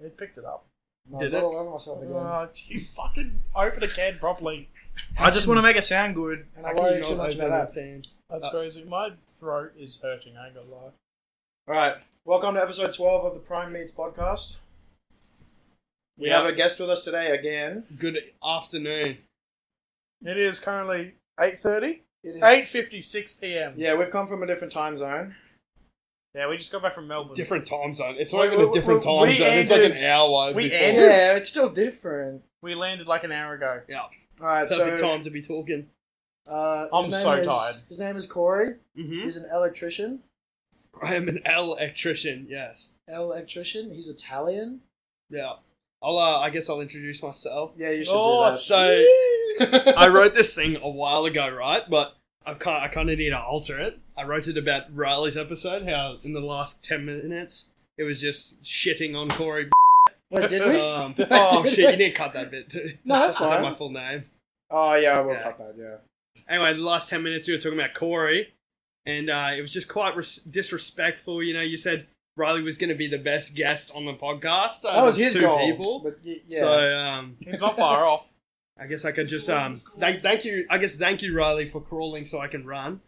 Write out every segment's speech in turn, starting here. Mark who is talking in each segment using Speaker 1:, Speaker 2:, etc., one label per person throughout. Speaker 1: it picked it up.
Speaker 2: Oh, No,
Speaker 3: Did
Speaker 2: not
Speaker 3: it?
Speaker 2: all over myself again.
Speaker 1: Oh, you fucking open a can properly.
Speaker 3: I just want to make it sound good.
Speaker 2: And I worry too much about that.
Speaker 3: fan.
Speaker 1: That's
Speaker 3: Uh,
Speaker 1: crazy. My throat is hurting. I ain't gonna lie.
Speaker 2: all right. Welcome to episode 12 of the Prime Meats podcast. We
Speaker 3: Yeah.
Speaker 2: have a guest with us today again.
Speaker 3: Good afternoon.
Speaker 1: It is currently eight thirty.
Speaker 2: It is-
Speaker 1: Eight fifty six p.m.
Speaker 2: Yeah, we've come from a different time zone.
Speaker 1: Yeah, we just got back from Melbourne.
Speaker 3: Different time zone. It's
Speaker 1: We-
Speaker 3: not even a
Speaker 1: we-
Speaker 3: different
Speaker 1: we-
Speaker 3: time
Speaker 1: we
Speaker 3: zone. It's like an
Speaker 1: ended-
Speaker 3: hour.
Speaker 1: we
Speaker 3: before.
Speaker 1: ended-
Speaker 2: Yeah, it's still different.
Speaker 1: We landed like an hour ago.
Speaker 2: All right,
Speaker 3: Perfect
Speaker 2: so
Speaker 3: time to be talking.
Speaker 2: uh,
Speaker 1: I'm
Speaker 2: his name
Speaker 1: so
Speaker 2: is-
Speaker 1: tired.
Speaker 2: His name is Corey.
Speaker 3: Mm-hmm.
Speaker 2: He's an electrician.
Speaker 3: I am an electrician. Yes.
Speaker 2: Electrician. He's Italian.
Speaker 3: Yeah. I'll. Uh, I guess I'll introduce myself.
Speaker 2: Yeah, you should
Speaker 1: Oh,
Speaker 2: do that.
Speaker 3: So I
Speaker 2: I
Speaker 3: wrote this thing a while ago, right? But I kind I kind of need to alter it. I wrote it about Riley's episode. How in the last ten minutes it was just shitting on Corey.
Speaker 2: Wait, did we?
Speaker 3: Um, oh shit! You need to cut that bit too.
Speaker 2: No, that's
Speaker 3: Is that
Speaker 2: fine.
Speaker 3: my full name?
Speaker 2: oh yeah, I will
Speaker 3: Yeah.
Speaker 2: cut that. Yeah.
Speaker 3: anyway, the last 10 minutes we were talking about Corey, and uh, it was just quite res- disrespectful. You know, you said Riley was going to be the best guest on the podcast. Uh,
Speaker 2: That was his
Speaker 3: two
Speaker 2: goal.
Speaker 3: people.
Speaker 2: But y- yeah.
Speaker 3: So um,
Speaker 1: It's not far off.
Speaker 3: I guess I could just um, thank, thank you. I guess thank you, Riley, for crawling so I can run.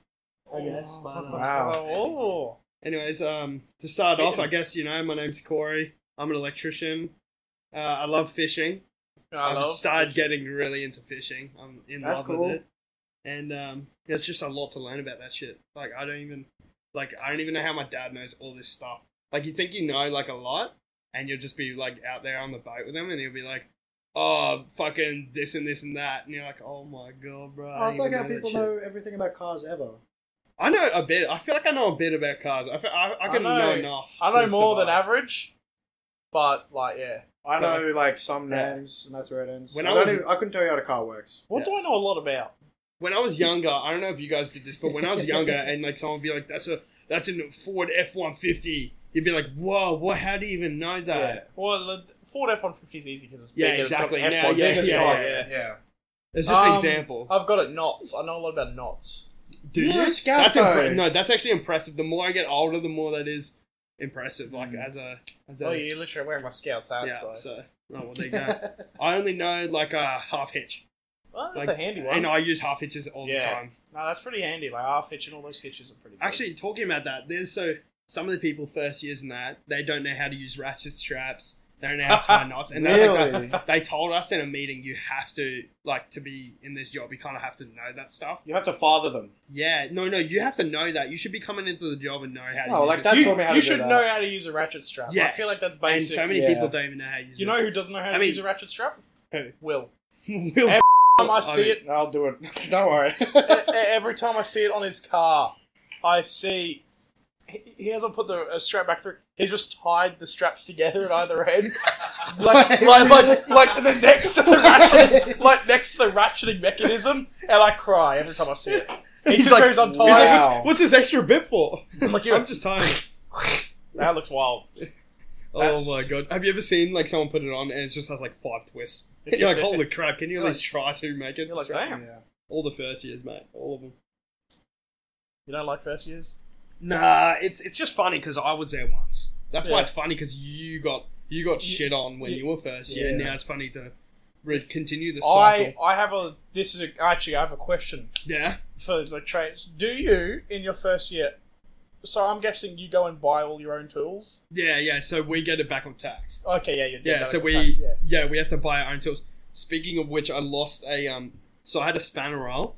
Speaker 3: I guess.
Speaker 1: Oh,
Speaker 3: but, uh,
Speaker 2: Wow.
Speaker 1: Oh,
Speaker 3: Anyways, um, to start
Speaker 1: Speaking
Speaker 3: off, I
Speaker 1: of-
Speaker 3: guess you know my name's Corey. I'm an electrician. Uh, I love fishing.
Speaker 1: I
Speaker 3: I've
Speaker 1: love.
Speaker 3: started getting really into fishing. I'm in
Speaker 2: That's
Speaker 3: love
Speaker 2: cool.
Speaker 3: with it, and um, there's just a lot to learn about that shit. Like I don't even like I don't even know how my dad knows all this stuff. Like you think you know like a lot, and you'll just be like out there on the boat with him, and he'll be like, "Oh, fucking this and this and that," and you're like, "Oh my god, bro!" I
Speaker 2: Oh, it's
Speaker 3: don't
Speaker 2: like
Speaker 3: even
Speaker 2: how
Speaker 3: that
Speaker 2: people
Speaker 3: shit."
Speaker 2: know everything about cars ever.
Speaker 3: I know a bit. I feel like I know a bit about cars. I feel, I, I
Speaker 1: I
Speaker 3: can know,
Speaker 1: know-
Speaker 3: enough.
Speaker 1: I know
Speaker 3: to
Speaker 1: more than
Speaker 3: survive.
Speaker 1: average, but like, yeah.
Speaker 2: I know like some
Speaker 3: Yeah.
Speaker 2: names, and that's where it ends.
Speaker 3: When
Speaker 2: I,
Speaker 3: I
Speaker 2: don't
Speaker 3: was-
Speaker 2: even- I couldn't tell you how the car works.
Speaker 1: What do I know a lot about?
Speaker 3: when I was younger, I don't know if you guys did this, but when I was younger, and like someone would be like, "That's a that's a Ford F one fifty, you'd be like, "Whoa, what? How do you even know that?"
Speaker 1: Well, the Ford F one fifty is easy because it's
Speaker 3: Yeah,
Speaker 1: big and
Speaker 3: exactly.
Speaker 1: It's got an
Speaker 3: Now-
Speaker 1: F1
Speaker 3: yeah,
Speaker 1: big as
Speaker 3: yeah,
Speaker 1: fuck,
Speaker 3: yeah.
Speaker 2: yeah.
Speaker 3: It's just an
Speaker 1: Um,
Speaker 3: example.
Speaker 1: I've got it knots. I know a lot about knots.
Speaker 3: Do
Speaker 2: You're a scout
Speaker 3: That's
Speaker 2: though.
Speaker 3: impre- no, that's actually impressive. The more I get older, the more that is impressive. Like
Speaker 2: Mm.
Speaker 3: as a as a
Speaker 1: Oh, you're literally wearing my scouts hat.
Speaker 3: yeah.
Speaker 1: so.
Speaker 3: So. oh well, there you go. I only know like a half hitch,
Speaker 1: Well, Oh, that's
Speaker 3: Like,
Speaker 1: a handy one.
Speaker 3: and I use half hitches all the
Speaker 1: Yeah.
Speaker 3: time.
Speaker 1: No, that's pretty handy. Like half hitch and all those hitches are pretty. Good.
Speaker 3: Actually, talking about that, there's so some of the people first years and that they don't know how to use ratchet straps. They don't know how to tie knots, and that's like a-
Speaker 2: really?
Speaker 3: they told us in a meeting you have to like to be in this job you kind of have to know that stuff
Speaker 2: you have to father them.
Speaker 3: yeah no no you have to know that you should be coming into the job and know how to
Speaker 2: No,
Speaker 3: use
Speaker 2: Oh, like
Speaker 3: it.
Speaker 2: that
Speaker 1: you,
Speaker 2: taught me how
Speaker 1: you
Speaker 2: to do
Speaker 1: should
Speaker 2: that.
Speaker 1: know how to use a ratchet strap. I
Speaker 3: Yes.
Speaker 1: feel like that's
Speaker 3: and
Speaker 1: basic.
Speaker 3: so many
Speaker 2: yeah.
Speaker 3: people don't even know how to use
Speaker 1: you
Speaker 3: it
Speaker 1: know who doesn't know how
Speaker 3: I
Speaker 1: to
Speaker 3: mean-
Speaker 1: use a ratchet strap?
Speaker 3: Who?
Speaker 1: Will.
Speaker 3: you know
Speaker 1: Um, I see it
Speaker 2: I'll do it. don't worry.
Speaker 1: e- e- every time I see it on his car. I see. He he hasn't put the uh, strap back through. He's just tied the straps together at either end, like, like, like, like the next to the ratchet, like next to the ratcheting mechanism, and I cry every time I see it. He
Speaker 3: He's
Speaker 1: just
Speaker 3: like,
Speaker 1: goes
Speaker 2: "Wow."
Speaker 1: untied.
Speaker 3: He's like,
Speaker 2: Wow.
Speaker 3: what's, what's this extra bit for?
Speaker 1: I'm like,
Speaker 3: I'm
Speaker 1: "Yo,
Speaker 3: just tired.
Speaker 1: that looks wild.
Speaker 3: Oh
Speaker 1: That's-
Speaker 3: my god. Have you ever seen like someone put it on and it just has like five twists? You're like, holy crap, can you at least try to make it?
Speaker 1: You're like,
Speaker 3: straight?"
Speaker 1: damn.
Speaker 2: Yeah.
Speaker 3: All the first years, mate. All of them.
Speaker 1: You don't like first years?
Speaker 3: Nah, it's it's just funny because I was there once. That's why
Speaker 1: Yeah.
Speaker 3: it's funny because you got you got
Speaker 1: You-
Speaker 3: shit on when
Speaker 1: you-
Speaker 3: you, were first year, and
Speaker 2: Yeah.
Speaker 3: now it's funny to re- continue the cycle.
Speaker 1: I I have a this is a, actually I have a question
Speaker 3: yeah,
Speaker 1: for the trades. Do you in your first year? So I'm guessing you go and buy all your own tools.
Speaker 3: yeah, yeah. So we get it back on tax.
Speaker 1: Okay, yeah, you're
Speaker 3: Yeah,
Speaker 1: that
Speaker 3: so
Speaker 1: makes
Speaker 3: we
Speaker 1: sense, yeah.
Speaker 3: yeah we have to buy our own tools. Speaking of which, I lost a um. So I had a spanner roll,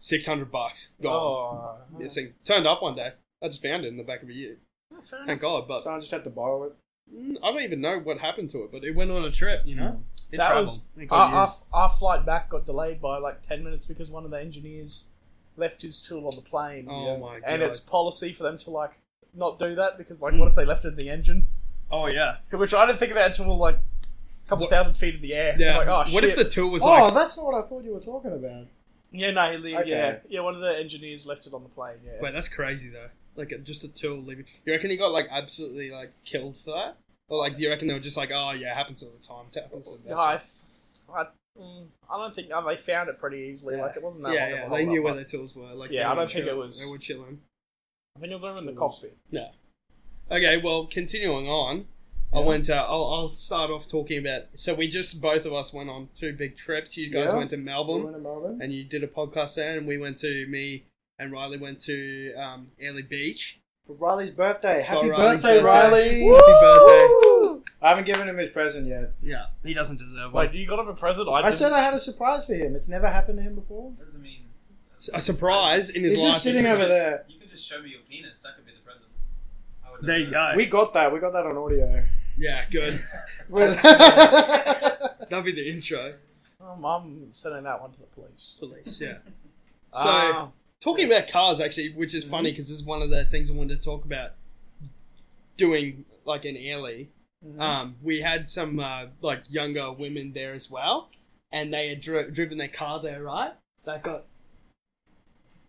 Speaker 3: six hundred bucks gone.
Speaker 1: Oh,
Speaker 3: This thing turned up one day. I just found it in the back of a year.
Speaker 1: Yeah, fair
Speaker 3: Thank
Speaker 1: enough.
Speaker 3: God, but
Speaker 2: So I just had to borrow it.
Speaker 3: mm, I don't even know what happened to it. But it went on a trip, you know. It
Speaker 1: That
Speaker 3: traveled.
Speaker 1: was-
Speaker 3: It got
Speaker 1: Our, our,
Speaker 3: used.
Speaker 1: our flight back got delayed by like ten minutes because one of the engineers left his tool on the plane,
Speaker 3: oh
Speaker 2: yeah.
Speaker 3: my god!
Speaker 1: and it's policy for them to like not do that because
Speaker 3: Mm.
Speaker 1: like what if they left it in the engine?
Speaker 3: oh yeah.
Speaker 1: Which I didn't think about until like a couple
Speaker 3: What-
Speaker 1: thousand feet in the air.
Speaker 3: Yeah.
Speaker 1: Like, oh,
Speaker 3: what
Speaker 1: shit.
Speaker 3: if the tool was
Speaker 2: oh,
Speaker 3: like?
Speaker 2: that's not what I thought you were talking about.
Speaker 1: Yeah, no, he,
Speaker 2: Okay.
Speaker 1: yeah, yeah. One of the engineers left it on the plane. Yeah,
Speaker 3: Wait, that's crazy though. Like uh, just a tool leaving. You reckon he got like absolutely like killed for that? Or like do you reckon they were just like, oh yeah, it happens all the time. It happens all the
Speaker 1: no,
Speaker 3: time.
Speaker 1: I, I, mm, I don't think uh, they found it pretty easily.
Speaker 3: Yeah.
Speaker 1: Like it wasn't
Speaker 3: Yeah,
Speaker 1: that
Speaker 3: yeah,
Speaker 1: long. of a
Speaker 3: they
Speaker 1: hold
Speaker 3: knew
Speaker 1: up,
Speaker 3: where
Speaker 1: but
Speaker 3: their tools were. Like,
Speaker 1: Yeah,
Speaker 3: they
Speaker 1: I don't
Speaker 3: wouldn't
Speaker 1: think
Speaker 3: chill-
Speaker 1: it was-
Speaker 3: They would chill him.
Speaker 1: I think it was over in the cockpit.
Speaker 3: Okay, well, continuing on, I
Speaker 2: Yeah.
Speaker 3: went. Uh, I'll, I'll start off talking about. So we just both of us went on two big trips. You guys
Speaker 2: Yeah.
Speaker 3: went to
Speaker 2: We
Speaker 3: Melbourne
Speaker 2: went to Melbourne.
Speaker 3: and you did a podcast there, and we went to me and Riley went to um, Airlie Beach.
Speaker 2: For Riley's birthday. Happy
Speaker 3: Riley's
Speaker 2: birthday,
Speaker 3: birthday.
Speaker 2: Riley.
Speaker 3: Happy birthday!
Speaker 2: Woo! I haven't given him his present yet.
Speaker 3: Yeah, he doesn't deserve
Speaker 1: Wait,
Speaker 3: one.
Speaker 1: you got him a present?
Speaker 2: I,
Speaker 1: I,
Speaker 2: said I had a surprise for him. It's never happened to him before.
Speaker 4: What does it mean?
Speaker 3: A surprise in his
Speaker 2: He's
Speaker 3: life.
Speaker 2: just
Speaker 3: is-
Speaker 2: sitting over there.
Speaker 4: You can just show me your penis. That could be the present. I would
Speaker 3: There you go.
Speaker 2: We got that. We got that on audio.
Speaker 3: yeah, good.
Speaker 2: Well-
Speaker 3: That'll be the intro.
Speaker 1: Um, I'm sending that one to the police.
Speaker 3: Police. Yeah. So.
Speaker 1: Ah,
Speaker 3: Talking about cars, actually, which is funny
Speaker 1: Mm-hmm.
Speaker 3: 'cause funny because this is one of the things I wanted to talk about doing like an alley.
Speaker 2: Mm-hmm.
Speaker 1: Mm-hmm.
Speaker 3: Um, we had some uh, like younger women there as well, and they had dri- driven their car there, right? They got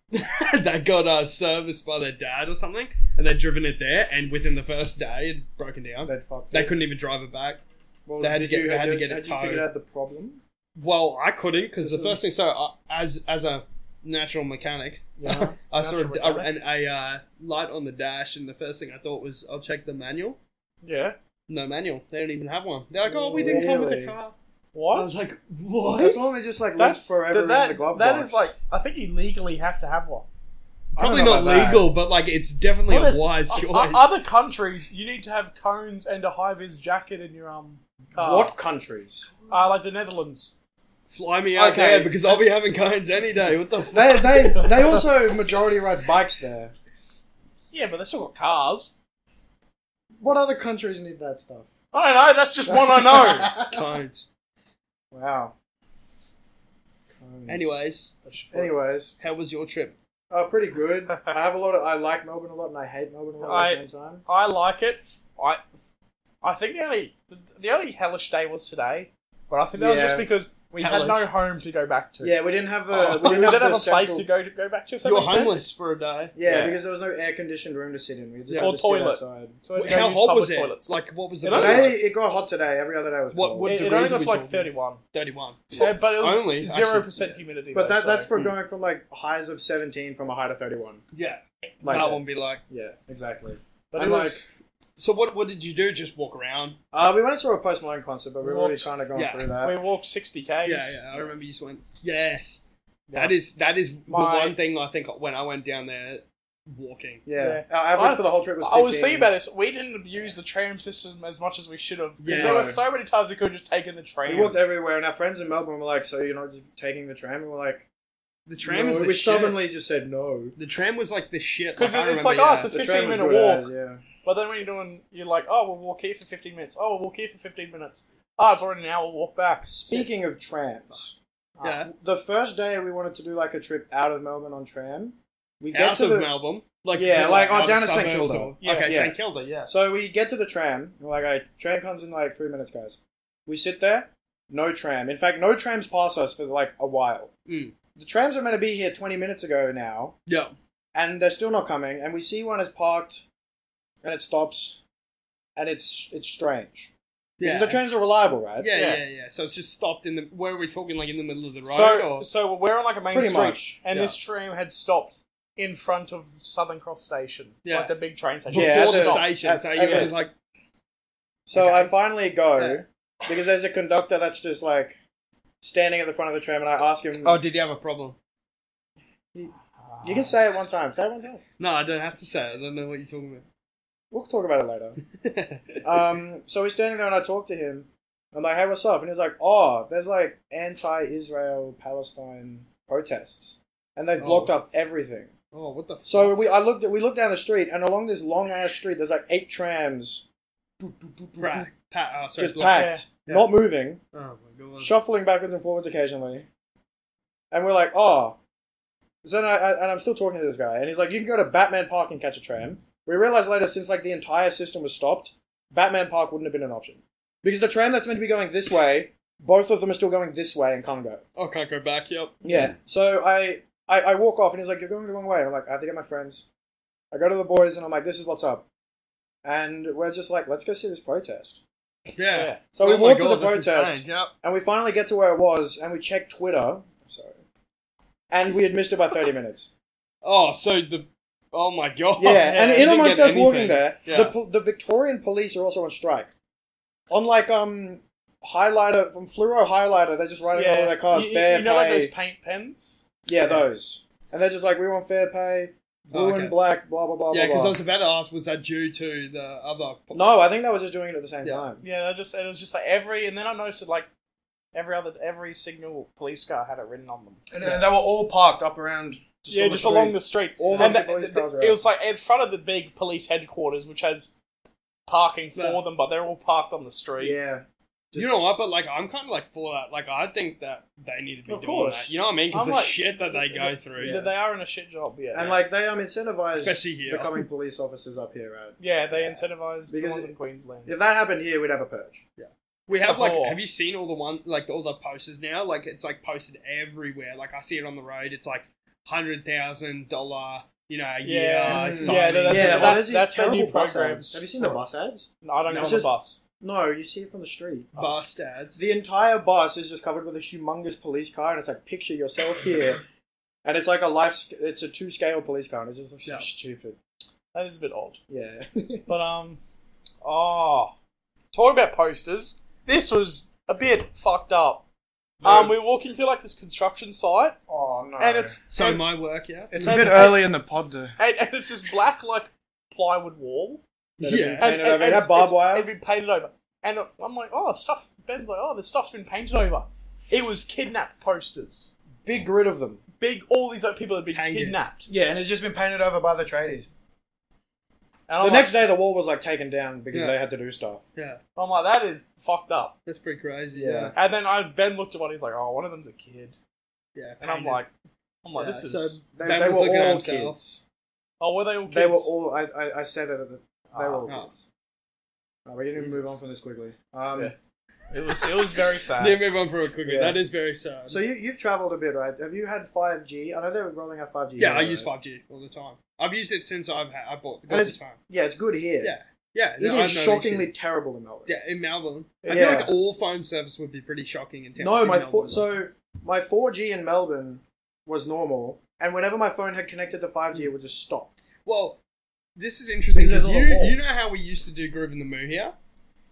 Speaker 3: they got uh, serviced by their dad or something, and they'd driven it there, and within the first day, it had broken down.
Speaker 2: They'd fucked
Speaker 3: They
Speaker 2: it.
Speaker 3: couldn't even drive it back.
Speaker 2: What
Speaker 3: they had to
Speaker 2: did
Speaker 3: get-
Speaker 2: you-
Speaker 3: they had to get it
Speaker 2: Had you figured
Speaker 3: towed.
Speaker 2: out the problem?
Speaker 3: Well, I couldn't because the first thing. So, uh, as as a natural mechanic,
Speaker 2: Yeah.
Speaker 3: I saw
Speaker 1: Natural
Speaker 3: a, a,
Speaker 1: mechanic.
Speaker 3: an, a uh, light on the dash, and the first thing I thought was, I'll check the manual.
Speaker 1: yeah.
Speaker 3: No manual. They don't even have one. They're like, oh, we didn't come with
Speaker 2: Really?
Speaker 3: a car.
Speaker 1: What?
Speaker 3: I was like, what?
Speaker 2: That's normally just like lives forever
Speaker 1: th- that,
Speaker 2: in the glove
Speaker 1: that
Speaker 2: box.
Speaker 1: is like I think you legally have to have one.
Speaker 2: I don't
Speaker 3: Probably
Speaker 2: know
Speaker 3: not
Speaker 2: about that.
Speaker 3: legal, but like it's definitely
Speaker 1: Well, there's-
Speaker 3: a wise
Speaker 1: O-
Speaker 3: choice.
Speaker 1: o- other countries, you need to have cones and a high vis jacket in your um car.
Speaker 2: What countries?
Speaker 1: Uh, like the Netherlands.
Speaker 3: Fly me out
Speaker 2: Okay.
Speaker 3: there because I'll be having cones any day. What the fuck?
Speaker 2: They, they, they also majority ride bikes there.
Speaker 1: Yeah, but they still got cars.
Speaker 2: What other countries need that stuff?
Speaker 1: I don't know. That's just one I know.
Speaker 3: cones.
Speaker 2: wow. Cones.
Speaker 3: Anyways,
Speaker 2: Anyways,
Speaker 3: how was your trip?
Speaker 2: uh, pretty good. I have a lot of. I like Melbourne a lot, and I hate Melbourne a lot at the same time.
Speaker 1: I like it. I I think the only the, the only hellish day was today, but I think that was
Speaker 2: Yeah.
Speaker 1: just because we had
Speaker 3: Hellish.
Speaker 1: no home to go back to.
Speaker 2: Yeah, we didn't have
Speaker 1: Uh,
Speaker 2: a.
Speaker 1: we didn't have,
Speaker 2: the
Speaker 1: a place
Speaker 2: central-
Speaker 1: to go to go back to. If that
Speaker 3: You were
Speaker 1: makes sense.
Speaker 3: homeless for a day.
Speaker 2: Yeah,
Speaker 1: Yeah.
Speaker 2: because there was no air conditioned room to sit in. We just
Speaker 3: Yeah.
Speaker 2: had
Speaker 1: Or
Speaker 2: to
Speaker 1: toilet.
Speaker 2: sit outside.
Speaker 1: So we had to go
Speaker 3: how
Speaker 1: use
Speaker 3: hot
Speaker 1: public
Speaker 3: was it?
Speaker 1: Toilets.
Speaker 3: Like, what was the
Speaker 1: It only-
Speaker 3: temperature?
Speaker 2: Today it got hot today. Every other day was
Speaker 3: What-
Speaker 2: cold.
Speaker 3: what-
Speaker 1: it, it only
Speaker 3: degrees
Speaker 1: got
Speaker 3: we
Speaker 1: to like
Speaker 3: talking?
Speaker 1: thirty-one,
Speaker 3: Thirty-one.
Speaker 1: yeah, but it was
Speaker 3: Only, actually,
Speaker 1: zero percent
Speaker 3: yeah.
Speaker 1: humidity.
Speaker 2: but
Speaker 1: though,
Speaker 2: that,
Speaker 1: so-
Speaker 2: that's for
Speaker 3: Mm.
Speaker 2: going from like highs of 17 from a height of 31.
Speaker 3: Yeah,
Speaker 2: Like
Speaker 3: that
Speaker 2: that.
Speaker 3: one be like.
Speaker 2: Yeah, exactly.
Speaker 1: But
Speaker 2: and
Speaker 1: it
Speaker 2: like,
Speaker 1: was-
Speaker 3: So what? What did you do? Just walk around?
Speaker 2: uh, we went and saw a Post Malone concert, but we've already
Speaker 1: Walked-
Speaker 2: kind of gone
Speaker 3: yeah,
Speaker 2: through that.
Speaker 1: we walked sixty k's.
Speaker 3: Yeah, yeah. I remember you just went. Yes.
Speaker 1: Yeah.
Speaker 3: That is that is
Speaker 1: My-
Speaker 3: the one thing I think when I went down there walking.
Speaker 2: yeah. Our average
Speaker 1: I-
Speaker 2: for the whole trip was 15.
Speaker 1: I was thinking about this. We didn't abuse the tram system as much as we should have. Because
Speaker 3: Yeah.
Speaker 1: there were so many times we could have just taken the tram.
Speaker 2: We walked everywhere, and our friends in Melbourne were like, "So you're not just taking the tram?" And we're like,
Speaker 3: The tram
Speaker 2: no.
Speaker 3: is the
Speaker 2: we
Speaker 3: shit.
Speaker 2: stubbornly just said no.
Speaker 3: The tram was like the shit.
Speaker 1: 'Cause
Speaker 3: like, I
Speaker 1: it- it's
Speaker 3: remember,
Speaker 1: like, oh,
Speaker 3: yeah.
Speaker 1: it's a
Speaker 2: The
Speaker 1: 15
Speaker 2: tram was
Speaker 1: minute
Speaker 2: good
Speaker 1: walk.
Speaker 2: as, yeah.
Speaker 1: But then when you're doing, you're like, oh, we'll walk here for 15 minutes. Oh, we'll walk here for 15 minutes. Ah, it's already an hour walk back.
Speaker 2: Speaking of trams,
Speaker 1: Ah,
Speaker 3: yeah.
Speaker 2: the first day we wanted to do like a trip out of Melbourne on tram. We
Speaker 3: out
Speaker 2: get to
Speaker 3: of
Speaker 2: the
Speaker 3: Melbourne. Like
Speaker 2: Yeah,
Speaker 3: to,
Speaker 2: like, oh,
Speaker 3: other
Speaker 2: down to St
Speaker 3: suburbs
Speaker 2: Kilda.
Speaker 3: or-
Speaker 1: Yeah.
Speaker 3: okay,
Speaker 2: Yeah.
Speaker 3: St Kilda. Yeah.
Speaker 2: So we get to the tram. We're like, all right, tram comes in like three minutes, guys. We sit there, no tram. In fact, no trams pass us for like a while.
Speaker 3: Mm.
Speaker 2: The trams were meant to be here 20 minutes ago now,
Speaker 3: Yeah.
Speaker 2: and they're still not coming. And we see one is parked, and it stops, and it's it's strange.
Speaker 3: Yeah.
Speaker 2: The trams are reliable, right?
Speaker 3: yeah,
Speaker 1: yeah.
Speaker 3: yeah, yeah. So it's just stopped in the. Where are we talking? Like in the middle of the road?
Speaker 1: So,
Speaker 3: or?
Speaker 1: so we're on like a main
Speaker 2: Pretty
Speaker 1: street,
Speaker 2: much,
Speaker 1: and
Speaker 2: yeah.
Speaker 1: this tram had stopped in front of Southern Cross Station,
Speaker 3: Yeah.
Speaker 1: like the big train station.
Speaker 3: Before
Speaker 2: Yeah,
Speaker 1: Full
Speaker 3: the
Speaker 2: that's
Speaker 1: stop.
Speaker 2: it.
Speaker 3: station.
Speaker 2: At-
Speaker 3: so you
Speaker 2: okay.
Speaker 3: were just like,
Speaker 2: So
Speaker 3: Okay.
Speaker 2: I finally go
Speaker 3: Yeah.
Speaker 2: because there's a conductor that's just like standing at the front of the tram, and I ask him,
Speaker 3: oh, did you have a problem?
Speaker 2: "You can say it one time. Say it one time.
Speaker 3: No, I don't have to say. it. I don't know what you're talking
Speaker 2: We'll talk about it later."
Speaker 3: about.
Speaker 2: um, so he's standing there and I talk to him. I'm like, hey, what's up? And he's like, oh, there's like anti Israel Palestine protests. And they've
Speaker 3: Oh.
Speaker 2: blocked up everything.
Speaker 3: oh, what the? F-
Speaker 2: So we I looked at we looked down the street and along this long ass street there's like eight trams
Speaker 3: right. Pa- oh, sorry,
Speaker 2: just
Speaker 3: block-
Speaker 2: packed,
Speaker 3: Yeah.
Speaker 2: not moving,
Speaker 3: Oh my god.
Speaker 2: shuffling backwards and forwards occasionally. And we're like, oh. So then I, I and I'm still talking to this guy, and he's like, you can go to Batman Park and catch a tram. We realized later, since like the entire system was stopped, Batman Park wouldn't have been an option because the tram that's meant to be going this way, both of them are still going this way and can't go.
Speaker 3: Oh, can't go back. Yep.
Speaker 2: Yeah. So I, I I walk off, and he's like, you're going the wrong way. I'm like, I have to get my friends. I go to the boys, and I'm like, this is what's up. And we're just like, let's go see this protest.
Speaker 3: Yeah.
Speaker 1: Yeah.
Speaker 2: So
Speaker 3: Oh
Speaker 2: we
Speaker 3: my
Speaker 2: walk to the
Speaker 3: God, that's
Speaker 2: protest,
Speaker 3: insane. Yep.
Speaker 2: and we finally get to where it was, and we check Twitter. Sorry. And we had missed it by 30 minutes.
Speaker 3: Oh, so the. Oh my god.
Speaker 2: Yeah, and
Speaker 3: I
Speaker 2: in
Speaker 3: didn't
Speaker 2: amongst
Speaker 3: get
Speaker 2: us walking
Speaker 3: anything.
Speaker 2: there,
Speaker 3: Yeah.
Speaker 2: the, pol- the Victorian police are also on strike. on like um highlighter from fluoro highlighter. They just write it all over their cars.
Speaker 1: You,
Speaker 2: fair
Speaker 1: you know, like
Speaker 2: pay.
Speaker 1: those paint pens.
Speaker 2: yeah, those. And they're just like, we want fair pay, blue
Speaker 3: Oh, okay.
Speaker 2: and black, blah blah blah. blah,
Speaker 3: Yeah, because I
Speaker 2: blah.
Speaker 3: was about to ask, was that due to the other?
Speaker 2: No, I think they were just doing it at the same
Speaker 3: Yeah.
Speaker 2: time.
Speaker 1: Yeah, they're just it was just like every, and then I noticed that, like every other every signal police car had it written on them.
Speaker 2: And,
Speaker 3: Yeah.
Speaker 2: they were all parked up around. Just
Speaker 1: yeah,
Speaker 2: on the
Speaker 1: just
Speaker 2: street.
Speaker 1: along the street.
Speaker 2: All
Speaker 1: and
Speaker 2: the
Speaker 1: the-
Speaker 2: police
Speaker 1: the-
Speaker 2: cars are
Speaker 1: it
Speaker 2: out.
Speaker 1: was like in front of the big police headquarters, which has parking for
Speaker 3: Yeah.
Speaker 1: them, but they're all parked on the street.
Speaker 2: Yeah.
Speaker 3: you know what? But like, I'm kind of like for that. Like, I think that they need to be
Speaker 2: Of
Speaker 3: doing
Speaker 2: course.
Speaker 3: that. You know what I mean? Because
Speaker 1: I'm
Speaker 3: the
Speaker 1: like-
Speaker 3: shit that they go through,
Speaker 1: They- They are in a shit job, yeah.
Speaker 2: And like they um incentivized
Speaker 3: especially here.
Speaker 2: becoming police officers up here, right?
Speaker 1: yeah, they incentivize the
Speaker 2: Because
Speaker 1: ones
Speaker 2: it-
Speaker 1: in Queensland.
Speaker 2: If that happened here, we'd have a purge.
Speaker 3: We have like,
Speaker 1: Oh.
Speaker 3: have you seen all the one like all the posters now? Like it's like posted everywhere. Like I see it on the road. It's like hundred thousand dollar, you know, a year.
Speaker 1: Yeah.
Speaker 2: Mm.
Speaker 3: signing.
Speaker 1: Yeah, that-
Speaker 2: yeah,
Speaker 1: that's-
Speaker 2: well, there's these
Speaker 1: that's their new
Speaker 2: terrible bus
Speaker 1: programs.
Speaker 2: ads. Have you seen the bus ads?
Speaker 1: No, I don't go
Speaker 3: No,
Speaker 1: on
Speaker 2: it's
Speaker 1: the
Speaker 2: just-
Speaker 1: bus.
Speaker 2: No, you see it from the street.
Speaker 3: bust ads.
Speaker 2: The entire bus is just covered with a humongous police car, and it's like picture yourself here, and it's like a life. sc- It's a two scale police car, and it just looks
Speaker 3: Yeah.
Speaker 2: so stupid.
Speaker 1: That is a bit odd.
Speaker 2: Yeah.
Speaker 1: But um, oh, talking about posters, this was a bit fucked up. Um, we were walking through like this construction site,
Speaker 2: oh no.
Speaker 1: and it's
Speaker 3: So
Speaker 1: and,
Speaker 3: my work, yeah,
Speaker 2: it's
Speaker 1: a bit early
Speaker 2: in the pod to.
Speaker 1: and, and it's this black like plywood wall,
Speaker 3: yeah.
Speaker 1: and,
Speaker 2: Painted
Speaker 1: and,
Speaker 2: over,
Speaker 1: and
Speaker 2: it had
Speaker 1: it's-
Speaker 2: barbed
Speaker 1: it's-
Speaker 2: wire.
Speaker 1: It'd been painted over, and I'm like, oh, stuff. Ben's like, oh, this stuff's been painted over. It was kidnapped posters.
Speaker 2: Big grid of them.
Speaker 1: Big, all these like, people had been
Speaker 3: Hanging.
Speaker 1: kidnapped.
Speaker 2: Yeah, and it's just been painted over by the tradies.
Speaker 1: And
Speaker 2: The
Speaker 1: I'm like,
Speaker 2: next day, the wall was like taken down because
Speaker 3: Yeah.
Speaker 2: they had to do stuff.
Speaker 3: yeah.
Speaker 1: I'm like, that is fucked up.
Speaker 3: That's pretty crazy.
Speaker 2: Yeah.
Speaker 3: Yeah,
Speaker 1: And then I Ben looked at one. He's like, oh, one of them's a kid,
Speaker 3: yeah.
Speaker 1: and I'm
Speaker 3: kinda.
Speaker 1: like, I'm like,
Speaker 3: Yeah,
Speaker 1: this is.
Speaker 3: so-
Speaker 2: They,
Speaker 3: That
Speaker 2: they
Speaker 3: was
Speaker 2: were
Speaker 3: looking at
Speaker 2: all
Speaker 3: himself.
Speaker 2: kids.
Speaker 1: oh, were they all kids?
Speaker 2: They were all. I, I, I said it. At the, they
Speaker 1: Ah.
Speaker 2: were all
Speaker 3: Ah.
Speaker 2: kids. Uh, we're going to
Speaker 1: Jesus.
Speaker 2: move on from this quickly. Um,
Speaker 1: Yeah. It was. It was very sad.
Speaker 3: Then move on for it quickly.
Speaker 2: uh, Yeah.
Speaker 3: That is very sad.
Speaker 2: So you, you've traveled a bit, right? Have you had five G? I know they were rolling out five G.
Speaker 3: yeah, I use 5G all the time. I've used it since I've had, I bought got
Speaker 2: And
Speaker 3: this phone.
Speaker 2: Yeah, it's good here.
Speaker 3: Yeah, yeah.
Speaker 2: It
Speaker 3: no,
Speaker 2: is
Speaker 3: I have no
Speaker 2: shockingly
Speaker 3: issue.
Speaker 2: terrible in Melbourne.
Speaker 3: Yeah, in Melbourne, I
Speaker 2: Yeah.
Speaker 3: feel like all phone service would be pretty shocking in town.
Speaker 2: No,
Speaker 3: in
Speaker 2: my
Speaker 3: Melbourne.
Speaker 2: four, so my four G in Melbourne was normal, and whenever my phone had connected to five G, it would just stop.
Speaker 3: Well, this is interesting
Speaker 2: Because
Speaker 3: because
Speaker 2: there's
Speaker 3: you,
Speaker 2: a lot of
Speaker 3: you know
Speaker 2: walls.
Speaker 3: how we used to do Groove in the Moo here?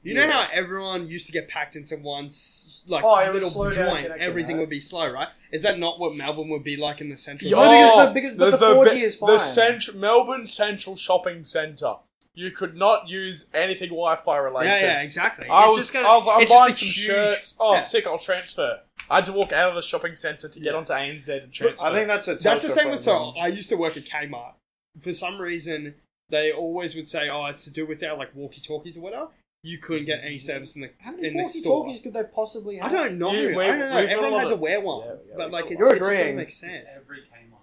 Speaker 3: You know
Speaker 2: Yeah.
Speaker 3: how everyone used to get packed into one s- like
Speaker 2: Oh, it would
Speaker 3: little
Speaker 2: slow
Speaker 3: joint,
Speaker 2: down connection,
Speaker 3: everything
Speaker 2: right?
Speaker 3: would be slow, right? Is that not what Melbourne would be like in the central?
Speaker 2: No, Yeah. because the- because- but the 4G
Speaker 1: be-
Speaker 2: is
Speaker 1: Oh, The
Speaker 2: fine.
Speaker 1: cent- Melbourne Central Shopping Centre. You could not use anything Wi-Fi related.
Speaker 3: yeah, yeah, exactly.
Speaker 1: I
Speaker 3: It's
Speaker 1: was,
Speaker 3: just gonna-
Speaker 1: I was like, I'm
Speaker 3: it's just
Speaker 1: buying
Speaker 3: a
Speaker 1: some
Speaker 3: huge-
Speaker 1: shirts. Oh,
Speaker 3: yeah.
Speaker 1: sick! I'll transfer. I had to walk out of the shopping centre to get onto ANZ and transfer.
Speaker 2: I think that's a
Speaker 3: That's the
Speaker 2: Telstra
Speaker 3: same with so
Speaker 2: problem.
Speaker 3: I used to work at Kmart. For some reason, they always would say, "Oh, it's to do with our like walkie-talkies or whatever." You couldn't get any service in
Speaker 2: How
Speaker 3: the
Speaker 2: many
Speaker 3: in the
Speaker 2: walkie
Speaker 3: store.
Speaker 2: talkies could they possibly have?
Speaker 3: I don't know.
Speaker 1: You- we-
Speaker 3: I don't know.
Speaker 1: we've got a
Speaker 3: Everyone
Speaker 1: lot
Speaker 3: had to
Speaker 1: of-
Speaker 3: wear one,
Speaker 1: Yeah, yeah,
Speaker 3: but
Speaker 1: we've
Speaker 3: like
Speaker 1: got
Speaker 3: it,
Speaker 1: a
Speaker 2: lot.
Speaker 3: it just
Speaker 2: You're
Speaker 3: doesn't make sense.
Speaker 4: It's every Kmart.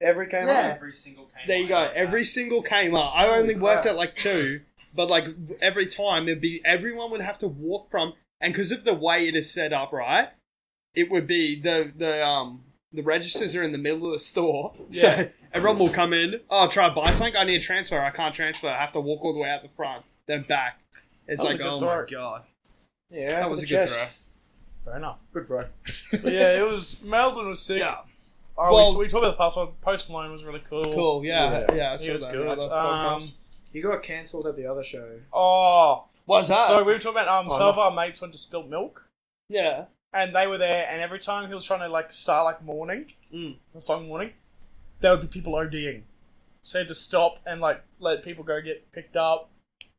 Speaker 2: Every came
Speaker 3: Yeah.
Speaker 2: up.
Speaker 4: Every single Kmart.
Speaker 3: There you go.
Speaker 4: had that.
Speaker 3: Every single Kmart. I only
Speaker 2: Holy
Speaker 3: worked
Speaker 2: crap.
Speaker 3: at like two, but like every time there'd be everyone would have to walk from, and because of the way it is set up, right? It would be the the um the registers are in the middle of the store,
Speaker 1: Yeah.
Speaker 3: so everyone will come in. Oh, try to buy something. I need a transfer. I can't transfer. I have to walk all the way out the front, then back.
Speaker 1: That
Speaker 3: It's
Speaker 1: was
Speaker 3: like
Speaker 1: a good
Speaker 3: oh
Speaker 1: throw.
Speaker 3: my god,
Speaker 2: Yeah,
Speaker 3: that
Speaker 2: for
Speaker 3: was
Speaker 2: the
Speaker 3: a good
Speaker 2: chest.
Speaker 3: throw.
Speaker 1: fair enough.
Speaker 2: Good throw.
Speaker 1: But yeah, it was Melbourne was sick.
Speaker 3: Yeah,
Speaker 1: Oh,
Speaker 3: Well-
Speaker 1: we, we talked about the past one. Post Malone was really cool.
Speaker 3: cool. Yeah,
Speaker 2: Yeah.
Speaker 3: yeah. yeah I
Speaker 1: He
Speaker 3: saw
Speaker 1: was
Speaker 3: that.
Speaker 1: good.
Speaker 3: Other
Speaker 1: Um,
Speaker 3: podcast.
Speaker 2: You got cancelled at the other show.
Speaker 1: oh,
Speaker 3: What's that?
Speaker 1: so we were talking about um,
Speaker 2: Oh,
Speaker 1: some
Speaker 2: no.
Speaker 1: of our mates went to Spilt Milk.
Speaker 3: yeah,
Speaker 1: and they were there, and every time he was trying to like start like morning,
Speaker 3: Mm.
Speaker 1: the song morning, there would be people ODing. So he had to stop and like let people go get picked up.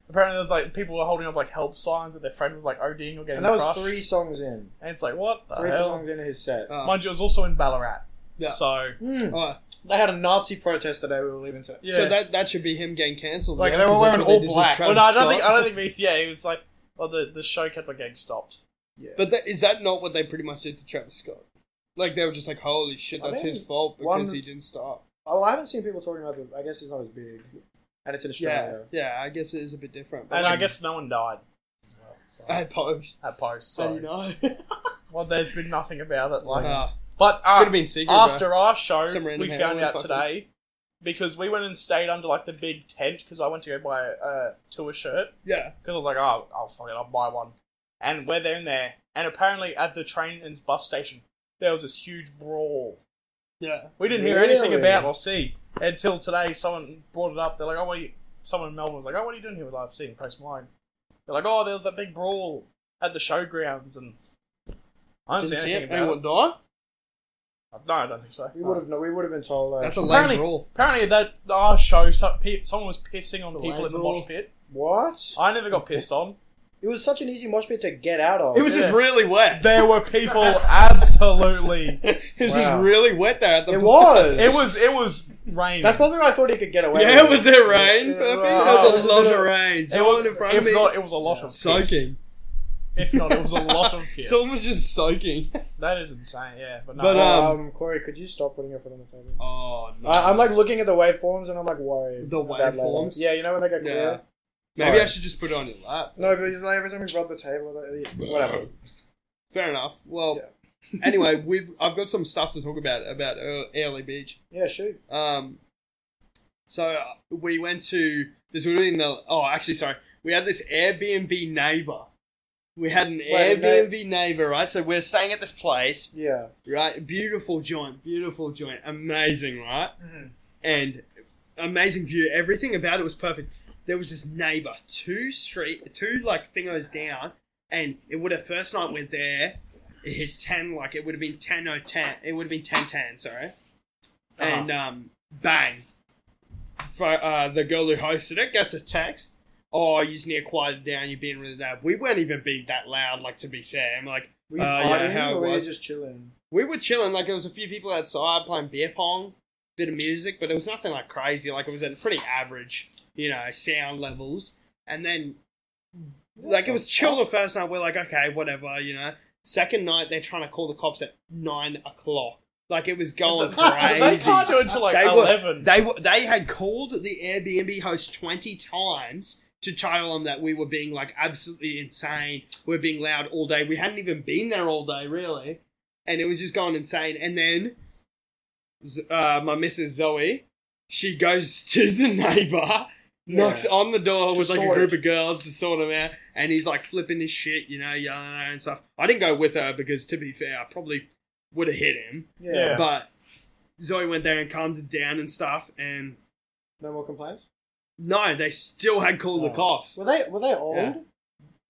Speaker 1: Apparently, there's like people were holding up like help signs that their friend was like ODing or getting
Speaker 2: And that was
Speaker 1: crushed.
Speaker 2: three songs in.
Speaker 1: And it's like what the
Speaker 2: Three
Speaker 1: hell?
Speaker 2: songs into his set.
Speaker 3: Uh,
Speaker 1: Mind you, it was also in Ballarat.
Speaker 3: Yeah.
Speaker 1: So
Speaker 2: Mm.
Speaker 3: alright.
Speaker 2: They had a Nazi protest the day we were leaving to.
Speaker 1: yeah.
Speaker 3: So that that should be him getting cancelled.
Speaker 2: Like,
Speaker 3: yeah,
Speaker 2: they were
Speaker 3: 'cause that's
Speaker 2: wearing
Speaker 3: what they
Speaker 2: all
Speaker 3: did to
Speaker 2: black.
Speaker 1: well,
Speaker 3: Travis
Speaker 1: no, I don't think
Speaker 3: Scott.
Speaker 1: I don't think. Yeah, it was like well, the the show kept like getting stopped.
Speaker 2: Yeah.
Speaker 3: But that, is that not what they pretty much did to Travis Scott? Like they were just like, "Holy shit,
Speaker 2: I
Speaker 3: that's
Speaker 2: think
Speaker 3: his fault
Speaker 2: one-
Speaker 3: because he didn't stop."
Speaker 2: well, I haven't seen people talking about it. I guess it's not as big. And it's in
Speaker 3: Yeah,
Speaker 2: Australia.
Speaker 3: yeah. I guess it is a bit different.
Speaker 1: And I
Speaker 3: like,
Speaker 1: guess no one died as well. So
Speaker 3: I post.
Speaker 1: at post,
Speaker 3: So
Speaker 1: so
Speaker 3: you know,
Speaker 1: well, there's been nothing about it. Like,
Speaker 3: uh,
Speaker 1: but
Speaker 3: could
Speaker 1: uh,
Speaker 3: have been secret.
Speaker 1: after our show,
Speaker 3: Some random
Speaker 1: we
Speaker 3: hair
Speaker 1: found
Speaker 3: would
Speaker 1: out
Speaker 3: fucking-
Speaker 1: today because we went and stayed under like the big tent because I went to go buy a, a tour shirt
Speaker 3: bro. yeah,
Speaker 1: because I was like, oh, I'll fuck it, I'll buy one. And we're there in there, and apparently at the train and bus station there was this huge brawl.
Speaker 3: yeah.
Speaker 1: We didn't hear anything
Speaker 2: Really?
Speaker 1: about or see until today. Someone brought it up. They're like, oh, what are you? Someone in Melbourne was like, oh, what are you doing here? With I've seen Post Malone. They're like, oh, there was that big brawl at the showgrounds, and I don't see
Speaker 3: Didn't see
Speaker 1: anything
Speaker 3: it.
Speaker 1: about
Speaker 3: Anyone
Speaker 1: it.
Speaker 3: die?
Speaker 1: No, I don't think so.
Speaker 2: We would have no, we would have been told though.
Speaker 3: Uh, That's a
Speaker 1: Apparently-
Speaker 3: lame brawl.
Speaker 1: Apparently, that our show, some, pe- someone was pissing on people in the
Speaker 3: brawl.
Speaker 1: mosh pit.
Speaker 2: what?
Speaker 1: I never got pissed on.
Speaker 2: It was such an easy mosh pit to get out of.
Speaker 3: It was just
Speaker 1: yeah.
Speaker 3: really wet.
Speaker 1: There were people absolutely.
Speaker 3: it was
Speaker 2: Wow.
Speaker 3: just really wet there at the
Speaker 2: It was.
Speaker 1: It was it was rain.
Speaker 2: That's probably why I thought he could get away.
Speaker 3: Yeah,
Speaker 2: with
Speaker 3: was it rain?
Speaker 2: Yeah,
Speaker 3: I think
Speaker 2: right.
Speaker 3: there
Speaker 1: It
Speaker 3: was
Speaker 1: was
Speaker 3: a
Speaker 2: a
Speaker 3: lot
Speaker 2: bit
Speaker 3: of
Speaker 2: of-
Speaker 3: rain.
Speaker 1: it
Speaker 3: Someone
Speaker 1: was,
Speaker 3: in front of
Speaker 1: if
Speaker 3: me
Speaker 1: not, it was a lot of piss.
Speaker 3: soaking.
Speaker 1: If not, it was a lot of piss.
Speaker 3: Someone was just soaking.
Speaker 1: That is insane. Yeah, but no.
Speaker 3: But,
Speaker 1: it was-
Speaker 3: um,
Speaker 2: Um, Corey, could you stop putting your foot on the table?
Speaker 3: Oh no!
Speaker 2: I, I'm like looking at the waveforms and I'm like worried.
Speaker 3: The
Speaker 2: about that later.
Speaker 3: waveforms?
Speaker 2: Yeah, you know when they go
Speaker 3: Yeah.
Speaker 2: clear.
Speaker 3: Maybe I
Speaker 2: Sorry.
Speaker 3: should just put it on your lap.
Speaker 2: No, but it's like every time we rub the table, like, whatever.
Speaker 3: Fair enough. Well, anyway, we've I've got some stuff to talk about about uh, Early Beach.
Speaker 2: Yeah, shoot.
Speaker 3: Um, so uh, we went to this would have been the oh actually sorry we had this Airbnb neighbor. We had an
Speaker 2: Wait, no.
Speaker 3: Airbnb neighbor, right? So we're staying at this place,
Speaker 2: Yeah.
Speaker 3: right? Beautiful joint, beautiful joint, amazing, right? and amazing view. Everything about it was perfect. There was this neighbor two street, two like thingos down, and it would have first night we're there. It hit ten, like it would have been ten oh ten. It would have been ten ten, sorry. And um, bang, Fo- uh, the girl who hosted it gets a text. Oh, you need to quiet it down. You're being really loud. We weren't even being that loud. Like to be fair, I'm like
Speaker 2: Were you
Speaker 3: Uh, yeah,
Speaker 2: partying
Speaker 3: how it
Speaker 2: or were you
Speaker 3: was.
Speaker 2: just chilling?
Speaker 3: we were chilling. Like there was a few people outside playing beer pong, bit of music, but it was nothing like crazy. Like it was at pretty average, you know, sound levels. And then, like it was chill the first night. We're like, okay, whatever, you know. Second night, they're trying to call the cops at nine o'clock. Like it was going crazy.
Speaker 1: they can't do it until like
Speaker 3: They were-
Speaker 1: eleven.
Speaker 3: They were, they had called the Airbnb host twenty times to tell them that we were being like absolutely insane. We were being loud all day. We hadn't even been there all day really, and it was just going insane. And then Z- uh, my missus Zoe, she goes to the neighbor. Knocks
Speaker 2: Yeah.
Speaker 3: on the door
Speaker 2: To
Speaker 3: with like a
Speaker 2: sort
Speaker 3: group
Speaker 2: it.
Speaker 3: of girls to sort him out, and he's like flipping his shit, you know, yelling at her and stuff. I didn't go with her because, to be fair, I probably would have hit him.
Speaker 2: Yeah.
Speaker 1: Yeah.
Speaker 3: But Zoe went there and calmed it down and stuff, and
Speaker 2: No more complaints.
Speaker 3: no, they still had called the
Speaker 2: Oh.
Speaker 3: cops.
Speaker 2: Were they were they old?
Speaker 3: Yeah.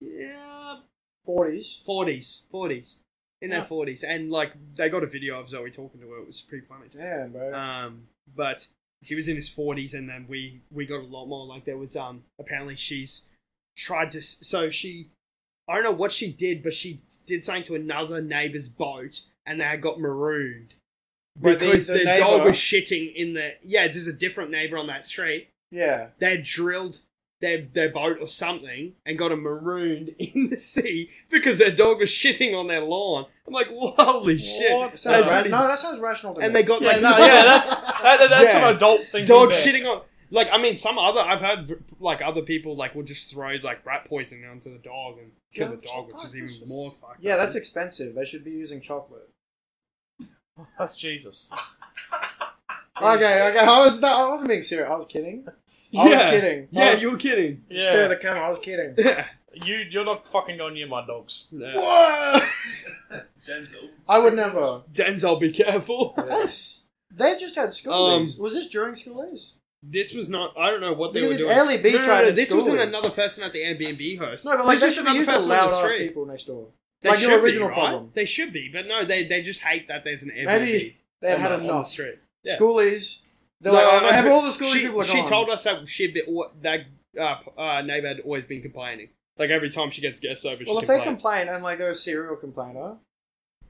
Speaker 3: Yeah,
Speaker 2: Forties.
Speaker 3: forties, forties, in their
Speaker 1: Yeah.
Speaker 3: forties, and like they got a video of Zoe talking to her. It was pretty funny.
Speaker 2: Damn, bro.
Speaker 3: Um, but he was in his forties, and then we we got a lot more. Like there was um, apparently she's tried to. s- So she, I don't know what she did, but she did something to another neighbor's boat, and they had got marooned
Speaker 2: But
Speaker 3: because
Speaker 2: the-
Speaker 3: the,
Speaker 2: the
Speaker 3: dog
Speaker 2: neighbor-
Speaker 3: was shitting in the. Yeah, there's a different neighbor on that street.
Speaker 2: yeah.
Speaker 3: They had drilled. Their, their boat or something and got them marooned in the sea because their dog was shitting on their lawn. I'm like, holy shit!
Speaker 1: What?
Speaker 2: Sounds
Speaker 3: That's
Speaker 2: ra-
Speaker 3: really-
Speaker 2: No, that sounds rational. To
Speaker 3: and
Speaker 2: me.
Speaker 3: they got
Speaker 1: yeah,
Speaker 3: like
Speaker 1: no, yeah, that's that, that's
Speaker 2: Yeah.
Speaker 1: an adult thing.
Speaker 3: dog
Speaker 1: there.
Speaker 3: shitting on like I mean some other I've heard like other people like will just throw like rat poison onto the dog and kill
Speaker 1: Yeah,
Speaker 3: the dog, which
Speaker 1: fuck,
Speaker 3: is even
Speaker 1: this is-
Speaker 3: more fucked.
Speaker 2: yeah,
Speaker 3: up.
Speaker 2: that's expensive. They should be using chocolate.
Speaker 1: That's Jesus.
Speaker 2: Okay, okay. I was not, I wasn't being serious. I was kidding. I was kidding. I
Speaker 3: Yeah,
Speaker 2: was-
Speaker 3: you were kidding.
Speaker 2: Stare at
Speaker 1: Yeah,
Speaker 2: the camera. I was kidding.
Speaker 1: you you're not fucking going near my dogs.
Speaker 3: No.
Speaker 2: Whoa!
Speaker 4: Denzel.
Speaker 2: I would never.
Speaker 3: Denzel, be careful.
Speaker 2: That's they just had school
Speaker 3: Um,
Speaker 2: days. Was this during school days?
Speaker 3: This was not. I don't know what they
Speaker 2: Because
Speaker 3: were
Speaker 2: it's
Speaker 3: doing.
Speaker 2: early beach
Speaker 3: no, no, no,
Speaker 2: tried in
Speaker 3: this
Speaker 2: school
Speaker 3: wasn't
Speaker 2: days.
Speaker 3: another person at the Airbnb host.
Speaker 2: No, but like
Speaker 3: This
Speaker 2: they
Speaker 3: was
Speaker 2: should be
Speaker 3: another
Speaker 2: used to
Speaker 3: person on
Speaker 2: loud
Speaker 3: the
Speaker 2: ass
Speaker 3: street.
Speaker 2: people next door.
Speaker 3: They
Speaker 2: like your
Speaker 3: should be,
Speaker 2: original
Speaker 3: right?
Speaker 2: problem.
Speaker 3: They should be, but no, they they just hate that there's an Airbnb.
Speaker 2: Maybe they had
Speaker 3: on the-
Speaker 2: had
Speaker 3: on the
Speaker 2: enough.
Speaker 3: street. Yeah.
Speaker 2: Schoolies. They're
Speaker 3: No,
Speaker 2: like,
Speaker 3: no,
Speaker 2: oh,
Speaker 3: no,
Speaker 2: have
Speaker 3: but
Speaker 2: all the schoolies
Speaker 3: she,
Speaker 2: people are
Speaker 3: she
Speaker 2: gone.
Speaker 3: told us that she'd be, what- that uh, p- uh, neighbor had always been complaining. Like every time she gets guests over, she
Speaker 2: well, if they
Speaker 3: complains.
Speaker 2: complain and like they're a serial complainer,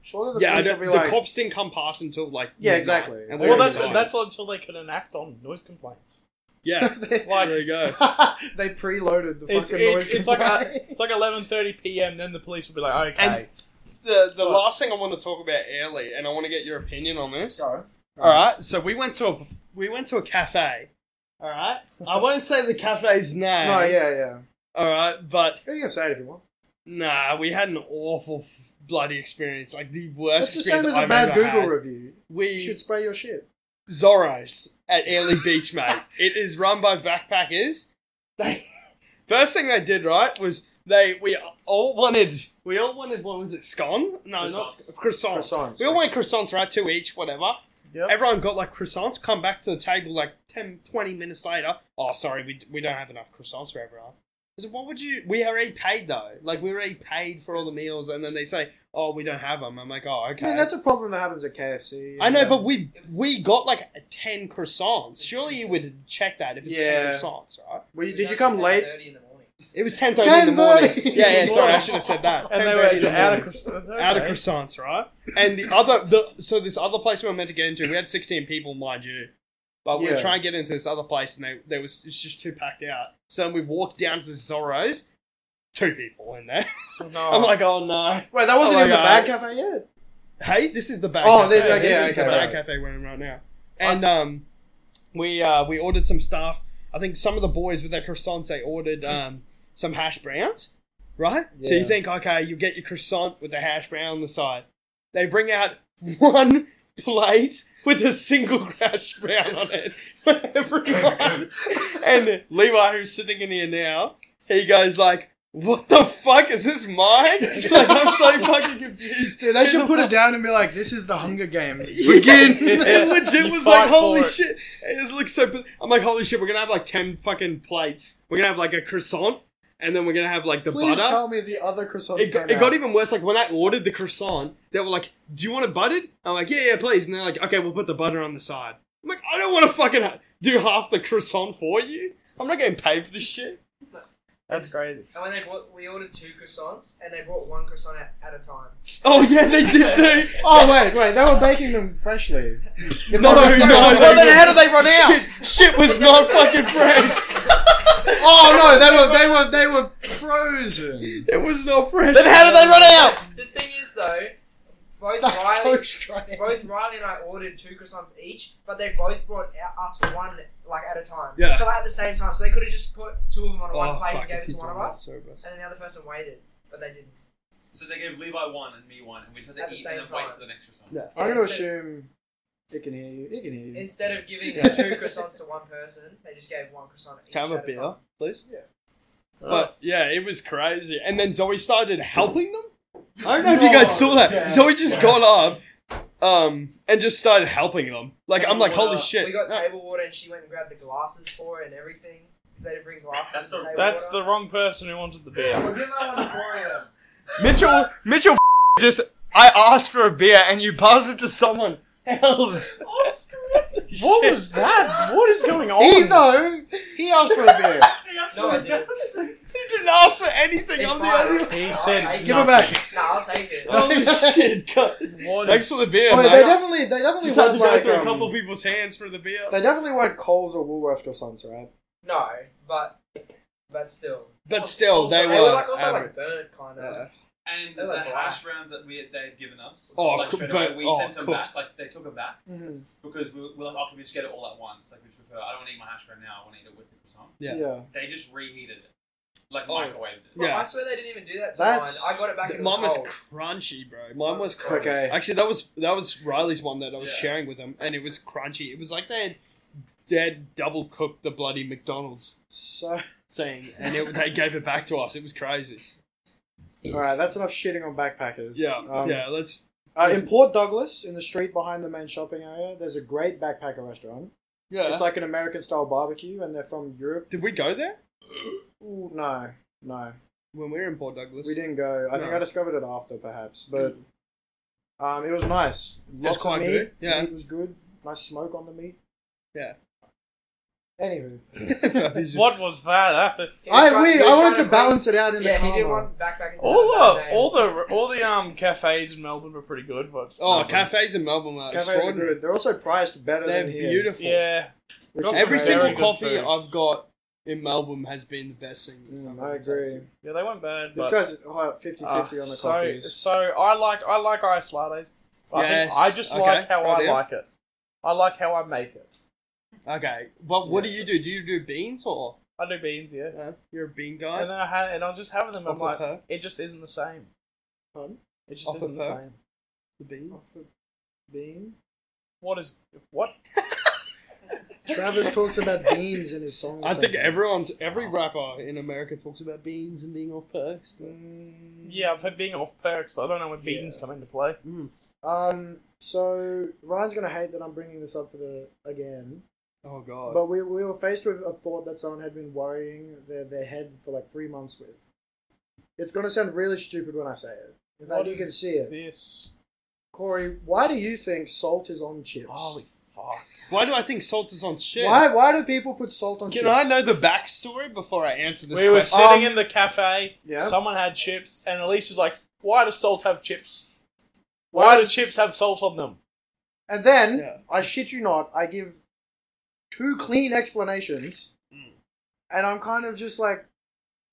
Speaker 2: surely the
Speaker 3: yeah, I
Speaker 2: police
Speaker 3: don't,
Speaker 2: will be
Speaker 3: the
Speaker 2: like,
Speaker 3: cops didn't come past until like
Speaker 2: Yeah,
Speaker 3: midnight,
Speaker 2: exactly.
Speaker 3: and we
Speaker 1: Well,
Speaker 3: were
Speaker 1: that's
Speaker 3: done.
Speaker 1: that's until they can enact on noise complaints.
Speaker 3: yeah.
Speaker 2: they,
Speaker 1: Like
Speaker 3: there you go.
Speaker 2: they preloaded the
Speaker 1: it's
Speaker 2: fucking
Speaker 1: it's,
Speaker 2: noise.
Speaker 1: it's like a,
Speaker 2: complaint.
Speaker 1: it's like eleven thirty p.m. Then the police will be like, okay,
Speaker 3: And The the
Speaker 1: Right.
Speaker 3: last thing I want to talk about early, and I want to get your opinion on this.
Speaker 2: Go.
Speaker 3: All right, so we went to a we went to a cafe. All right, I won't say the cafe's name.
Speaker 2: No, yeah, yeah.
Speaker 3: All right, but
Speaker 2: You can say it if you want.
Speaker 3: nah, we had an awful f- bloody experience. Like the worst
Speaker 2: It's the
Speaker 3: experience
Speaker 2: same as
Speaker 3: I've
Speaker 2: a bad
Speaker 3: ever
Speaker 2: Google
Speaker 3: had.
Speaker 2: review. You
Speaker 3: We
Speaker 2: should spray your shit.
Speaker 3: Zorros at Early Beach, mate. It is run by backpackers. They first thing they did right was they we all wanted we all wanted what was it scone? No, not
Speaker 4: Croissants.
Speaker 3: sc- croissants.
Speaker 2: Croissants.
Speaker 3: Oh, We all wanted croissants, right? Two each, whatever.
Speaker 1: yep.
Speaker 3: Everyone got like croissants. Come back to the table like 10, 20 minutes later. Oh, sorry, we, we don't have enough croissants for everyone. I said, what would you? We already paid though. Like we already paid for all the meals, and then they say, "Oh, we don't have them." I'm like, "Oh, okay."
Speaker 2: I mean, that's a problem that happens at KFC.
Speaker 3: I know,
Speaker 2: Yeah.
Speaker 3: but we we got like ten croissants. Surely you would check that if it's
Speaker 2: Yeah.
Speaker 3: ten croissants, right?
Speaker 2: Were you, did you come late?
Speaker 5: 10:30 in the morning.
Speaker 3: It was ten thirty in the morning.
Speaker 2: 10:30.
Speaker 3: Yeah, yeah. Sorry, I should have said that.
Speaker 1: And they
Speaker 3: 10:30 in
Speaker 1: were
Speaker 3: the
Speaker 1: out
Speaker 3: morning.
Speaker 1: of Christmas.
Speaker 3: out of croissants, right? And the other, the so this other place we were meant to get into, we had sixteen people, mind you, but we were
Speaker 2: Yeah.
Speaker 3: trying to get into this other place, and they there was it's just too packed out. So we walked down to the Zorro's, two people in there.
Speaker 1: No.
Speaker 3: I'm like, oh no,
Speaker 2: Wait, that wasn't
Speaker 3: Oh my
Speaker 2: even the
Speaker 3: God.
Speaker 2: bad cafe yet.
Speaker 3: hey, this is the bad.
Speaker 2: Oh,
Speaker 3: cafe.
Speaker 2: they- okay,
Speaker 3: this
Speaker 2: yeah,
Speaker 3: is the
Speaker 2: okay,
Speaker 3: bad
Speaker 2: right.
Speaker 3: cafe we're in right now, and um, we uh we ordered some stuff. I think some of the boys with their croissants they ordered um some hash browns, right? So you
Speaker 2: Yeah.
Speaker 3: think okay, you get your croissant with the hash brown on the side. They bring out one plate with a single hash brown on it for everyone. and Levi, who's sitting in here now, he goes like, "What the fuck is this mine?" Like I'm so fucking confused.
Speaker 2: Dude, they should put it down and be like, "This is the Hunger Games." Begin.
Speaker 3: it legit was
Speaker 1: You
Speaker 3: like,
Speaker 1: fight
Speaker 3: holy
Speaker 1: for it.
Speaker 3: shit. It looks so. biz- I'm like, holy shit, we're gonna have like 10 fucking plates. We're gonna have like a croissant, and then we're gonna have like the
Speaker 2: Please
Speaker 3: butter.
Speaker 2: tell me the other croissants.
Speaker 3: It got,
Speaker 2: came
Speaker 3: it got
Speaker 2: out.
Speaker 3: even worse. Like, when I ordered the croissant, they were like, do you want it buttered? I'm like, yeah, yeah, please. And they're like, okay, we'll put the butter on the side. I'm like, I don't wanna fucking ha- do half the croissant for you. I'm not getting paid for this shit.
Speaker 1: That's crazy.
Speaker 5: And when they bought, we ordered two croissants, and they brought one croissant at, at a time.
Speaker 3: Oh, yeah, they did too.
Speaker 2: Oh wait, wait, they were baking them freshly. If
Speaker 3: No,
Speaker 2: I-
Speaker 3: no,
Speaker 1: Oh, Well,
Speaker 3: no.
Speaker 1: then how do they run out?
Speaker 3: Shit, shit was not fucking fresh.
Speaker 2: Oh no, they were, they were, they were frozen.
Speaker 3: It was not fresh.
Speaker 1: Then how do they run out?
Speaker 5: The thing is, though, both
Speaker 2: That's so
Speaker 5: Riley,
Speaker 2: strange.
Speaker 5: both Riley and I ordered two croissants each, but they both brought out- us one like at a time.
Speaker 3: Yeah.
Speaker 5: So like, at the same time, so they could have just put two of them on one
Speaker 3: Oh,
Speaker 5: plate
Speaker 3: fuck,
Speaker 5: and gave
Speaker 3: if
Speaker 5: it to
Speaker 3: you
Speaker 5: one of
Speaker 3: do that,
Speaker 5: us,
Speaker 3: so bad.
Speaker 5: and then the other person waited, but they didn't.
Speaker 4: So they gave Levi one and me one, and we tried to
Speaker 5: At the
Speaker 4: eat
Speaker 5: same
Speaker 4: and then
Speaker 5: time.
Speaker 4: wait for the next croissant.
Speaker 3: Yeah.
Speaker 2: I'm gonna
Speaker 5: Yeah, so-
Speaker 2: assume it can hear you. It can hear you.
Speaker 5: Instead of giving
Speaker 2: Yeah.
Speaker 5: two croissants to one person, they just gave one croissant. Each
Speaker 3: Can I have
Speaker 5: at
Speaker 3: a
Speaker 5: time.
Speaker 3: beer, please?
Speaker 2: Yeah.
Speaker 3: But yeah, it was crazy. And then Zoe started helping them. I don't know if you guys saw that.
Speaker 2: Yeah.
Speaker 3: Zoe just got up, um, and just started helping them. Like I'm like, holy
Speaker 5: Water.
Speaker 3: shit.
Speaker 5: uh, We got table water, and she went and grabbed the glasses for it and everything because they didn't bring glasses.
Speaker 4: That's
Speaker 5: and
Speaker 4: the-
Speaker 5: table
Speaker 1: That's
Speaker 5: water.
Speaker 1: the wrong person who wanted the beer.
Speaker 2: give that one to
Speaker 3: Mitchell, Mitchell, just I asked for a beer and you passed it to someone else.
Speaker 1: What was that? What is going on?
Speaker 2: He no, he asked for a beer.
Speaker 5: No, I didn't.
Speaker 3: He didn't ask for anything.
Speaker 5: It's
Speaker 3: I'm
Speaker 5: fine.
Speaker 3: the only. one.
Speaker 1: He
Speaker 5: I'll
Speaker 1: said
Speaker 5: take it.
Speaker 2: Give it back.
Speaker 5: No, I'll take it.
Speaker 2: Oh,
Speaker 3: Holy shit! God.
Speaker 1: What is-
Speaker 3: Thanks for the beer.
Speaker 2: Wait,
Speaker 3: man.
Speaker 2: they definitely, they definitely
Speaker 3: just had
Speaker 2: weren't
Speaker 3: to go
Speaker 2: like,
Speaker 3: through a
Speaker 2: um,
Speaker 3: couple people's hands for the beer.
Speaker 2: they definitely weren't Coles or Woolworths or something, right?
Speaker 5: No, but but still.
Speaker 3: But still,
Speaker 5: Also,
Speaker 3: they
Speaker 5: they
Speaker 3: were um,
Speaker 5: like also
Speaker 3: average.
Speaker 5: like burnt kind of.
Speaker 3: Yeah.
Speaker 4: And
Speaker 5: They're
Speaker 4: the
Speaker 5: like
Speaker 4: hash browns that we had, they had given us,
Speaker 3: Oh,
Speaker 4: like,
Speaker 3: cook-
Speaker 4: straight away,
Speaker 3: but-
Speaker 4: we
Speaker 3: oh,
Speaker 4: sent them
Speaker 3: cooked.
Speaker 4: back. Like they took them back
Speaker 2: Mm-hmm.
Speaker 4: because we were we were like, oh, can we just get it all at once? Like we prefer. I don't want to eat my hash brown now. I want to eat it with the croissant.
Speaker 3: Yeah.
Speaker 2: yeah.
Speaker 4: They just reheated it, like
Speaker 3: Oh.
Speaker 4: microwaved it.
Speaker 5: Bro,
Speaker 3: Yeah.
Speaker 5: I swear they didn't even do that to
Speaker 2: That's-
Speaker 5: mine. I got it back in the
Speaker 3: Mine was
Speaker 5: cold.
Speaker 3: crunchy, bro. Mine was crunchy.
Speaker 2: Okay.
Speaker 3: Actually, that was that was Riley's one that I was
Speaker 4: Yeah.
Speaker 3: sharing with him, and it was crunchy. It was like they had, they had double cooked the bloody McDonald's
Speaker 2: So,
Speaker 3: thing, and it, they gave it back to us. It was crazy.
Speaker 2: all right, that's enough shitting on backpackers.
Speaker 3: Yeah,
Speaker 2: Um,
Speaker 3: yeah. Let's.
Speaker 2: Uh, in Port Douglas, in the street behind the main shopping area, there's a great backpacker restaurant.
Speaker 3: Yeah.
Speaker 2: It's like an American style barbecue, and they're from Europe.
Speaker 3: Did we go there
Speaker 2: Ooh, no, no,
Speaker 3: when we were in Port Douglas?
Speaker 2: we didn't go. I think
Speaker 3: No.
Speaker 2: I discovered it after, perhaps, but um, it was nice. Lots
Speaker 3: quite
Speaker 2: of meat.
Speaker 3: good, yeah.
Speaker 2: meat was good. Nice smoke on the meat.
Speaker 3: Yeah.
Speaker 2: Anywho,
Speaker 1: What was that?
Speaker 5: He was
Speaker 2: I
Speaker 5: trying-
Speaker 2: we
Speaker 5: he was
Speaker 2: I
Speaker 5: trying
Speaker 2: wanted to
Speaker 5: bring-
Speaker 2: balance it out in
Speaker 5: Yeah,
Speaker 2: the
Speaker 5: he
Speaker 2: car.
Speaker 5: didn't want backpackers. to
Speaker 1: All
Speaker 5: have that
Speaker 1: the
Speaker 5: name.
Speaker 1: all the all the um cafes in Melbourne were pretty good, but
Speaker 3: oh,
Speaker 1: nothing.
Speaker 3: cafes in Melbourne are
Speaker 2: Cafes are
Speaker 3: extraordinary.
Speaker 2: good. They're also priced better
Speaker 3: They're
Speaker 2: than here.
Speaker 3: beautiful.
Speaker 1: Yeah,
Speaker 2: which
Speaker 1: Not
Speaker 2: is
Speaker 3: Every
Speaker 1: Very
Speaker 3: single
Speaker 1: good
Speaker 3: coffee
Speaker 1: food.
Speaker 3: I've got in Melbourne has been the best thing.
Speaker 2: Mm,
Speaker 3: I've
Speaker 2: I
Speaker 3: ever
Speaker 2: agree.
Speaker 3: tasted.
Speaker 1: yeah, they weren't bad.
Speaker 2: This
Speaker 1: But,
Speaker 2: guy's 50 50 on the
Speaker 1: uh, so
Speaker 2: coffees.
Speaker 1: so I like I like ice lattes. I
Speaker 3: Yes,
Speaker 1: think I just
Speaker 3: okay,
Speaker 1: like how
Speaker 3: right
Speaker 1: I
Speaker 3: here.
Speaker 1: like it. I like how I make it.
Speaker 3: Okay, but what
Speaker 1: Yes.
Speaker 3: do you do? Do you do beans or?
Speaker 1: I do beans, yeah.
Speaker 3: Yeah, you're a bean guy.
Speaker 1: And then I had and I was just having them. I'm
Speaker 3: Off a
Speaker 1: like,
Speaker 3: per-
Speaker 1: it just isn't the same.
Speaker 2: Pardon?
Speaker 1: It just
Speaker 3: Off a
Speaker 1: isn't the
Speaker 3: per-
Speaker 1: same.
Speaker 3: the bean.
Speaker 2: Off the bean.
Speaker 1: What is what?
Speaker 2: Travis talks about beans in his songs.
Speaker 3: I think
Speaker 2: sometimes.
Speaker 3: everyone, every rapper in America talks about beans and being off perks. But...
Speaker 2: Mm,
Speaker 1: Yeah, I've had being off perks, but I don't know when beans come into play.
Speaker 2: Um. So Ryan's gonna hate that I'm bringing this up for the again,
Speaker 3: Oh god.
Speaker 2: But we, we were faced with a thought that someone had been worrying their, their head for like three months with. It's going to sound really stupid when I say it. In fact,
Speaker 1: What
Speaker 2: you can
Speaker 1: is
Speaker 2: see it.
Speaker 1: This.
Speaker 2: Corey, why do you think salt is on chips?
Speaker 1: Holy fuck.
Speaker 3: Why do I think salt is on shit?
Speaker 2: why, why do people put salt on
Speaker 3: Can
Speaker 2: chips?
Speaker 3: I know the backstory before I answer this
Speaker 1: We were
Speaker 3: question?
Speaker 1: sitting
Speaker 2: Um,
Speaker 1: in the cafe.
Speaker 2: yeah.
Speaker 1: Someone had chips, and Elise was like, "Why does salt have chips? Why,
Speaker 2: Why
Speaker 1: do chips have salt on them?"
Speaker 2: And then,
Speaker 3: Yeah.
Speaker 2: I shit you not, I give two clean explanations,
Speaker 3: Mm.
Speaker 2: and I'm kind of just like,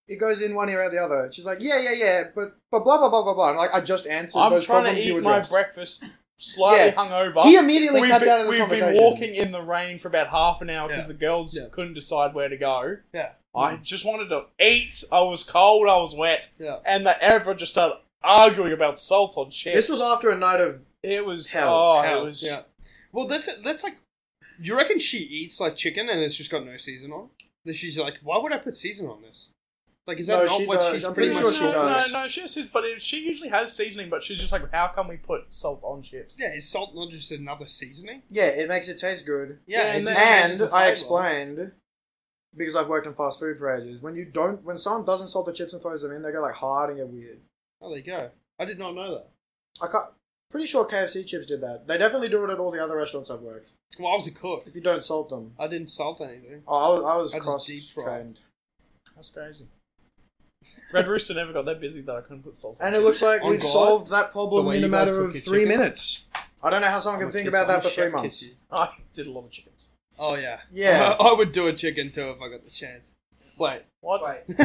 Speaker 2: it goes in one ear out the other. And She's like, yeah, yeah, yeah, but but blah blah blah blah blah. And like I just answered
Speaker 1: I'm
Speaker 2: those
Speaker 1: trying
Speaker 2: problems
Speaker 1: to
Speaker 2: you
Speaker 1: eat my
Speaker 2: addressed.
Speaker 1: breakfast, slightly
Speaker 2: Yeah.
Speaker 1: hungover.
Speaker 2: he immediately
Speaker 1: we've
Speaker 2: tapped
Speaker 1: been,
Speaker 2: out of the
Speaker 1: we've
Speaker 2: conversation.
Speaker 1: been walking in the rain for about half an hour because
Speaker 3: Yeah.
Speaker 1: the girls
Speaker 3: Yeah.
Speaker 1: couldn't decide where to go.
Speaker 3: Yeah.
Speaker 2: Mm.
Speaker 1: I just wanted to eat. I was cold. I was wet,
Speaker 3: Yeah.
Speaker 1: and the everyone just started arguing about salt on chips.
Speaker 2: This was after a night of
Speaker 1: it was
Speaker 2: Hell.
Speaker 1: oh
Speaker 3: Hell,
Speaker 1: it was
Speaker 3: yeah. Well, that's that's like. You reckon she eats like chicken and it's just got no season on? Then she's like, why would I put season on this? Like, is that
Speaker 2: No,
Speaker 3: not
Speaker 2: she
Speaker 3: what
Speaker 2: does.
Speaker 3: she's
Speaker 2: I'm
Speaker 3: pretty,
Speaker 2: pretty
Speaker 1: no,
Speaker 2: sure
Speaker 3: much?
Speaker 2: she
Speaker 1: no,
Speaker 2: does.
Speaker 1: No, no, she says, but it, she usually has seasoning. But she's just like, how can we put salt on chips?
Speaker 3: Yeah, is salt not just another seasoning?
Speaker 2: yeah, it makes it taste good.
Speaker 1: Yeah,
Speaker 3: it
Speaker 1: and
Speaker 3: just changes
Speaker 2: And
Speaker 3: the
Speaker 2: I
Speaker 3: flavour.
Speaker 2: explained because I've worked in fast food for ages. When you don't, when someone doesn't salt the chips and throws them in, they go like hard and get weird.
Speaker 3: Oh, there you go. I did not know that.
Speaker 2: I can't. Pretty sure KFC chips did that. They definitely do it at all the other restaurants I've worked.
Speaker 3: Well, I was a cook.
Speaker 2: If you don't salt them,
Speaker 3: I didn't salt anything.
Speaker 2: oh, I was, I was
Speaker 3: I just
Speaker 2: cross
Speaker 3: deep fry.
Speaker 2: trained,
Speaker 1: that's crazy. Red Rooster never got that busy that I couldn't put salt. on
Speaker 2: and it
Speaker 1: chips.
Speaker 2: looks like
Speaker 3: On
Speaker 2: we've
Speaker 3: God,
Speaker 2: solved that
Speaker 3: the
Speaker 2: problem
Speaker 3: way
Speaker 2: in a
Speaker 3: you guys
Speaker 2: matter
Speaker 3: cook
Speaker 2: of
Speaker 3: your
Speaker 2: three
Speaker 3: chicken.
Speaker 2: minutes. I don't know how someone can
Speaker 3: I'm a
Speaker 2: think
Speaker 3: kiss-
Speaker 2: about
Speaker 3: I'm
Speaker 2: that
Speaker 3: a
Speaker 2: for three
Speaker 3: chef
Speaker 2: months.
Speaker 3: kiss you.
Speaker 1: I did a lot of chickens.
Speaker 3: Oh yeah.
Speaker 1: Uh,
Speaker 2: Yeah.
Speaker 3: I, I would do a chicken too if I got the chance. Wait.
Speaker 1: What?
Speaker 5: Wait,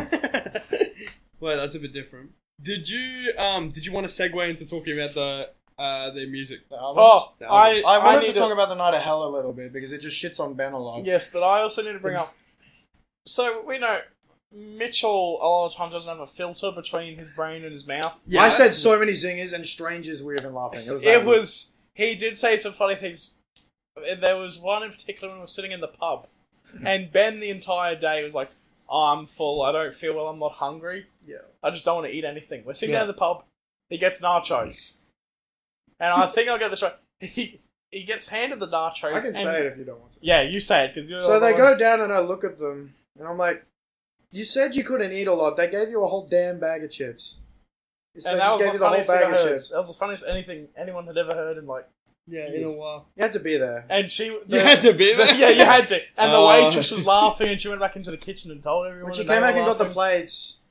Speaker 3: Wait, that's a bit different. Did you um? Did you want to segue into talking about the uh the music?
Speaker 1: Oh,
Speaker 3: The
Speaker 1: I,
Speaker 3: albums.
Speaker 2: I
Speaker 1: I,
Speaker 2: wanted
Speaker 1: need
Speaker 2: to talk about the night of hell a little bit because it just shits on Ben a lot.
Speaker 1: Yes, but I also need to bring up. So we know Mitchell a lot of times doesn't have a filter between his brain and his mouth.
Speaker 2: I said so many zingers and strangers were even laughing. It was. that
Speaker 1: It
Speaker 2: weird.
Speaker 1: was he did say some funny things. And there was one in particular when we were sitting in the pub, and Ben the entire day was like, "I'm full. I don't feel well. I'm not hungry.
Speaker 2: Yeah.
Speaker 1: I just don't want to eat anything." We're sitting
Speaker 3: Yeah.
Speaker 1: down in the pub. He gets nachos, and I think I'll get this right. He he gets handed the nachos.
Speaker 2: I can
Speaker 1: and- Oh,
Speaker 2: say it if you don't want to.
Speaker 1: Yeah, you say it because you're.
Speaker 2: So
Speaker 1: the
Speaker 2: they
Speaker 1: one-
Speaker 2: go down and I look at them and I'm like, "You said you couldn't eat a lot. They gave you a whole damn bag of chips. They
Speaker 1: And that
Speaker 2: just
Speaker 1: was
Speaker 2: gave
Speaker 1: the
Speaker 2: you the whole
Speaker 1: funniest thing I
Speaker 2: bag of
Speaker 1: heard.
Speaker 2: chips.
Speaker 1: That was the funniest anything anyone had ever heard in like.
Speaker 3: Yeah, in a while.
Speaker 2: You had to be there.
Speaker 1: And she, the,
Speaker 3: You had to be there.
Speaker 1: yeah, you had to. And the
Speaker 3: Oh.
Speaker 1: waitress was laughing, and she went back into the kitchen and told everyone.
Speaker 2: When she
Speaker 1: they
Speaker 2: came back
Speaker 1: were
Speaker 2: and got the
Speaker 1: laughing.
Speaker 2: plates,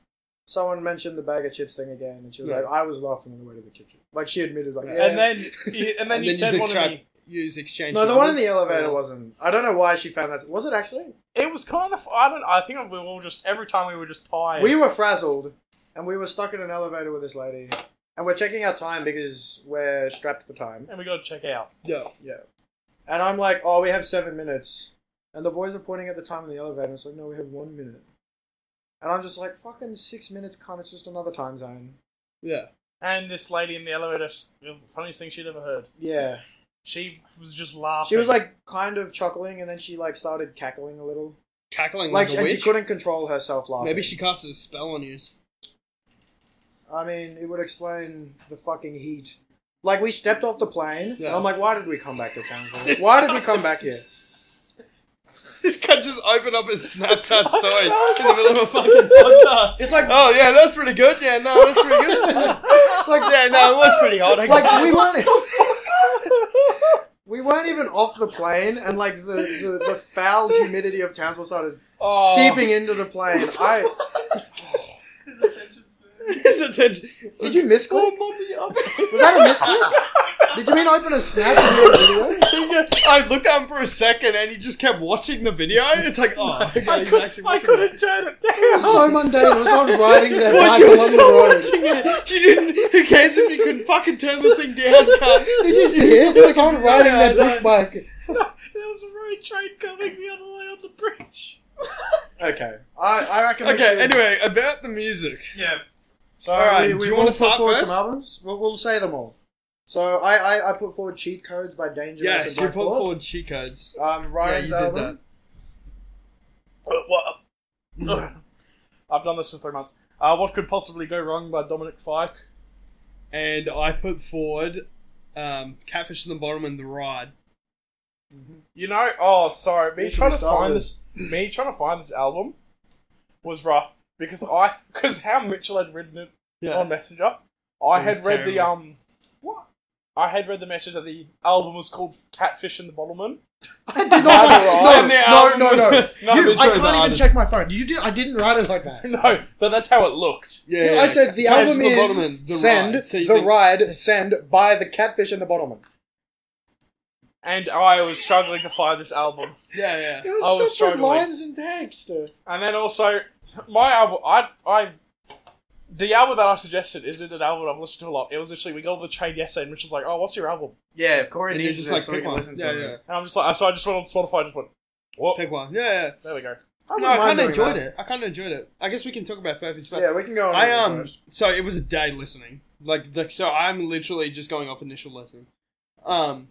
Speaker 2: someone mentioned the bag of chips thing again, and she was
Speaker 3: Yeah.
Speaker 2: like, "I was laughing on the way to the kitchen." Like she admitted, like,
Speaker 3: Right.
Speaker 2: yeah.
Speaker 1: And then, you- and then you said one of the.
Speaker 3: Use exchange.
Speaker 2: no, the one in the
Speaker 3: numbers.
Speaker 2: elevator
Speaker 3: Oh.
Speaker 2: wasn't. I don't know why she found that. Was it actually?
Speaker 1: It was kind of. I don't. I think we were all just every time we were just tired.
Speaker 2: We were frazzled, and we were stuck in an elevator with this lady, and we're checking our time because we're strapped for time.
Speaker 1: and we got to check out.
Speaker 3: Yeah.
Speaker 2: And I'm like, "Oh, we have seven minutes," and the boys are pointing at the time in the elevator, and it's like, "No, we have one minute." And I'm just like, "Fucking six minutes, cunt! It's just another time zone."
Speaker 3: Yeah.
Speaker 1: And this lady in the elevator. It was the funniest thing she'd ever heard.
Speaker 2: Yeah.
Speaker 1: She was just laughing.
Speaker 2: She was like kind of chuckling, and then she like started cackling a little.
Speaker 3: Cackling
Speaker 2: Like,
Speaker 3: like, a
Speaker 2: and
Speaker 3: witch.
Speaker 2: she couldn't control herself laughing.
Speaker 3: Maybe she casted a spell on you.
Speaker 2: I mean, it would explain the fucking heat. Like we stepped off the plane, and
Speaker 3: Yeah.
Speaker 2: I'm like, why did we come back to town? for? Why did we come back here?
Speaker 3: This cunt just opened up his Snapchat story
Speaker 1: know.
Speaker 3: in the middle of a fucking podcast.
Speaker 2: It's like,
Speaker 3: Oh yeah, that's pretty good. Yeah, no, that's pretty good.
Speaker 2: it's like,
Speaker 3: yeah, no, it was pretty hot. I
Speaker 2: like we weren't. We weren't even off the plane, and like the, the, the foul humidity of Townsville started
Speaker 1: Oh.
Speaker 2: seeping into the plane. I
Speaker 3: His attention.
Speaker 2: did you miss
Speaker 3: Oh,
Speaker 2: click?
Speaker 3: mommy, I'm
Speaker 2: Was that a miss click? Did you mean open a snap and do a video?
Speaker 3: I looked at him for a second and he just kept watching the video. It's like, oh, okay,
Speaker 1: I,
Speaker 3: he's
Speaker 1: could,
Speaker 3: actually
Speaker 1: I
Speaker 3: watching
Speaker 1: couldn't turn it down.
Speaker 2: It's so mundane. It was someone riding their
Speaker 3: it. What,
Speaker 2: bike
Speaker 3: you were
Speaker 2: along
Speaker 3: still
Speaker 2: the road.
Speaker 3: watching it. You didn't, who cares if you couldn't fucking turn the thing down, cunt?
Speaker 2: Did you see it? There was someone riding
Speaker 3: Yeah,
Speaker 2: their push bike.
Speaker 1: There was a road train coming the other way on the bridge.
Speaker 2: Okay. I, I reckon. we
Speaker 3: Okay,
Speaker 2: should-
Speaker 3: anyway, about the music.
Speaker 4: Yeah.
Speaker 2: So
Speaker 3: alright,
Speaker 2: we,
Speaker 3: do
Speaker 2: we
Speaker 3: you
Speaker 2: will
Speaker 3: wanna
Speaker 2: put
Speaker 3: start
Speaker 2: forward
Speaker 3: first?
Speaker 2: some albums. We'll, we'll say them all. So I, I, I put forward Cheat Codes by Dangerous
Speaker 3: Yes, you
Speaker 2: and
Speaker 3: put
Speaker 2: Black Thought.
Speaker 3: forward cheat codes.
Speaker 2: Um,
Speaker 3: Yeah,
Speaker 2: Ryan's
Speaker 3: you did
Speaker 2: album.
Speaker 3: that.
Speaker 1: Uh, what- I've done this for three months. Uh, what could possibly go wrong by Dominic Fike?
Speaker 3: And I put forward um, Catfish in the Bottom and The Ride.
Speaker 1: You know, oh, sorry. Me
Speaker 2: Where should
Speaker 1: trying
Speaker 2: we
Speaker 1: to
Speaker 2: start
Speaker 1: find
Speaker 2: with?
Speaker 1: this, me trying to find this album was rough because I, because how Mitchell had written it
Speaker 3: Yeah.
Speaker 2: Oh,
Speaker 1: on Messenger, I
Speaker 3: It
Speaker 1: had
Speaker 3: was
Speaker 1: read the
Speaker 3: terrible.
Speaker 1: um, what? I had read the message that the album was called Catfish and the Bottleman.
Speaker 2: I did
Speaker 1: Neither
Speaker 3: did I.
Speaker 2: not. No, no, no, no, no.
Speaker 1: No,
Speaker 2: You, I
Speaker 3: Mitchell
Speaker 2: can't even
Speaker 3: Darden.
Speaker 2: check my phone. You did. I didn't write it like that.
Speaker 1: no, but that's how it looked.
Speaker 2: Yeah, I said the
Speaker 3: Catfish
Speaker 2: album
Speaker 3: and the
Speaker 2: is
Speaker 3: Bottleman, The
Speaker 2: send
Speaker 3: Ride. So you
Speaker 2: the
Speaker 3: think-
Speaker 2: ride send by the catfish and the bottleman.
Speaker 1: And I was struggling to find this album.
Speaker 3: Yeah, yeah.
Speaker 2: It
Speaker 1: I
Speaker 2: was
Speaker 1: was
Speaker 2: such good
Speaker 1: struggling.
Speaker 2: lines and text.
Speaker 1: And then also, my album, I, I've, the album that I suggested isn't an album I've listened to a lot. It was literally, we got on the train yesterday and Mitchell's like, oh, what's your album?
Speaker 4: Yeah, Corey
Speaker 3: And you just like pick one. Yeah, yeah.
Speaker 1: And I'm just like, so I just went on Spotify and just went, what?
Speaker 3: Pick one. Yeah, yeah.
Speaker 1: There we go.
Speaker 3: no, I
Speaker 2: mind
Speaker 3: kind of
Speaker 2: doing
Speaker 3: enjoyed
Speaker 2: that.
Speaker 3: it. I kind of enjoyed it. I guess we can talk about Furby's Fur.
Speaker 2: Yeah, we can go on.
Speaker 3: I
Speaker 2: with it
Speaker 3: um.
Speaker 2: first.
Speaker 3: So it was a day listening. Like, like so, I'm literally just going off initial lesson. Um,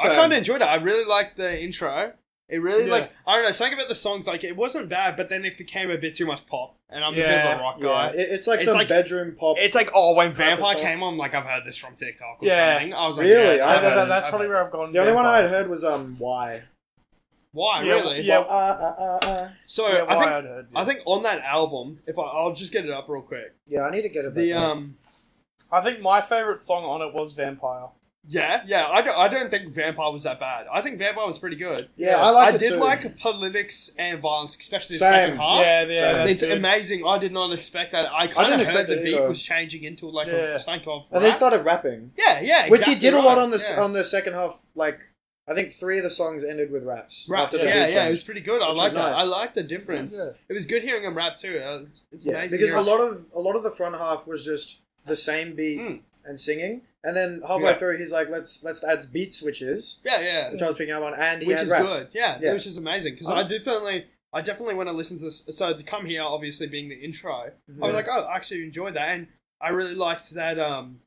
Speaker 3: I
Speaker 2: So-
Speaker 3: kind of enjoyed it. I really liked the intro. It really
Speaker 1: Yeah.
Speaker 3: like I don't know something about the songs. Like it wasn't bad, but then it became a bit too much pop, and I'm a bit
Speaker 1: Yeah,
Speaker 3: of a rock guy.
Speaker 2: Yeah, it- it's like
Speaker 3: It's
Speaker 2: some
Speaker 3: like-
Speaker 2: bedroom pop.
Speaker 3: It's like oh, when
Speaker 2: Type of
Speaker 3: Vampire
Speaker 2: stuff.
Speaker 3: came on, like I've heard this from TikTok or
Speaker 1: Yeah.
Speaker 3: something. I was like,
Speaker 2: Really?
Speaker 3: yeah,
Speaker 2: I
Speaker 1: I,
Speaker 3: I've
Speaker 2: know
Speaker 1: that,
Speaker 3: heard
Speaker 1: that,
Speaker 3: this,
Speaker 1: that's
Speaker 3: I've
Speaker 1: probably
Speaker 3: heard
Speaker 1: where I've gone.
Speaker 2: the only one I
Speaker 1: Vampire.
Speaker 2: had heard was um why.
Speaker 3: this. Why
Speaker 1: Yeah,
Speaker 3: really?
Speaker 1: yeah.
Speaker 2: Uh, uh, uh, uh.
Speaker 3: So
Speaker 1: Yeah,
Speaker 3: I
Speaker 1: why
Speaker 3: think
Speaker 1: I'd heard, yeah.
Speaker 3: I think on that album, if I, I'll just get it up real quick.
Speaker 2: Yeah, I need to get it.
Speaker 3: The
Speaker 2: back.
Speaker 3: um,
Speaker 1: I think my favorite song on it was Vampire.
Speaker 3: yeah, yeah. I don't, I don't think Vampire was that bad. I think Vampire was pretty good.
Speaker 2: yeah, I liked
Speaker 3: I
Speaker 2: it
Speaker 3: did
Speaker 2: too.
Speaker 3: like politics and violence, especially the
Speaker 2: Same.
Speaker 3: second half.
Speaker 1: yeah, yeah,
Speaker 2: So-
Speaker 1: that's
Speaker 3: it's
Speaker 1: good.
Speaker 3: amazing. I did not expect that. I
Speaker 2: didn't
Speaker 3: kind of heard
Speaker 2: expect
Speaker 3: the
Speaker 2: it
Speaker 3: beat
Speaker 2: either.
Speaker 3: was changing into like
Speaker 1: Yeah.
Speaker 3: a sank of
Speaker 2: and they started rapping.
Speaker 3: Yeah, yeah.
Speaker 2: Which
Speaker 3: exactly
Speaker 2: he did
Speaker 3: right.
Speaker 2: a lot on the
Speaker 3: Yeah.
Speaker 2: on the second half. Like I think three of the songs ended with raps.
Speaker 3: Raps,
Speaker 2: after
Speaker 3: yeah,
Speaker 2: the
Speaker 3: yeah,
Speaker 2: beat
Speaker 3: it
Speaker 2: change.
Speaker 3: was pretty good. I
Speaker 2: Which was
Speaker 3: like that.
Speaker 2: nice.
Speaker 3: I like the difference.
Speaker 1: Yeah.
Speaker 3: It was good hearing him rap too. Uh, It's
Speaker 2: Yeah,
Speaker 3: amazing.
Speaker 2: because a
Speaker 3: hearing-
Speaker 2: lot of a lot of the front half was just the same beat
Speaker 3: Mm.
Speaker 2: and singing, and then halfway
Speaker 3: Yeah.
Speaker 2: through he's like, "Let's let's add beat switches,"
Speaker 3: yeah, yeah,
Speaker 2: which I was picking up on, and he
Speaker 3: which
Speaker 2: had
Speaker 3: is
Speaker 2: raps.
Speaker 3: good. Yeah,
Speaker 2: Yeah.
Speaker 3: which is amazing because
Speaker 2: Oh.
Speaker 3: I definitely, I definitely when I listen to this, so to come here obviously being the intro, I
Speaker 2: Yeah.
Speaker 3: was like, oh, I actually enjoyed that, and I really liked that. Um,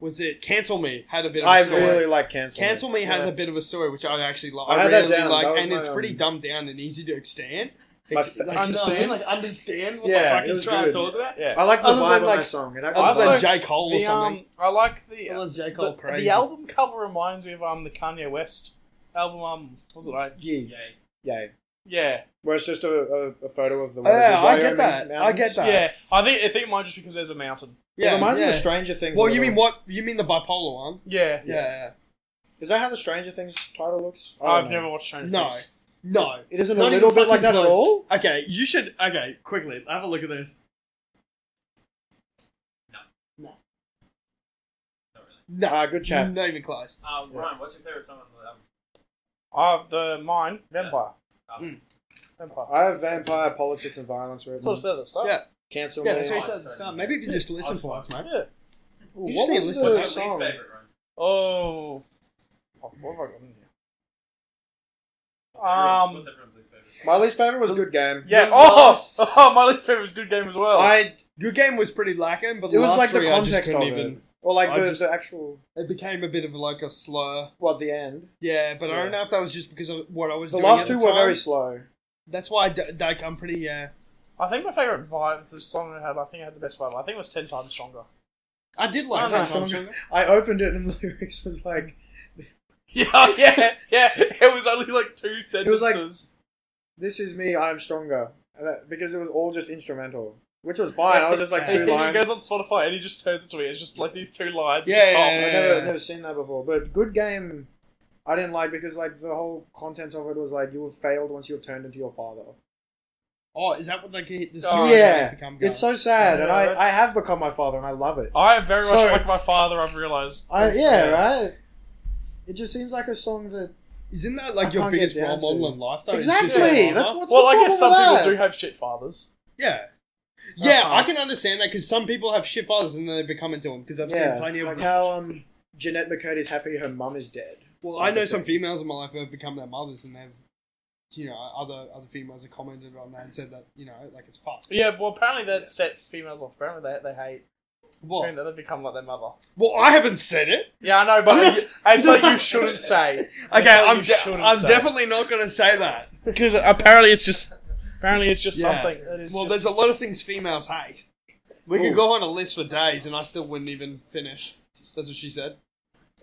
Speaker 3: was it cancel me had a bit of a
Speaker 2: I
Speaker 3: story.
Speaker 2: really like cancel.
Speaker 3: Cancel Me has
Speaker 2: Yeah.
Speaker 3: a bit of a story which I actually like.
Speaker 2: I
Speaker 3: I,
Speaker 2: had that
Speaker 3: really
Speaker 2: down.
Speaker 3: like,
Speaker 2: That was
Speaker 3: and
Speaker 2: my,
Speaker 3: it's pretty
Speaker 2: um,
Speaker 3: dumbed down and easy to understand.
Speaker 2: My
Speaker 3: It's
Speaker 2: fa-
Speaker 3: like, You
Speaker 1: Understand?
Speaker 3: know, what I mean? like understand what
Speaker 2: Yeah,
Speaker 3: the
Speaker 2: it
Speaker 3: fuck he's
Speaker 2: was
Speaker 3: trying
Speaker 2: good.
Speaker 3: to talk about.
Speaker 1: Yeah.
Speaker 2: I like the
Speaker 3: Other
Speaker 2: vibe
Speaker 3: than,
Speaker 2: on
Speaker 3: like-
Speaker 2: that song. It
Speaker 1: I
Speaker 3: Other
Speaker 2: actually
Speaker 1: also-
Speaker 3: than
Speaker 2: like
Speaker 3: J Cole or
Speaker 1: the,
Speaker 3: something.
Speaker 1: um, I like the,
Speaker 3: Other than J Cole,
Speaker 1: the
Speaker 3: crazy.
Speaker 1: the album cover reminds me of um the Kanye West album. Um, was it like
Speaker 2: yeah,
Speaker 4: Yay.
Speaker 2: yeah.
Speaker 1: yeah,
Speaker 2: Where it's just a, a, a photo of the.
Speaker 3: Yeah,
Speaker 2: what is it,
Speaker 3: I get
Speaker 2: Wyoming
Speaker 3: that. I get
Speaker 2: mountains?
Speaker 3: that.
Speaker 1: yeah? I think I think mine just because there's a mountain.
Speaker 3: Yeah,
Speaker 2: It reminds
Speaker 3: yeah.
Speaker 2: me of Stranger Things. a
Speaker 3: Well, you
Speaker 2: little.
Speaker 3: mean what? You mean the bipolar one?
Speaker 1: Yeah,
Speaker 3: Yeah. yeah. Oh,
Speaker 2: Is that how the Stranger Things title looks? I don't
Speaker 1: I've
Speaker 2: know.
Speaker 1: never watched Stranger
Speaker 3: No.
Speaker 1: Things.
Speaker 3: No.
Speaker 2: It isn't a
Speaker 3: Not even
Speaker 2: little bit like
Speaker 3: fucking
Speaker 2: that at
Speaker 3: close.
Speaker 2: all.
Speaker 3: Okay, you should. Okay, quickly have a look at this.
Speaker 4: Not really.
Speaker 3: No,
Speaker 2: Ah, good chat.
Speaker 3: not even close.
Speaker 4: Um, Ryan, what's your favorite song on the album?
Speaker 1: Uh, the mine Vampire.
Speaker 4: Mm.
Speaker 1: Vampire.
Speaker 2: I have vampire politics and violence
Speaker 1: That's what I
Speaker 2: written.
Speaker 1: said at the start.
Speaker 3: Yeah.
Speaker 2: Cancel
Speaker 3: Yeah,
Speaker 2: me.
Speaker 3: that's what he
Speaker 4: I-
Speaker 3: says. at the start. Maybe if you just listen for us, mate.
Speaker 2: Ooh,
Speaker 1: Yeah.
Speaker 3: You
Speaker 2: what
Speaker 3: just need
Speaker 2: was
Speaker 3: to
Speaker 2: the
Speaker 3: listen.
Speaker 4: What's your least
Speaker 2: song?
Speaker 4: favorite, Ryan?
Speaker 1: Oh. Fuck, what have I got in here?
Speaker 4: What's everyone's-
Speaker 1: Um,
Speaker 4: what's everyone's least favorite?
Speaker 2: My least favorite was Good Game.
Speaker 1: Yeah.
Speaker 3: The
Speaker 1: Oh,
Speaker 3: last-
Speaker 1: oh, my least favorite was Good Game as well.
Speaker 2: I.
Speaker 3: Good game was pretty lacking, but
Speaker 2: It was
Speaker 3: last
Speaker 2: like the
Speaker 3: three, I just
Speaker 2: context of
Speaker 3: couldn't
Speaker 2: it,
Speaker 3: even.
Speaker 2: or like
Speaker 3: I
Speaker 2: the,
Speaker 3: just-
Speaker 2: the actual
Speaker 3: It became a bit of like a slur.
Speaker 2: well, the end.
Speaker 3: Yeah, but I
Speaker 1: Yeah.
Speaker 3: don't know if that was just because of what I was
Speaker 2: The
Speaker 3: doing.
Speaker 2: last
Speaker 3: at
Speaker 2: two
Speaker 3: the
Speaker 2: were very
Speaker 3: time.
Speaker 2: slow.
Speaker 3: That's why I d- like, I'm pretty. Yeah,
Speaker 1: I think my favorite vibe, the song I had, I think I had the best vibe. I think it was ten times stronger.
Speaker 3: I did
Speaker 1: I
Speaker 3: like
Speaker 1: don't
Speaker 3: that
Speaker 1: know.
Speaker 3: song.
Speaker 2: I opened it and the lyrics was like,
Speaker 1: Yeah, yeah, yeah. It was only like two sentences.
Speaker 2: was like- "This is me, I'm stronger," and that, because it was all just instrumental, which was fine. I was just like two
Speaker 1: he
Speaker 2: lines.
Speaker 1: goes on Spotify and he just turns it to me. It's just like these two lines.
Speaker 3: Yeah,
Speaker 1: at the top.
Speaker 3: yeah,
Speaker 2: I've never, never seen that before. But Good Game, I didn't like because like the whole content of it was like you have failed once you have turned into your father.
Speaker 3: Oh, is that what like the series
Speaker 1: Oh,
Speaker 2: yeah.
Speaker 3: become?
Speaker 2: It's so sad,
Speaker 1: Yeah,
Speaker 2: and I, I
Speaker 1: that's- Oh,
Speaker 2: have become my father, and I love it.
Speaker 1: I am very
Speaker 2: So-
Speaker 1: much like my father. I've realized.
Speaker 2: I,
Speaker 1: It's-
Speaker 2: yeah, right. It just seems like a song that
Speaker 3: Isn't that like
Speaker 2: I
Speaker 3: your
Speaker 2: can't get
Speaker 3: biggest role
Speaker 2: down to
Speaker 3: model
Speaker 2: it.
Speaker 3: in life? Though, is just
Speaker 2: exactly.
Speaker 3: your
Speaker 2: That's
Speaker 3: father?
Speaker 2: what's
Speaker 1: well,
Speaker 2: the
Speaker 1: I guess some
Speaker 2: problem with
Speaker 1: people do
Speaker 2: that.
Speaker 1: have shit fathers.
Speaker 3: Yeah. Yeah,
Speaker 1: Uh-huh.
Speaker 3: I can understand that because some people have shit fathers and then they become into them. Because I've
Speaker 2: yeah,
Speaker 3: seen plenty of.
Speaker 2: like how um Jeanette McCurdy's happy her mum is dead.
Speaker 3: well, I know some females in my life who have become their mothers and they've, you know, other other females have commented on that and said that you know, like it's fucked.
Speaker 1: Yeah, well, apparently that sets females off. Apparently they they hate.
Speaker 3: What?
Speaker 1: Apparently they become like their mother.
Speaker 3: Well, I haven't said it.
Speaker 1: Yeah, I know, but it's like you shouldn't say.
Speaker 3: Okay,
Speaker 1: That's what
Speaker 3: I'm,
Speaker 1: you
Speaker 3: de-
Speaker 1: shouldn't
Speaker 3: I'm
Speaker 1: say.
Speaker 3: definitely not going to say that.
Speaker 1: Because apparently it's just apparently it's just
Speaker 3: Yeah.
Speaker 1: something that is
Speaker 3: well,
Speaker 1: just-
Speaker 3: there's a lot of things females hate. We
Speaker 2: Ooh.
Speaker 3: could go on a list for days, and I still wouldn't even finish. That's what she said.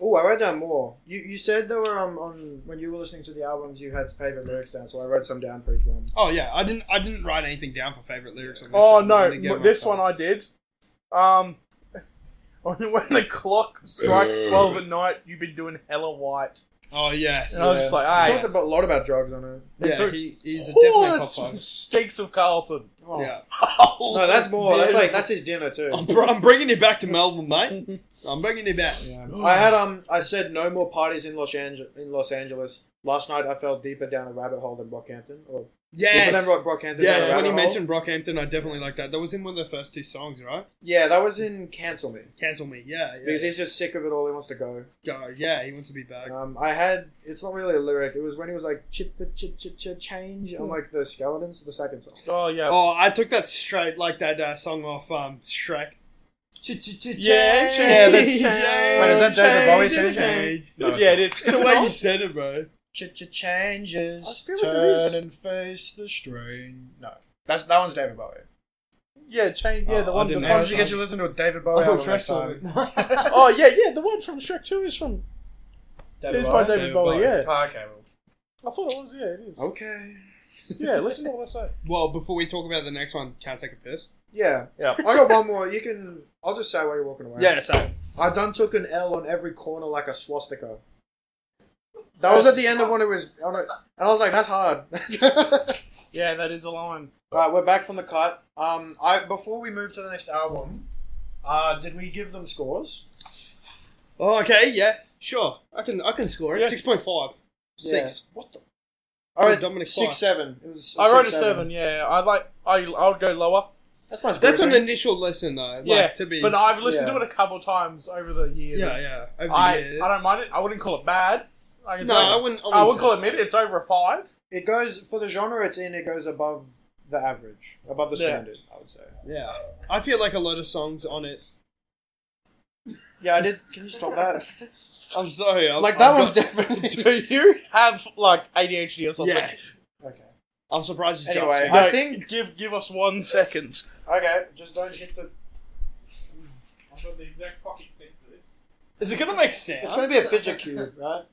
Speaker 2: Oh, I wrote down more. You you said there were um on when you were listening to the albums, you had favorite lyrics down, so I wrote some down for each one.
Speaker 3: Oh yeah, I didn't. I didn't write anything down for favorite lyrics. on this, so
Speaker 1: Oh
Speaker 3: I'm
Speaker 1: no,
Speaker 3: gonna get
Speaker 1: m-
Speaker 3: my
Speaker 1: this
Speaker 3: phone.
Speaker 1: one I did. Um, when when the clock strikes twelve at night, you've been doing hella white,
Speaker 3: Oh Ah, yes.
Speaker 1: and I Uh, was just like,
Speaker 2: I
Speaker 1: "Aye,
Speaker 2: talked about, a lot about drugs on it.
Speaker 3: yeah,
Speaker 1: took-
Speaker 3: he, he's a definite top
Speaker 1: oh,
Speaker 3: five.
Speaker 1: steaks of Carlton."
Speaker 2: Oh.
Speaker 3: Yeah,
Speaker 2: No, that's more. That's like
Speaker 1: Beautiful.
Speaker 2: that's his dinner too.
Speaker 3: I'm, br- I'm bringing you back to Melbourne, mate. I'm bringing you back.
Speaker 2: Yeah. I had um I said no more parties in Los Angeles in Los Angeles. Last night I fell deeper down a rabbit hole than Brockhampton. Or
Speaker 3: Yes.
Speaker 2: remember what Brockhampton?
Speaker 3: Yes,
Speaker 2: down a
Speaker 3: when he
Speaker 2: rabbit hole?
Speaker 3: mentioned Brockhampton, I definitely like that. That was in one of the first two songs, right?
Speaker 2: Yeah, that was in Cancel Me.
Speaker 3: Cancel me. Yeah, yeah.
Speaker 2: Because he's just sick of it all, he wants to go.
Speaker 3: Go. Yeah, he wants to be back.
Speaker 2: Um, I had it's not really a lyric, it was when he was like chip chip chip chip change
Speaker 3: Hmm.
Speaker 2: on like the skeletons, the second song.
Speaker 1: Oh yeah,
Speaker 3: Oh, I took that straight like that uh, song off um, Shrek.
Speaker 1: yeah, change,
Speaker 2: Yeah, that-
Speaker 1: change,
Speaker 2: Wait, is that David Bowie
Speaker 1: change,
Speaker 2: change? No, it's
Speaker 1: yeah,
Speaker 2: not.
Speaker 1: it is.
Speaker 3: It's the way you said it, bro.
Speaker 2: Chip chip changes.
Speaker 1: I feel like it is.
Speaker 2: and face the strain. No. That's that one's David Bowie.
Speaker 1: yeah, change. Yeah, the
Speaker 3: Oh, I
Speaker 1: one. The
Speaker 3: didn't
Speaker 2: Why
Speaker 1: one
Speaker 2: don't you get you listen to a David Bowie
Speaker 3: I thought
Speaker 2: album next
Speaker 3: Shrek was
Speaker 2: time?
Speaker 1: oh yeah, yeah, the one from Shrek Two is from.
Speaker 2: David
Speaker 1: it's
Speaker 2: Bowie?
Speaker 1: by David,
Speaker 3: David
Speaker 1: Bowie.
Speaker 3: Bowie.
Speaker 1: Yeah,
Speaker 2: Oh, okay, well.
Speaker 1: I thought it was. Yeah, it is.
Speaker 2: Okay.
Speaker 1: Yeah, listen to what I say.
Speaker 3: Well, before we talk about the next one, can't take a piss.
Speaker 2: Yeah.
Speaker 1: Yeah.
Speaker 2: I got one more. You can I'll just say while you're walking away.
Speaker 3: so
Speaker 2: I done took an L on every corner like a swastika. That was at the end of when it was on a, and I was like, that's hard.
Speaker 1: Yeah, that is a line.
Speaker 2: Alright, we're back from the cut. Um I before we move to the next album, uh did we give them scores?
Speaker 3: Oh, okay, yeah, sure. I can, I can score it.
Speaker 1: Yeah.
Speaker 3: Six point five. Six.
Speaker 2: What the
Speaker 3: Oh,
Speaker 2: Alright,
Speaker 3: Dominic Clark.
Speaker 2: six seven. It was
Speaker 1: I wrote a
Speaker 2: six,
Speaker 1: seven. Yeah, I like. I I would go lower.
Speaker 2: That's not
Speaker 3: That's an
Speaker 2: an
Speaker 3: initial lesson, though. Like,
Speaker 1: yeah,
Speaker 3: to be.
Speaker 1: but I've listened
Speaker 2: yeah.
Speaker 1: to it a couple times over the years.
Speaker 3: yeah, yeah. Over the
Speaker 1: I
Speaker 3: years.
Speaker 1: I don't mind it. I wouldn't call it bad. I can
Speaker 3: no,
Speaker 1: say-
Speaker 3: I wouldn't. I wouldn't,
Speaker 1: I would
Speaker 3: say-
Speaker 1: call it mid. It's over a five.
Speaker 2: It goes for the genre it's in, it goes above the average. Above the
Speaker 1: Yeah.
Speaker 2: standard, I would say.
Speaker 3: Yeah, I feel like a lot of songs on it.
Speaker 2: Yeah, I did can you stop that?
Speaker 3: I'm sorry. I'm,
Speaker 2: like that
Speaker 3: I'm
Speaker 2: one's
Speaker 3: got-
Speaker 2: definitely
Speaker 1: Do you have like ADHD or something?
Speaker 3: Yes.
Speaker 2: Okay.
Speaker 3: I'm surprised you
Speaker 2: Anyway,
Speaker 3: just.
Speaker 1: No,
Speaker 2: I think-
Speaker 1: Give give us one second.
Speaker 2: Okay, just don't hit the
Speaker 4: I've got the exact fucking thing for this.
Speaker 1: Is it gonna make sense?
Speaker 2: It's gonna be a fidget cube, right?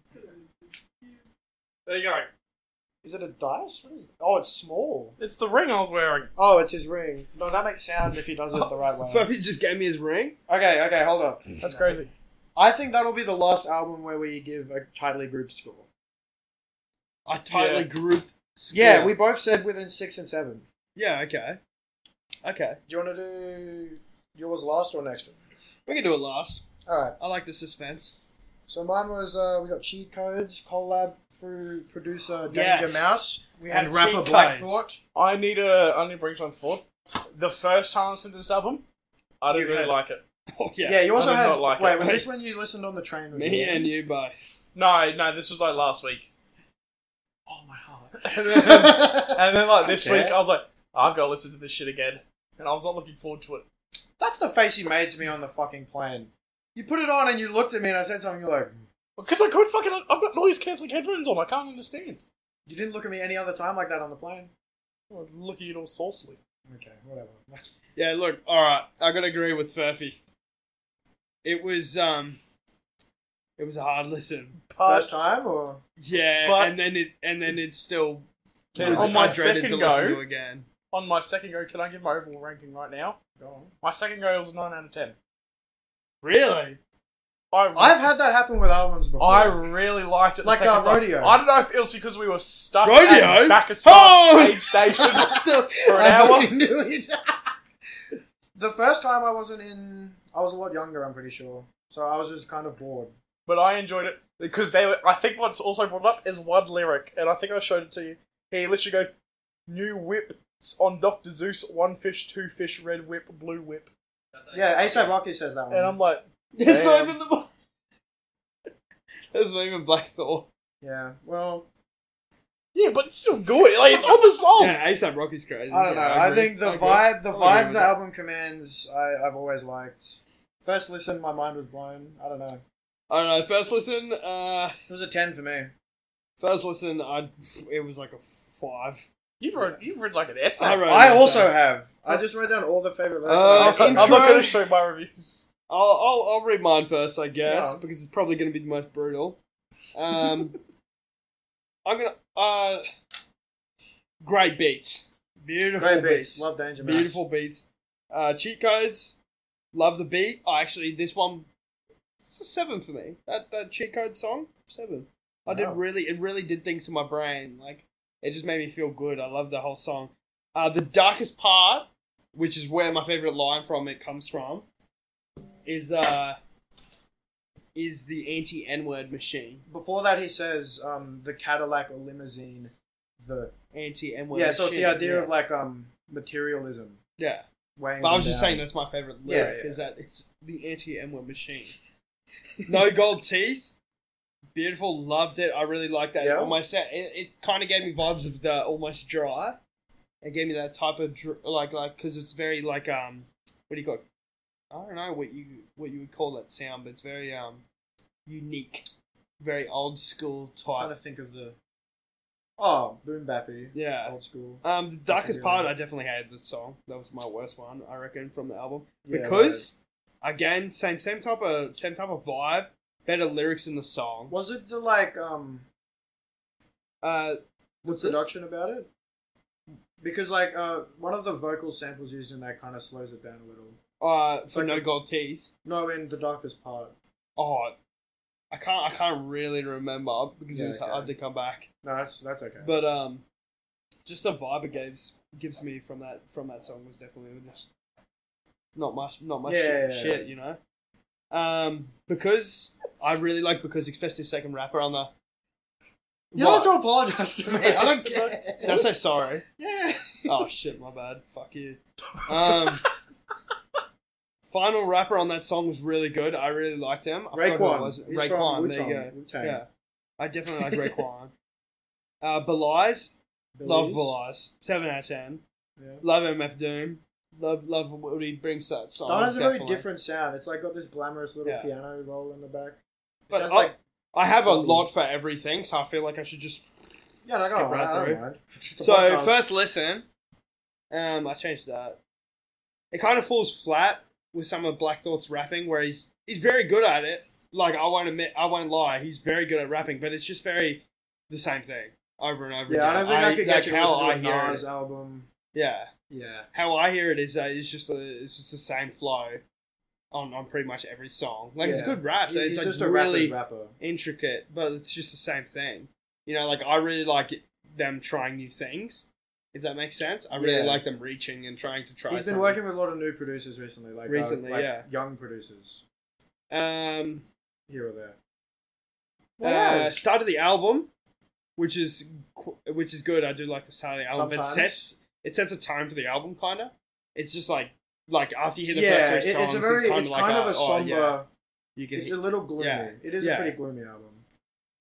Speaker 1: There you go.
Speaker 2: Is it a dice? What is? Oh, it's small.
Speaker 1: It's the ring I was wearing.
Speaker 2: Oh, it's his ring. No, that makes sound if he does it the right way.
Speaker 3: Fuffy just gave me his ring.
Speaker 2: Okay, okay, hold up.
Speaker 1: That's crazy.
Speaker 2: I think that'll be the last album where we give a tightly grouped score.
Speaker 3: I tightly
Speaker 1: Yeah.
Speaker 3: grouped. score.
Speaker 2: Yeah, we both said within six and seven.
Speaker 3: Yeah. Okay. Okay.
Speaker 2: Do you want to do yours last or next one?
Speaker 3: We can do it last.
Speaker 2: All right.
Speaker 3: I like the suspense.
Speaker 2: So mine was uh, we got cheat codes collab through producer Danger
Speaker 3: Yes.
Speaker 2: Mouse. We had
Speaker 3: And
Speaker 2: rapper
Speaker 3: Cheat
Speaker 2: Black
Speaker 3: Codes.
Speaker 2: Thought.
Speaker 1: I need a I need to bring something forward. The first time I listened to this album, I didn't
Speaker 2: You
Speaker 1: really
Speaker 2: had-
Speaker 1: like it.
Speaker 3: Oh
Speaker 2: Yeah,
Speaker 3: yeah.
Speaker 2: you also
Speaker 1: I did
Speaker 2: had.
Speaker 1: not like
Speaker 2: wait,
Speaker 1: it.
Speaker 2: was this when you listened on the train? with
Speaker 3: Me and you both.
Speaker 1: No, no, this was like last week.
Speaker 4: Oh my heart.
Speaker 1: And then, and then like this
Speaker 2: Okay.
Speaker 1: week, I was like, I've got to listen to this shit again, and I was not looking forward to it.
Speaker 2: That's the face you made to me on the fucking plane. You put it on and you looked at me and I said something. You're like,
Speaker 1: Because I couldn't fucking. I've got noise cancelling headphones on. I can't understand.
Speaker 2: you didn't look at me any other time like that on the plane.
Speaker 1: I was looking at it all saucily.
Speaker 2: Okay, whatever.
Speaker 3: Yeah. Look. All right. I gotta agree with Furphy. It was um. It was a hard listen.
Speaker 2: First time or
Speaker 3: Yeah.
Speaker 1: But-
Speaker 3: and then it and then it's still.
Speaker 1: Can-
Speaker 3: I
Speaker 1: on my
Speaker 3: dreaded to
Speaker 1: second
Speaker 3: listen
Speaker 1: go-
Speaker 3: to again.
Speaker 1: on my second go, can I give my overall ranking right now?
Speaker 2: go on.
Speaker 1: My second go was a nine out of ten.
Speaker 3: Really?
Speaker 1: I
Speaker 2: I've had that happen with albums before.
Speaker 1: I really liked it. the
Speaker 2: Like,
Speaker 1: second
Speaker 2: uh,
Speaker 1: time.
Speaker 2: Rodeo.
Speaker 1: I don't know if it was because we were stuck
Speaker 3: Rodeo?
Speaker 1: at Bacchus Park
Speaker 3: Oh!
Speaker 1: stage station for an
Speaker 2: I
Speaker 1: hour.
Speaker 2: fucking knew it. the first time I wasn't in. I was a lot younger. I'm pretty sure. So I was just kind of bored.
Speaker 1: but I enjoyed it because they were. I think what's also brought up is one lyric, and I think I showed it to you. He literally goes, "New whips on Doctor Zeus, one fish, two fish, red whip, blue whip,"
Speaker 4: That's
Speaker 2: Yeah, ASAP Rocky says that one.
Speaker 1: and I'm like,
Speaker 3: It's not
Speaker 1: Damn.
Speaker 3: even the. It's not even Black Thor.
Speaker 2: yeah. Well,
Speaker 1: "Yeah, but it's still good. Like it's on the song."
Speaker 3: Yeah, ASAP Rocky's crazy.
Speaker 2: I don't know.
Speaker 3: Yeah,
Speaker 2: I,
Speaker 3: agree.
Speaker 2: think the
Speaker 3: agree.
Speaker 2: vibe, the
Speaker 3: I
Speaker 2: vibe
Speaker 3: agree with
Speaker 2: the
Speaker 3: that.
Speaker 2: album commands, I, I've always liked. First listen, my mind was blown. I don't know.
Speaker 3: I don't know. First listen, uh,
Speaker 2: It was a ten for me.
Speaker 3: first listen, I it was like a five.
Speaker 1: You've read, you've read like an essay.
Speaker 3: I wrote-
Speaker 2: I
Speaker 3: an
Speaker 2: also
Speaker 3: essay.
Speaker 2: have. I just wrote down all the favorite lyrics.
Speaker 3: Uh,
Speaker 2: I
Speaker 1: I'm
Speaker 2: listened
Speaker 1: not
Speaker 2: to.
Speaker 3: intro.
Speaker 1: going to show my reviews.
Speaker 3: I'll, I'll, I'll read mine first, I guess,
Speaker 2: Yeah.
Speaker 3: because it's probably going to be the most brutal. Um, I'm gonna uh, great beats, beautiful
Speaker 2: Great beats. Love Danger Mouse.
Speaker 3: beautiful beats. Uh, cheat codes, love the beat. Oh, actually, this one, it's a seven for me. That that cheat code song, seven. I did
Speaker 2: Wow.
Speaker 3: really, it really did things to my brain. Like it just made me feel good. I love the whole song. Uh, the darkest part, which is where my favorite line from it comes from, is uh, is the anti N word machine.
Speaker 2: Before that, he says um, the Cadillac or limousine. The
Speaker 3: Anti N word.
Speaker 2: yeah, so it's the idea of like um, materialism
Speaker 3: yeah.
Speaker 2: weighing.
Speaker 3: But I
Speaker 2: them
Speaker 3: was just
Speaker 2: down.
Speaker 3: saying that's my favorite
Speaker 2: Yeah,
Speaker 3: lyric is that it's the anti M word machine. no gold teeth. Beautiful, loved it. I really liked that.
Speaker 2: Yeah.
Speaker 3: It almost it, it kind of gave me vibes of the almost dry. It gave me that type of dr- like like because it's very like um what do you call? It? I don't know what you what you would call that sound, but it's very um unique, very old school
Speaker 2: I'm trying
Speaker 3: type.
Speaker 2: to think of the oh boom bappy
Speaker 3: Yeah,
Speaker 2: old school
Speaker 3: um, the darkest
Speaker 2: good
Speaker 3: part.
Speaker 2: one.
Speaker 3: I definitely hated this song. That was my worst one, I reckon, from the album
Speaker 2: Yeah,
Speaker 3: because again, same same type of same type of vibe, better lyrics in the
Speaker 2: right.
Speaker 3: song.
Speaker 2: was it the like um
Speaker 3: Uh,
Speaker 2: the
Speaker 3: What's this?
Speaker 2: production about it? Because like uh, one of the vocal samples used in that kind of slows it down a little.
Speaker 3: uh, for
Speaker 2: like
Speaker 3: no
Speaker 2: the-
Speaker 3: gold teeth.
Speaker 2: No, in the darkest part.
Speaker 3: Oh, I can't I can't really remember because it
Speaker 2: Yeah,
Speaker 3: was
Speaker 2: okay.
Speaker 3: hard to come back.
Speaker 2: No, that's that's okay.
Speaker 3: But um, just the vibe it gives gives me from that from that song was definitely just not much not much
Speaker 2: Yeah,
Speaker 3: shit,
Speaker 2: yeah, yeah.
Speaker 3: shit, you know. Um, because I really like because especially the second rapper on the.
Speaker 2: you don't have
Speaker 3: What?
Speaker 2: to apologize to me.
Speaker 3: I don't- Did I say sorry?
Speaker 2: Yeah.
Speaker 3: oh shit, my bad. Fuck you. Um, final rapper on that song was really good. I really liked him. I forgot who it was.
Speaker 2: Raekwon. He's
Speaker 3: Raekwon.
Speaker 2: from
Speaker 3: there you
Speaker 2: Wu-Tang.
Speaker 3: go.
Speaker 2: Wu-Tang.
Speaker 3: Yeah, I definitely like Raekwon. Uh, Belies, love
Speaker 2: Billy's.
Speaker 3: Belies. Seven out of ten.
Speaker 2: Yeah.
Speaker 3: Love MF Doom. Love, love what he brings to that song.
Speaker 2: That has a very
Speaker 3: Oh, definitely.
Speaker 2: different sound. It's like got this glamorous little
Speaker 3: Yeah.
Speaker 2: piano roll in the back. It
Speaker 3: But
Speaker 2: sounds
Speaker 3: I-
Speaker 2: like
Speaker 3: I have a
Speaker 2: Copy.
Speaker 3: lot for everything, so I feel like I should just.
Speaker 2: yeah, no,
Speaker 3: skip
Speaker 2: go on,
Speaker 3: right
Speaker 2: I don't
Speaker 3: through.
Speaker 2: mind. It's a
Speaker 3: So
Speaker 2: podcast.
Speaker 3: first listen, um, I changed that. It kind of falls flat with some of Black Thought's rapping, where he's he's very good at it. Like I won't admit, I won't lie, he's very good at rapping, but it's just very the same thing over and over
Speaker 2: yeah, I
Speaker 3: again.
Speaker 2: don't think I, could
Speaker 3: like
Speaker 2: get you to
Speaker 3: how
Speaker 2: listen to
Speaker 3: I
Speaker 2: a
Speaker 3: hear
Speaker 2: Nas
Speaker 3: it.
Speaker 2: album.
Speaker 3: Yeah,
Speaker 2: Yeah,
Speaker 3: how I hear it is that it's just a, it's just the same flow on on pretty much every song. Like it's
Speaker 2: Yeah.
Speaker 3: good rap, so
Speaker 2: He-
Speaker 3: it's
Speaker 2: he's
Speaker 3: like
Speaker 2: just a
Speaker 3: really
Speaker 2: rapper's rapper.
Speaker 3: intricate, but it's just the same thing. You know, like I really like them trying new things. If that makes sense, I really
Speaker 2: Yeah.
Speaker 3: like them reaching and trying to try.
Speaker 2: He's been
Speaker 3: something.
Speaker 2: working with a lot of new producers recently, like uh,
Speaker 3: Recently,
Speaker 2: like
Speaker 3: yeah.
Speaker 2: young producers
Speaker 3: Um,
Speaker 2: here or there.
Speaker 3: uh, start of the album, which is qu- which is good. I do like the start of the album. It
Speaker 2: Sometimes.
Speaker 3: sets it sets a tone for the album, kind of. It's just like like after you hear the
Speaker 2: yeah,
Speaker 3: first
Speaker 2: it-
Speaker 3: three songs,
Speaker 2: it's a very, it's
Speaker 3: kind
Speaker 2: kind,
Speaker 3: of
Speaker 2: of
Speaker 3: like
Speaker 2: a,
Speaker 3: oh,
Speaker 2: somber.
Speaker 3: yeah, you can
Speaker 2: It's a little gloomy.
Speaker 3: Yeah.
Speaker 2: It is
Speaker 3: Yeah.
Speaker 2: a pretty gloomy album.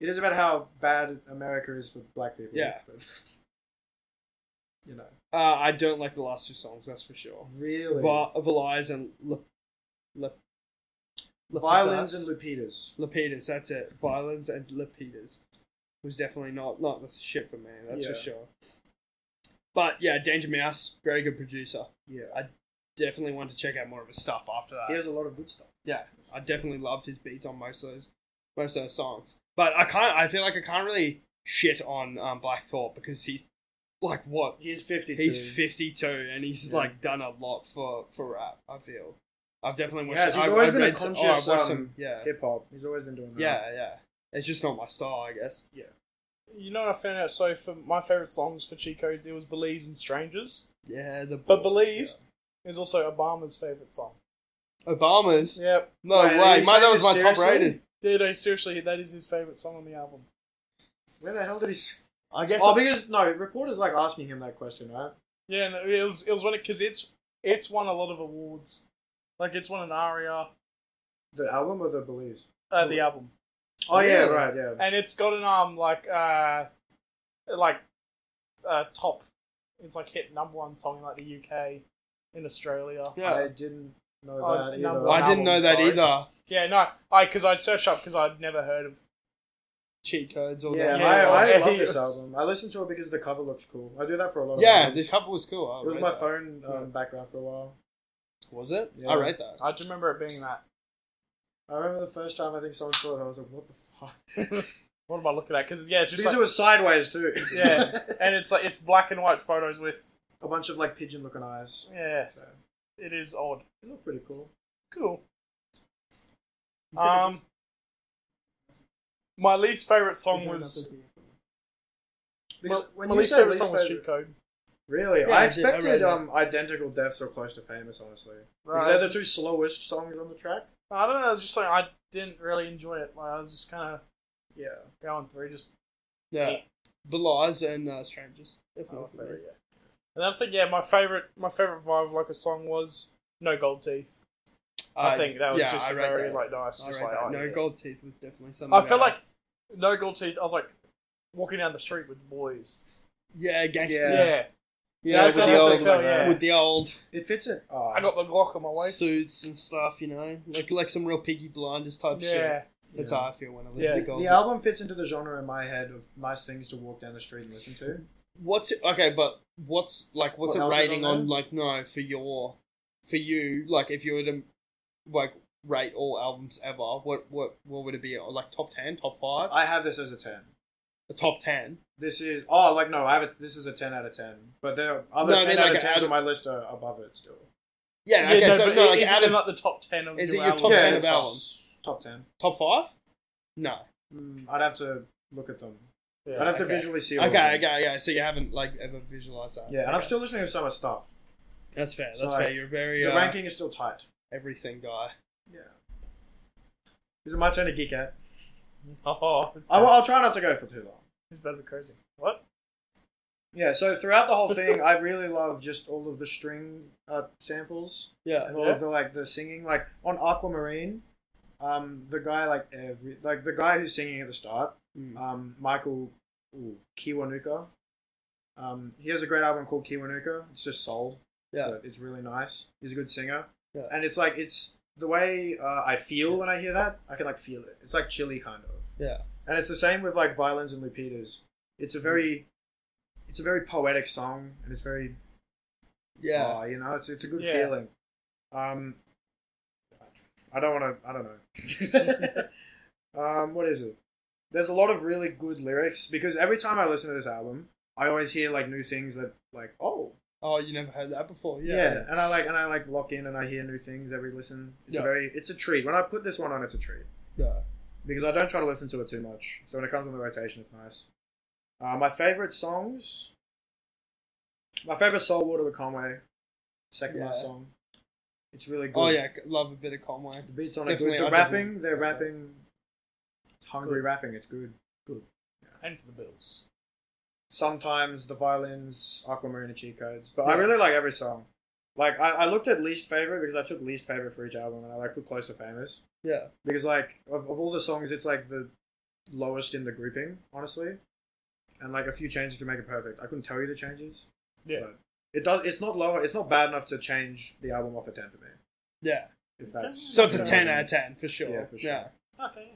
Speaker 2: It is about how bad America is for black people.
Speaker 3: Yeah.
Speaker 2: but, you know,
Speaker 3: uh, I don't like the last two songs, that's for sure.
Speaker 2: really
Speaker 3: Va- Valize and Le- Le- Le-
Speaker 2: violins and Lupitas.
Speaker 3: Lapidus, that's it. Violence and Lapidus was definitely not not the shit for me. That's for
Speaker 2: Yeah.
Speaker 3: sure. But yeah, Danger Mouse, very good producer.
Speaker 2: Yeah,
Speaker 3: Definitely want to check out more of his stuff after that.
Speaker 2: he has a lot of good stuff.
Speaker 3: yeah, I definitely loved his beats on most of those most of those songs. But I can't. I feel like I can't really shit on um, Black Thought because he's like what
Speaker 2: He's fifty-two.
Speaker 3: he's fifty two and he's
Speaker 2: Yeah.
Speaker 3: like done a lot for for rap. I feel. I've definitely watched.
Speaker 2: Yes, he's
Speaker 3: I've,
Speaker 2: always
Speaker 3: I've
Speaker 2: been a
Speaker 3: read some- oh, I've
Speaker 2: conscious,
Speaker 3: watched
Speaker 2: um,
Speaker 3: some- yeah.
Speaker 2: Hip hop. He's always been doing that.
Speaker 3: Yeah, yeah. It's just not my style, I guess.
Speaker 1: You know what I found out? So for my favorite songs for cheat codes, it was Belize and Strangers.
Speaker 3: Yeah, the
Speaker 1: But Belize is also Obama's favorite song.
Speaker 3: Obama's.
Speaker 1: Yep.
Speaker 3: No
Speaker 2: Wait, are
Speaker 3: way,
Speaker 2: you
Speaker 3: mate. That
Speaker 2: saying
Speaker 3: was my
Speaker 2: this
Speaker 3: top
Speaker 2: seriously?
Speaker 3: rated.
Speaker 1: Dude, no, seriously, that is his favorite song on the album.
Speaker 2: Where the hell did he? s-
Speaker 3: I guess.
Speaker 2: Oh, because no reporters like asking him that question, right?
Speaker 1: Yeah, and it was it was one because it's it's won a lot of awards. Like it's won an ARIA,
Speaker 2: The album or the Belize?
Speaker 1: uh, the album,
Speaker 2: Oh yeah,
Speaker 3: Really?
Speaker 2: right, yeah.
Speaker 1: and it's got an um like uh like uh top. It's like hit number one song in like the UK, in Australia.
Speaker 2: I
Speaker 3: yeah.
Speaker 2: didn't know
Speaker 1: Oh,
Speaker 2: that either.
Speaker 1: number
Speaker 3: I,
Speaker 1: one.
Speaker 3: didn't know
Speaker 1: album,
Speaker 3: that
Speaker 1: sorry.
Speaker 3: either.
Speaker 1: Yeah, no, I because I searched up because I'd never heard of.
Speaker 3: Cheat codes, all
Speaker 2: Yeah,
Speaker 3: that.
Speaker 1: Yeah,
Speaker 2: I, I
Speaker 1: yeah,
Speaker 2: love
Speaker 1: he
Speaker 2: this
Speaker 1: is.
Speaker 2: album. I listen to it because the cover looks cool. I do that for a lot of
Speaker 3: Yeah,
Speaker 2: albums.
Speaker 3: the cover was cool. I
Speaker 2: It was
Speaker 3: read
Speaker 2: my
Speaker 3: that.
Speaker 2: phone um,
Speaker 3: Yeah.
Speaker 2: background for a while.
Speaker 3: Was it?
Speaker 2: Yeah.
Speaker 3: I rate that.
Speaker 1: I just remember it being that.
Speaker 2: I remember the first time I think someone saw it, I was like, what the fuck?
Speaker 1: What am I looking at? Because yeah, it's just
Speaker 2: These
Speaker 1: like,
Speaker 2: were sideways too.
Speaker 1: Yeah. and it's like it's black and white photos with
Speaker 2: a bunch of like pigeon looking eyes.
Speaker 1: yeah.
Speaker 2: So,
Speaker 1: It is odd.
Speaker 2: they look pretty cool.
Speaker 1: Cool.
Speaker 2: You said it
Speaker 1: Um, my least favorite song
Speaker 3: Is that
Speaker 1: was
Speaker 3: nothing?
Speaker 2: Because
Speaker 1: well,
Speaker 2: when
Speaker 1: my
Speaker 2: you
Speaker 1: least
Speaker 2: say
Speaker 1: favorite
Speaker 2: least
Speaker 1: song was
Speaker 2: favorite-
Speaker 1: Cheat Code.
Speaker 2: Really?
Speaker 3: Yeah, I
Speaker 2: I
Speaker 3: did. I
Speaker 2: expected
Speaker 3: read that.
Speaker 2: um, identical deaths or close to famous, honestly. Because they're the two slowest songs on the track.
Speaker 1: I don't know. It's just like I didn't really enjoy it. Like I was just kind of
Speaker 2: Yeah.
Speaker 1: going through just
Speaker 3: Yeah. Belies and uh, strangers.
Speaker 2: Oh,
Speaker 3: Definitely.
Speaker 2: favorite,
Speaker 1: And I think yeah, my favorite my favorite vibe like a song was No Gold Teeth. I think that was
Speaker 3: yeah,
Speaker 1: just
Speaker 3: I
Speaker 1: a
Speaker 3: rate
Speaker 1: very
Speaker 3: that.
Speaker 1: like nice.
Speaker 3: I
Speaker 1: Just
Speaker 3: rate
Speaker 1: like,
Speaker 3: that.
Speaker 1: oh,
Speaker 3: no
Speaker 1: yeah.
Speaker 3: gold teeth was definitely something.
Speaker 1: I felt
Speaker 3: that-
Speaker 1: like No Gold Teeth. I was like walking down the street with the boys.
Speaker 3: yeah, gangster.
Speaker 2: Yeah.
Speaker 3: Yeah,
Speaker 1: That's
Speaker 3: with,
Speaker 1: what
Speaker 3: the
Speaker 1: I
Speaker 3: old,
Speaker 1: felt, yeah.
Speaker 3: with the old
Speaker 2: It fits in. Oh,
Speaker 1: I got the Glock on my waist.
Speaker 3: suits and stuff, you know, like like some real piggy blinders type shit.
Speaker 1: yeah,
Speaker 3: That's
Speaker 2: yeah.
Speaker 3: how I feel when I listen
Speaker 1: Yeah.
Speaker 3: to
Speaker 2: The,
Speaker 3: gold.
Speaker 2: the album fits into the genre in my head of nice things to walk down the street and listen to.
Speaker 3: What's it, okay, but what's like what's
Speaker 2: What
Speaker 3: a
Speaker 2: else is
Speaker 3: rating
Speaker 2: on
Speaker 3: on,
Speaker 2: there?
Speaker 3: like no for your for you like if you were to like rate all albums ever what what what would it be like top ten top five
Speaker 2: I have this as a 10.
Speaker 3: the top ten
Speaker 2: This is. Oh, like, no, I have it. This is a 10 out of 10. But there are other
Speaker 3: No, I
Speaker 2: 10
Speaker 3: mean,
Speaker 2: out
Speaker 3: like,
Speaker 2: of 10s
Speaker 3: out
Speaker 2: on
Speaker 3: of-
Speaker 2: my list are above it still.
Speaker 3: yeah, okay so
Speaker 1: but
Speaker 3: no
Speaker 1: is
Speaker 3: like
Speaker 1: it
Speaker 3: out
Speaker 1: in,
Speaker 3: of
Speaker 1: like the top ten of
Speaker 3: is
Speaker 1: your
Speaker 3: it your
Speaker 1: album?
Speaker 3: top
Speaker 2: yeah,
Speaker 3: 10 of
Speaker 2: it's
Speaker 3: albums?
Speaker 2: Top 10.
Speaker 3: top five no
Speaker 2: Mm, I'd have to look at them.
Speaker 1: Yeah.
Speaker 2: I'd have to
Speaker 3: okay.
Speaker 2: visually see all
Speaker 3: okay
Speaker 2: of them.
Speaker 3: okay yeah so you haven't like ever visualized that
Speaker 2: Yeah, and I'm
Speaker 3: Okay.
Speaker 2: still listening to so much stuff.
Speaker 3: that's fair that's
Speaker 2: Sorry.
Speaker 3: fair you're very
Speaker 2: The
Speaker 3: uh,
Speaker 2: ranking is still tight.
Speaker 3: everything guy
Speaker 2: Yeah. Is it my turn to geek out?
Speaker 1: Oh, it's
Speaker 2: I, will I'll try not to go for too long.
Speaker 1: it's better be crazy. What?
Speaker 2: Yeah, so throughout the whole thing, I really love just all of the string uh, samples
Speaker 3: yeah
Speaker 2: and all of the like the singing. Like on Aquamarine, um, the guy like every like the guy who's singing at the start,
Speaker 1: Uh,
Speaker 3: Mm.
Speaker 2: um, Michael ooh, Kiwanuka. Um, he has a great album called Kiwanuka. It's just soul.
Speaker 3: Yeah.
Speaker 2: but it's really nice. He's a good singer.
Speaker 3: Yeah.
Speaker 2: and it's like it's the way uh, I feel when I hear that. I can like feel it. It's like chilly kind of.
Speaker 3: Yeah.
Speaker 2: and it's the same with like Violins and Lupitas. It's a very, it's a very poetic song, and it's very
Speaker 3: yeah
Speaker 1: uh,
Speaker 2: Oh, you know, it's it's a good
Speaker 1: Yeah.
Speaker 2: feeling. Um, I don't want to. I don't know. um, what is it? There's a lot of really good lyrics because every time I listen to this album, I always hear like new things that like oh
Speaker 3: oh you never heard that before
Speaker 2: yeah, and I like and I like lock in and I hear new things every listen. It's
Speaker 3: Yeah.
Speaker 2: a very it's a treat. When I put this one on, it's a treat
Speaker 3: yeah. Oh,
Speaker 2: because I don't try to listen to it too much. So when it comes on the rotation, it's nice. Uh, my favorite songs. My favorite Soul Water with Conway, second last
Speaker 3: Yeah.
Speaker 2: song. It's really good.
Speaker 3: Oh yeah, c- love a bit of Conway.
Speaker 2: the beats on
Speaker 3: Definitely,
Speaker 2: it. Good.
Speaker 3: I
Speaker 2: The rapping,
Speaker 3: definitely-
Speaker 2: they're rapping. It's hungry
Speaker 1: Good.
Speaker 2: rapping. It's good.
Speaker 1: And for the Bills.
Speaker 2: Sometimes the violins, Aquamarine, and cheat codes, but I
Speaker 3: Yeah.
Speaker 2: really like every song. Like I, I looked at least favorite because I took least favorite for each album, and I like put close to famous.
Speaker 3: Yeah,
Speaker 2: because like of, of all the songs it's like the lowest in the grouping honestly and like a few changes to make it perfect i couldn't tell you the changes
Speaker 1: Yeah.
Speaker 2: but it does it's not lower it's not bad enough to change the album off a 10 for me
Speaker 3: yeah.
Speaker 2: if that's
Speaker 3: So it's a
Speaker 1: Yeah.
Speaker 3: ten out of ten for sure.
Speaker 2: Yeah, for sure.
Speaker 3: Yeah,
Speaker 1: Okay.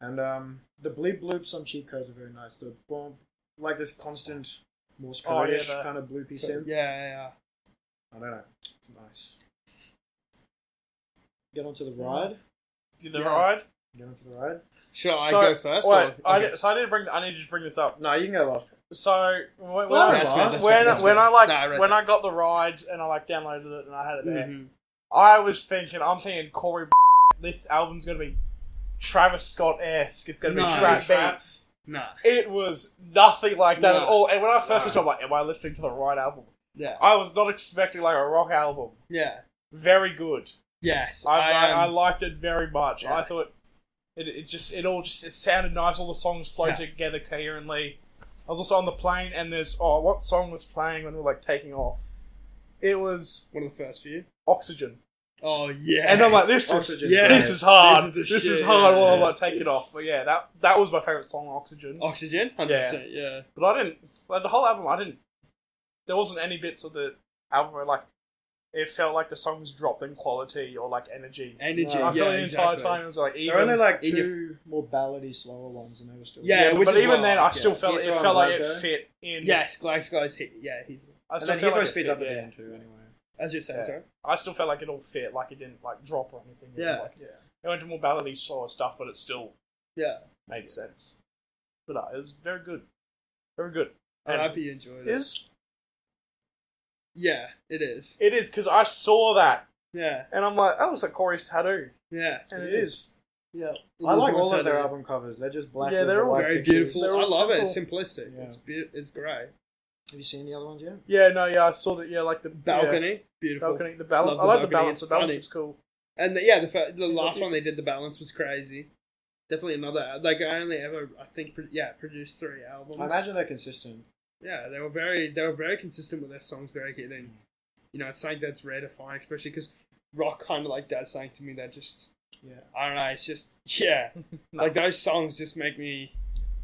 Speaker 2: and um the bleep bloops on cheat codes are very nice the bomb like this constant Morse
Speaker 1: Oh, yeah,
Speaker 2: code-ish
Speaker 1: the-
Speaker 2: kind of bloopy
Speaker 3: yeah,
Speaker 2: synth.
Speaker 3: yeah.
Speaker 2: I don't know. It's nice. Get onto the ride.
Speaker 1: Did the
Speaker 3: Yeah.
Speaker 1: ride?
Speaker 2: Get onto the ride.
Speaker 3: Should I
Speaker 1: So-
Speaker 3: go first?
Speaker 1: Wait,
Speaker 3: or,
Speaker 1: I
Speaker 3: okay.
Speaker 1: did, so I need to bring. I need you to bring this up.
Speaker 2: No, you can go last.
Speaker 1: So when, when
Speaker 2: Well,
Speaker 1: I,
Speaker 2: that's fair, that's
Speaker 1: when,
Speaker 2: fair, that's
Speaker 1: when
Speaker 3: fair.
Speaker 1: I like
Speaker 3: No, I read
Speaker 1: when I got the ride and I like downloaded it and I had it there,
Speaker 3: Mhm.
Speaker 1: I was thinking, I'm thinking Corey. This album's gonna be Travis Scott esque. It's gonna be
Speaker 3: No.
Speaker 1: trap
Speaker 4: Trap.
Speaker 1: beats.
Speaker 3: Nah.
Speaker 1: It was nothing like that at
Speaker 3: No.
Speaker 1: all. And when I first
Speaker 4: No.
Speaker 1: listened, to it, I'm like, am I listening to the right album?
Speaker 3: Yeah.
Speaker 1: I was not expecting like a rock album.
Speaker 3: Yeah.
Speaker 1: Very good.
Speaker 3: Yes.
Speaker 1: I, I,
Speaker 3: um,
Speaker 1: I liked it very much.
Speaker 3: Yeah.
Speaker 1: I thought it, it just it all just it sounded nice. All the songs flowed together coherently. I was also on the plane, and there's oh, what song was playing when we were like taking off? It was
Speaker 3: one of the first few.
Speaker 1: Oxygen,
Speaker 3: Oh yeah.
Speaker 1: and I'm like, this is
Speaker 2: Oxygen's
Speaker 3: yeah,
Speaker 2: great.
Speaker 1: this is hard.
Speaker 3: This
Speaker 1: This
Speaker 3: is
Speaker 1: is,
Speaker 3: the shit,
Speaker 1: hard. While I'm
Speaker 3: yeah.
Speaker 1: like taking off, but yeah, that that was my favorite song, Oxygen.
Speaker 3: oxygen. Hundred percent. Yeah.
Speaker 1: But I didn't like the whole album. I didn't. There wasn't any bits of the album where like it felt like the songs dropped in quality or like energy.
Speaker 3: Energy.
Speaker 2: No,
Speaker 1: I
Speaker 3: Eh, yeah,
Speaker 1: felt the entire
Speaker 3: exactly.
Speaker 1: time it was like even.
Speaker 2: There are only like
Speaker 3: in
Speaker 2: two
Speaker 3: your-
Speaker 2: more ballady, slower ones, and they were still.
Speaker 3: Yeah,
Speaker 1: Yeah,
Speaker 3: which
Speaker 1: but
Speaker 3: is
Speaker 1: even
Speaker 3: why I
Speaker 1: then, I
Speaker 3: like
Speaker 1: still
Speaker 3: it.
Speaker 1: felt
Speaker 2: He's
Speaker 1: it
Speaker 2: on
Speaker 1: felt like it
Speaker 2: Glasgow.
Speaker 1: fit in.
Speaker 3: Yes, Glasgow's hit. Yeah, he's
Speaker 1: I
Speaker 2: And
Speaker 1: still
Speaker 2: then
Speaker 1: felt
Speaker 2: Heathrow
Speaker 1: like it
Speaker 2: speeds
Speaker 1: fit,
Speaker 2: up at
Speaker 1: yeah.
Speaker 2: the end too, anyway.
Speaker 3: as you said.
Speaker 1: Yeah.
Speaker 3: Sorry.
Speaker 1: I still felt like it all fit, like it didn't like drop or anything. It was
Speaker 3: Yeah.
Speaker 1: like,
Speaker 2: Yeah.
Speaker 1: It went to more ballady, slower stuff, but it still
Speaker 3: Yeah.
Speaker 1: made sense. But uh, it was very good, very good.
Speaker 3: I'm
Speaker 1: And
Speaker 3: happy you
Speaker 1: it
Speaker 3: enjoyed it.
Speaker 1: is
Speaker 3: Yeah, it is.
Speaker 1: it is because I saw that
Speaker 3: Yeah,
Speaker 1: and I'm like, that was like Corey's tattoo,
Speaker 3: yeah.
Speaker 1: and it is.
Speaker 3: Yeah.
Speaker 2: I like all
Speaker 3: Wolverine
Speaker 2: of their
Speaker 3: tattoo.
Speaker 2: album covers. They're just black.
Speaker 1: Yeah,
Speaker 2: with
Speaker 1: they're
Speaker 2: the
Speaker 1: all
Speaker 2: white
Speaker 3: Very
Speaker 2: pictures.
Speaker 3: beautiful.
Speaker 1: They're
Speaker 3: I
Speaker 1: all
Speaker 3: love it. It's
Speaker 1: simple.
Speaker 3: simplistic.
Speaker 2: Yeah.
Speaker 3: It's be- it's great.
Speaker 2: Have you seen the other ones yet?
Speaker 1: Yeah, no, yeah, I saw that. Yeah, like the
Speaker 3: Balcony,
Speaker 1: yeah,
Speaker 3: beautiful.
Speaker 1: balcony, the balance.
Speaker 3: Love
Speaker 1: I
Speaker 3: the
Speaker 1: like the
Speaker 3: balcony,
Speaker 1: balance.
Speaker 3: it's
Speaker 1: The balance
Speaker 3: funny.
Speaker 1: is cool.
Speaker 3: And the, yeah, the fa- the
Speaker 1: love
Speaker 3: last
Speaker 1: it.
Speaker 3: one they did, the balance was crazy. Definitely another like I only ever I think pro- yeah produced three albums.
Speaker 2: I imagine they're consistent.
Speaker 3: Yeah, they were very they were very consistent with their songs, very hitting. You know, it's something that's rare to find, especially because rock kind of like does something to me that just
Speaker 2: Yeah.
Speaker 3: I don't know. It's just yeah, like those songs just make me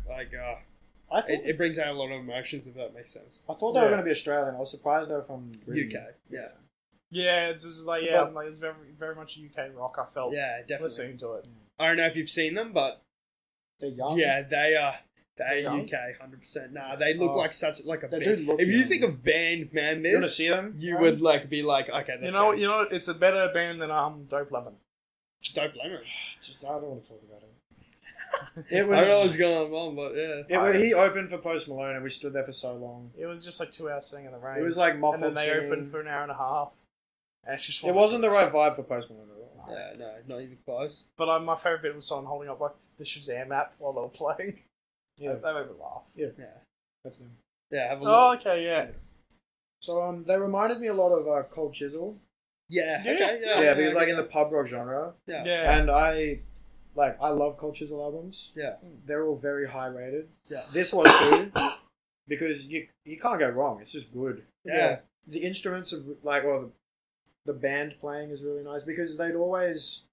Speaker 3: like uh,
Speaker 2: I thought,
Speaker 3: it, it brings out a lot of emotions if that makes sense.
Speaker 2: I thought they
Speaker 1: Yeah.
Speaker 2: were going to be Australian. I was surprised they were from Britain.
Speaker 3: UK, yeah,
Speaker 1: Yeah, it's just like yeah,
Speaker 2: But-
Speaker 1: I'm like it's very very much UK rock. I
Speaker 2: Oh,
Speaker 1: felt
Speaker 3: yeah, definitely.
Speaker 1: listening to it.
Speaker 3: I don't know if you've seen them, but
Speaker 2: They're young.
Speaker 3: Yeah, they are.
Speaker 1: They're
Speaker 3: They are
Speaker 1: young?
Speaker 3: UK, hundred percent. Nah, they look
Speaker 2: Oh.
Speaker 3: like such like a
Speaker 2: They
Speaker 3: band.
Speaker 2: do look
Speaker 3: If you
Speaker 2: young.
Speaker 3: think of band man,
Speaker 2: You want to
Speaker 3: this,
Speaker 2: see them?
Speaker 3: you would like be like, okay, that's
Speaker 1: You know,
Speaker 3: it.
Speaker 1: you know, it's a better band than um Dope Lovin'.
Speaker 3: don't blame him.
Speaker 2: Just, I don't want to talk about it. It
Speaker 3: I don't know what's
Speaker 2: was.
Speaker 3: going on, but yeah,
Speaker 2: It was, he opened for Post Malone, and we stood there for so long.
Speaker 1: It was just like two hours singing in the rain.
Speaker 2: It was like
Speaker 1: and
Speaker 2: muffled
Speaker 1: then they
Speaker 2: singing.
Speaker 1: opened for an hour and a half. And it just
Speaker 2: it
Speaker 1: wasn't,
Speaker 2: wasn't the right vibe for Post Malone at all.
Speaker 3: yeah, no, not even close.
Speaker 1: But um, my favorite bit was someone holding up like the Shazam app while they were playing.
Speaker 2: Yeah,
Speaker 1: That made me laugh.
Speaker 3: Yeah,
Speaker 2: that's them.
Speaker 3: yeah, have a look.
Speaker 1: Oh, okay, yeah.
Speaker 2: So um, they reminded me a lot of uh, Cold Chisel.
Speaker 3: yeah,
Speaker 1: Yeah.
Speaker 3: okay, yeah,
Speaker 2: Yeah, because like in the pub rock genre,
Speaker 1: Yeah.
Speaker 3: Yeah.
Speaker 2: and I, like, I love Cold Chisel albums.
Speaker 3: yeah,
Speaker 2: They're all very high rated.
Speaker 3: Yeah.
Speaker 2: This one too, because you you can't go wrong. It's just good.
Speaker 3: yeah,
Speaker 2: the instruments of like or the, the band playing is really nice because they'd always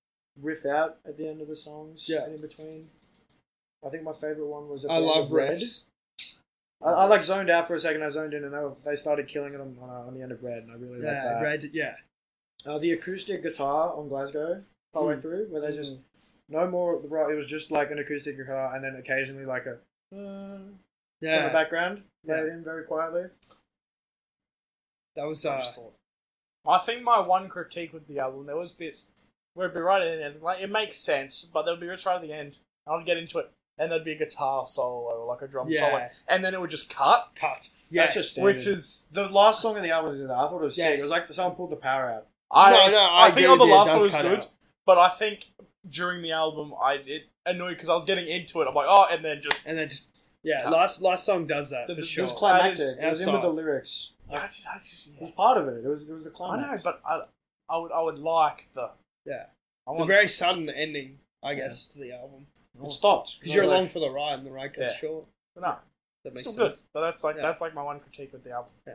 Speaker 2: riff out at the end of the songs
Speaker 3: Yeah.
Speaker 2: and in between. I think my favorite one was. at
Speaker 3: I
Speaker 2: the end
Speaker 3: love
Speaker 2: of Red.
Speaker 3: riffs.
Speaker 2: I, I like zoned out for a second. I zoned in and they, were, they started killing it on, on, uh, on the end of red, and I really like
Speaker 3: Yeah,
Speaker 2: that.
Speaker 3: red. Yeah,
Speaker 2: Uh, the acoustic guitar on Glasgow halfway
Speaker 3: Mm.
Speaker 2: through, where they just no more. Right, it was just like an acoustic guitar, and then occasionally like a. Uh, in the
Speaker 3: yeah.
Speaker 2: background, played in very quietly.
Speaker 3: That was uh,
Speaker 1: I think my one critique with the album, there was bits where it'd be right at the end, like it makes sense, but there'd be bits right at the end. and I'd get into it, and there'd be a guitar solo or like a drum solo,
Speaker 3: yeah,
Speaker 1: and then it would just cut,
Speaker 3: cut. Yes,
Speaker 2: just standard.
Speaker 1: which is
Speaker 2: The last song in the album did that. I thought it was sick.
Speaker 3: Yes.
Speaker 2: It was like someone pulled the power out.
Speaker 1: I
Speaker 3: No, no,
Speaker 1: I,
Speaker 3: I
Speaker 1: think
Speaker 3: agree
Speaker 1: on the
Speaker 3: with you, it
Speaker 1: last
Speaker 3: does
Speaker 1: one was
Speaker 3: cut
Speaker 1: good,
Speaker 3: out.
Speaker 1: but I think during the album I it annoyed because I was getting into it. I'm like, oh, and then just
Speaker 3: and then just yeah.
Speaker 1: Cut.
Speaker 3: Last last song does that
Speaker 1: The-
Speaker 3: for
Speaker 1: the-
Speaker 3: sure.
Speaker 1: this cla-
Speaker 2: climactic.
Speaker 1: That is
Speaker 2: it was in with the
Speaker 3: outside.
Speaker 2: lyrics.
Speaker 1: I, just- I just-
Speaker 2: It
Speaker 1: yeah.
Speaker 2: was part of it. It was it was the
Speaker 1: I
Speaker 2: climax.
Speaker 1: know, but I, I would I would like the
Speaker 3: Yeah.
Speaker 1: I
Speaker 3: the
Speaker 1: want
Speaker 3: very sudden ending, I guess, to the album.
Speaker 2: it stopped
Speaker 3: Because you're
Speaker 2: Like,
Speaker 3: along for the ride, and the ride cuts
Speaker 1: Yeah.
Speaker 3: short.
Speaker 1: no,
Speaker 3: That
Speaker 1: it's
Speaker 3: makes
Speaker 1: still
Speaker 3: sense.
Speaker 1: good. But that's like
Speaker 3: Yeah.
Speaker 1: that's like my one critique with the album.
Speaker 3: No,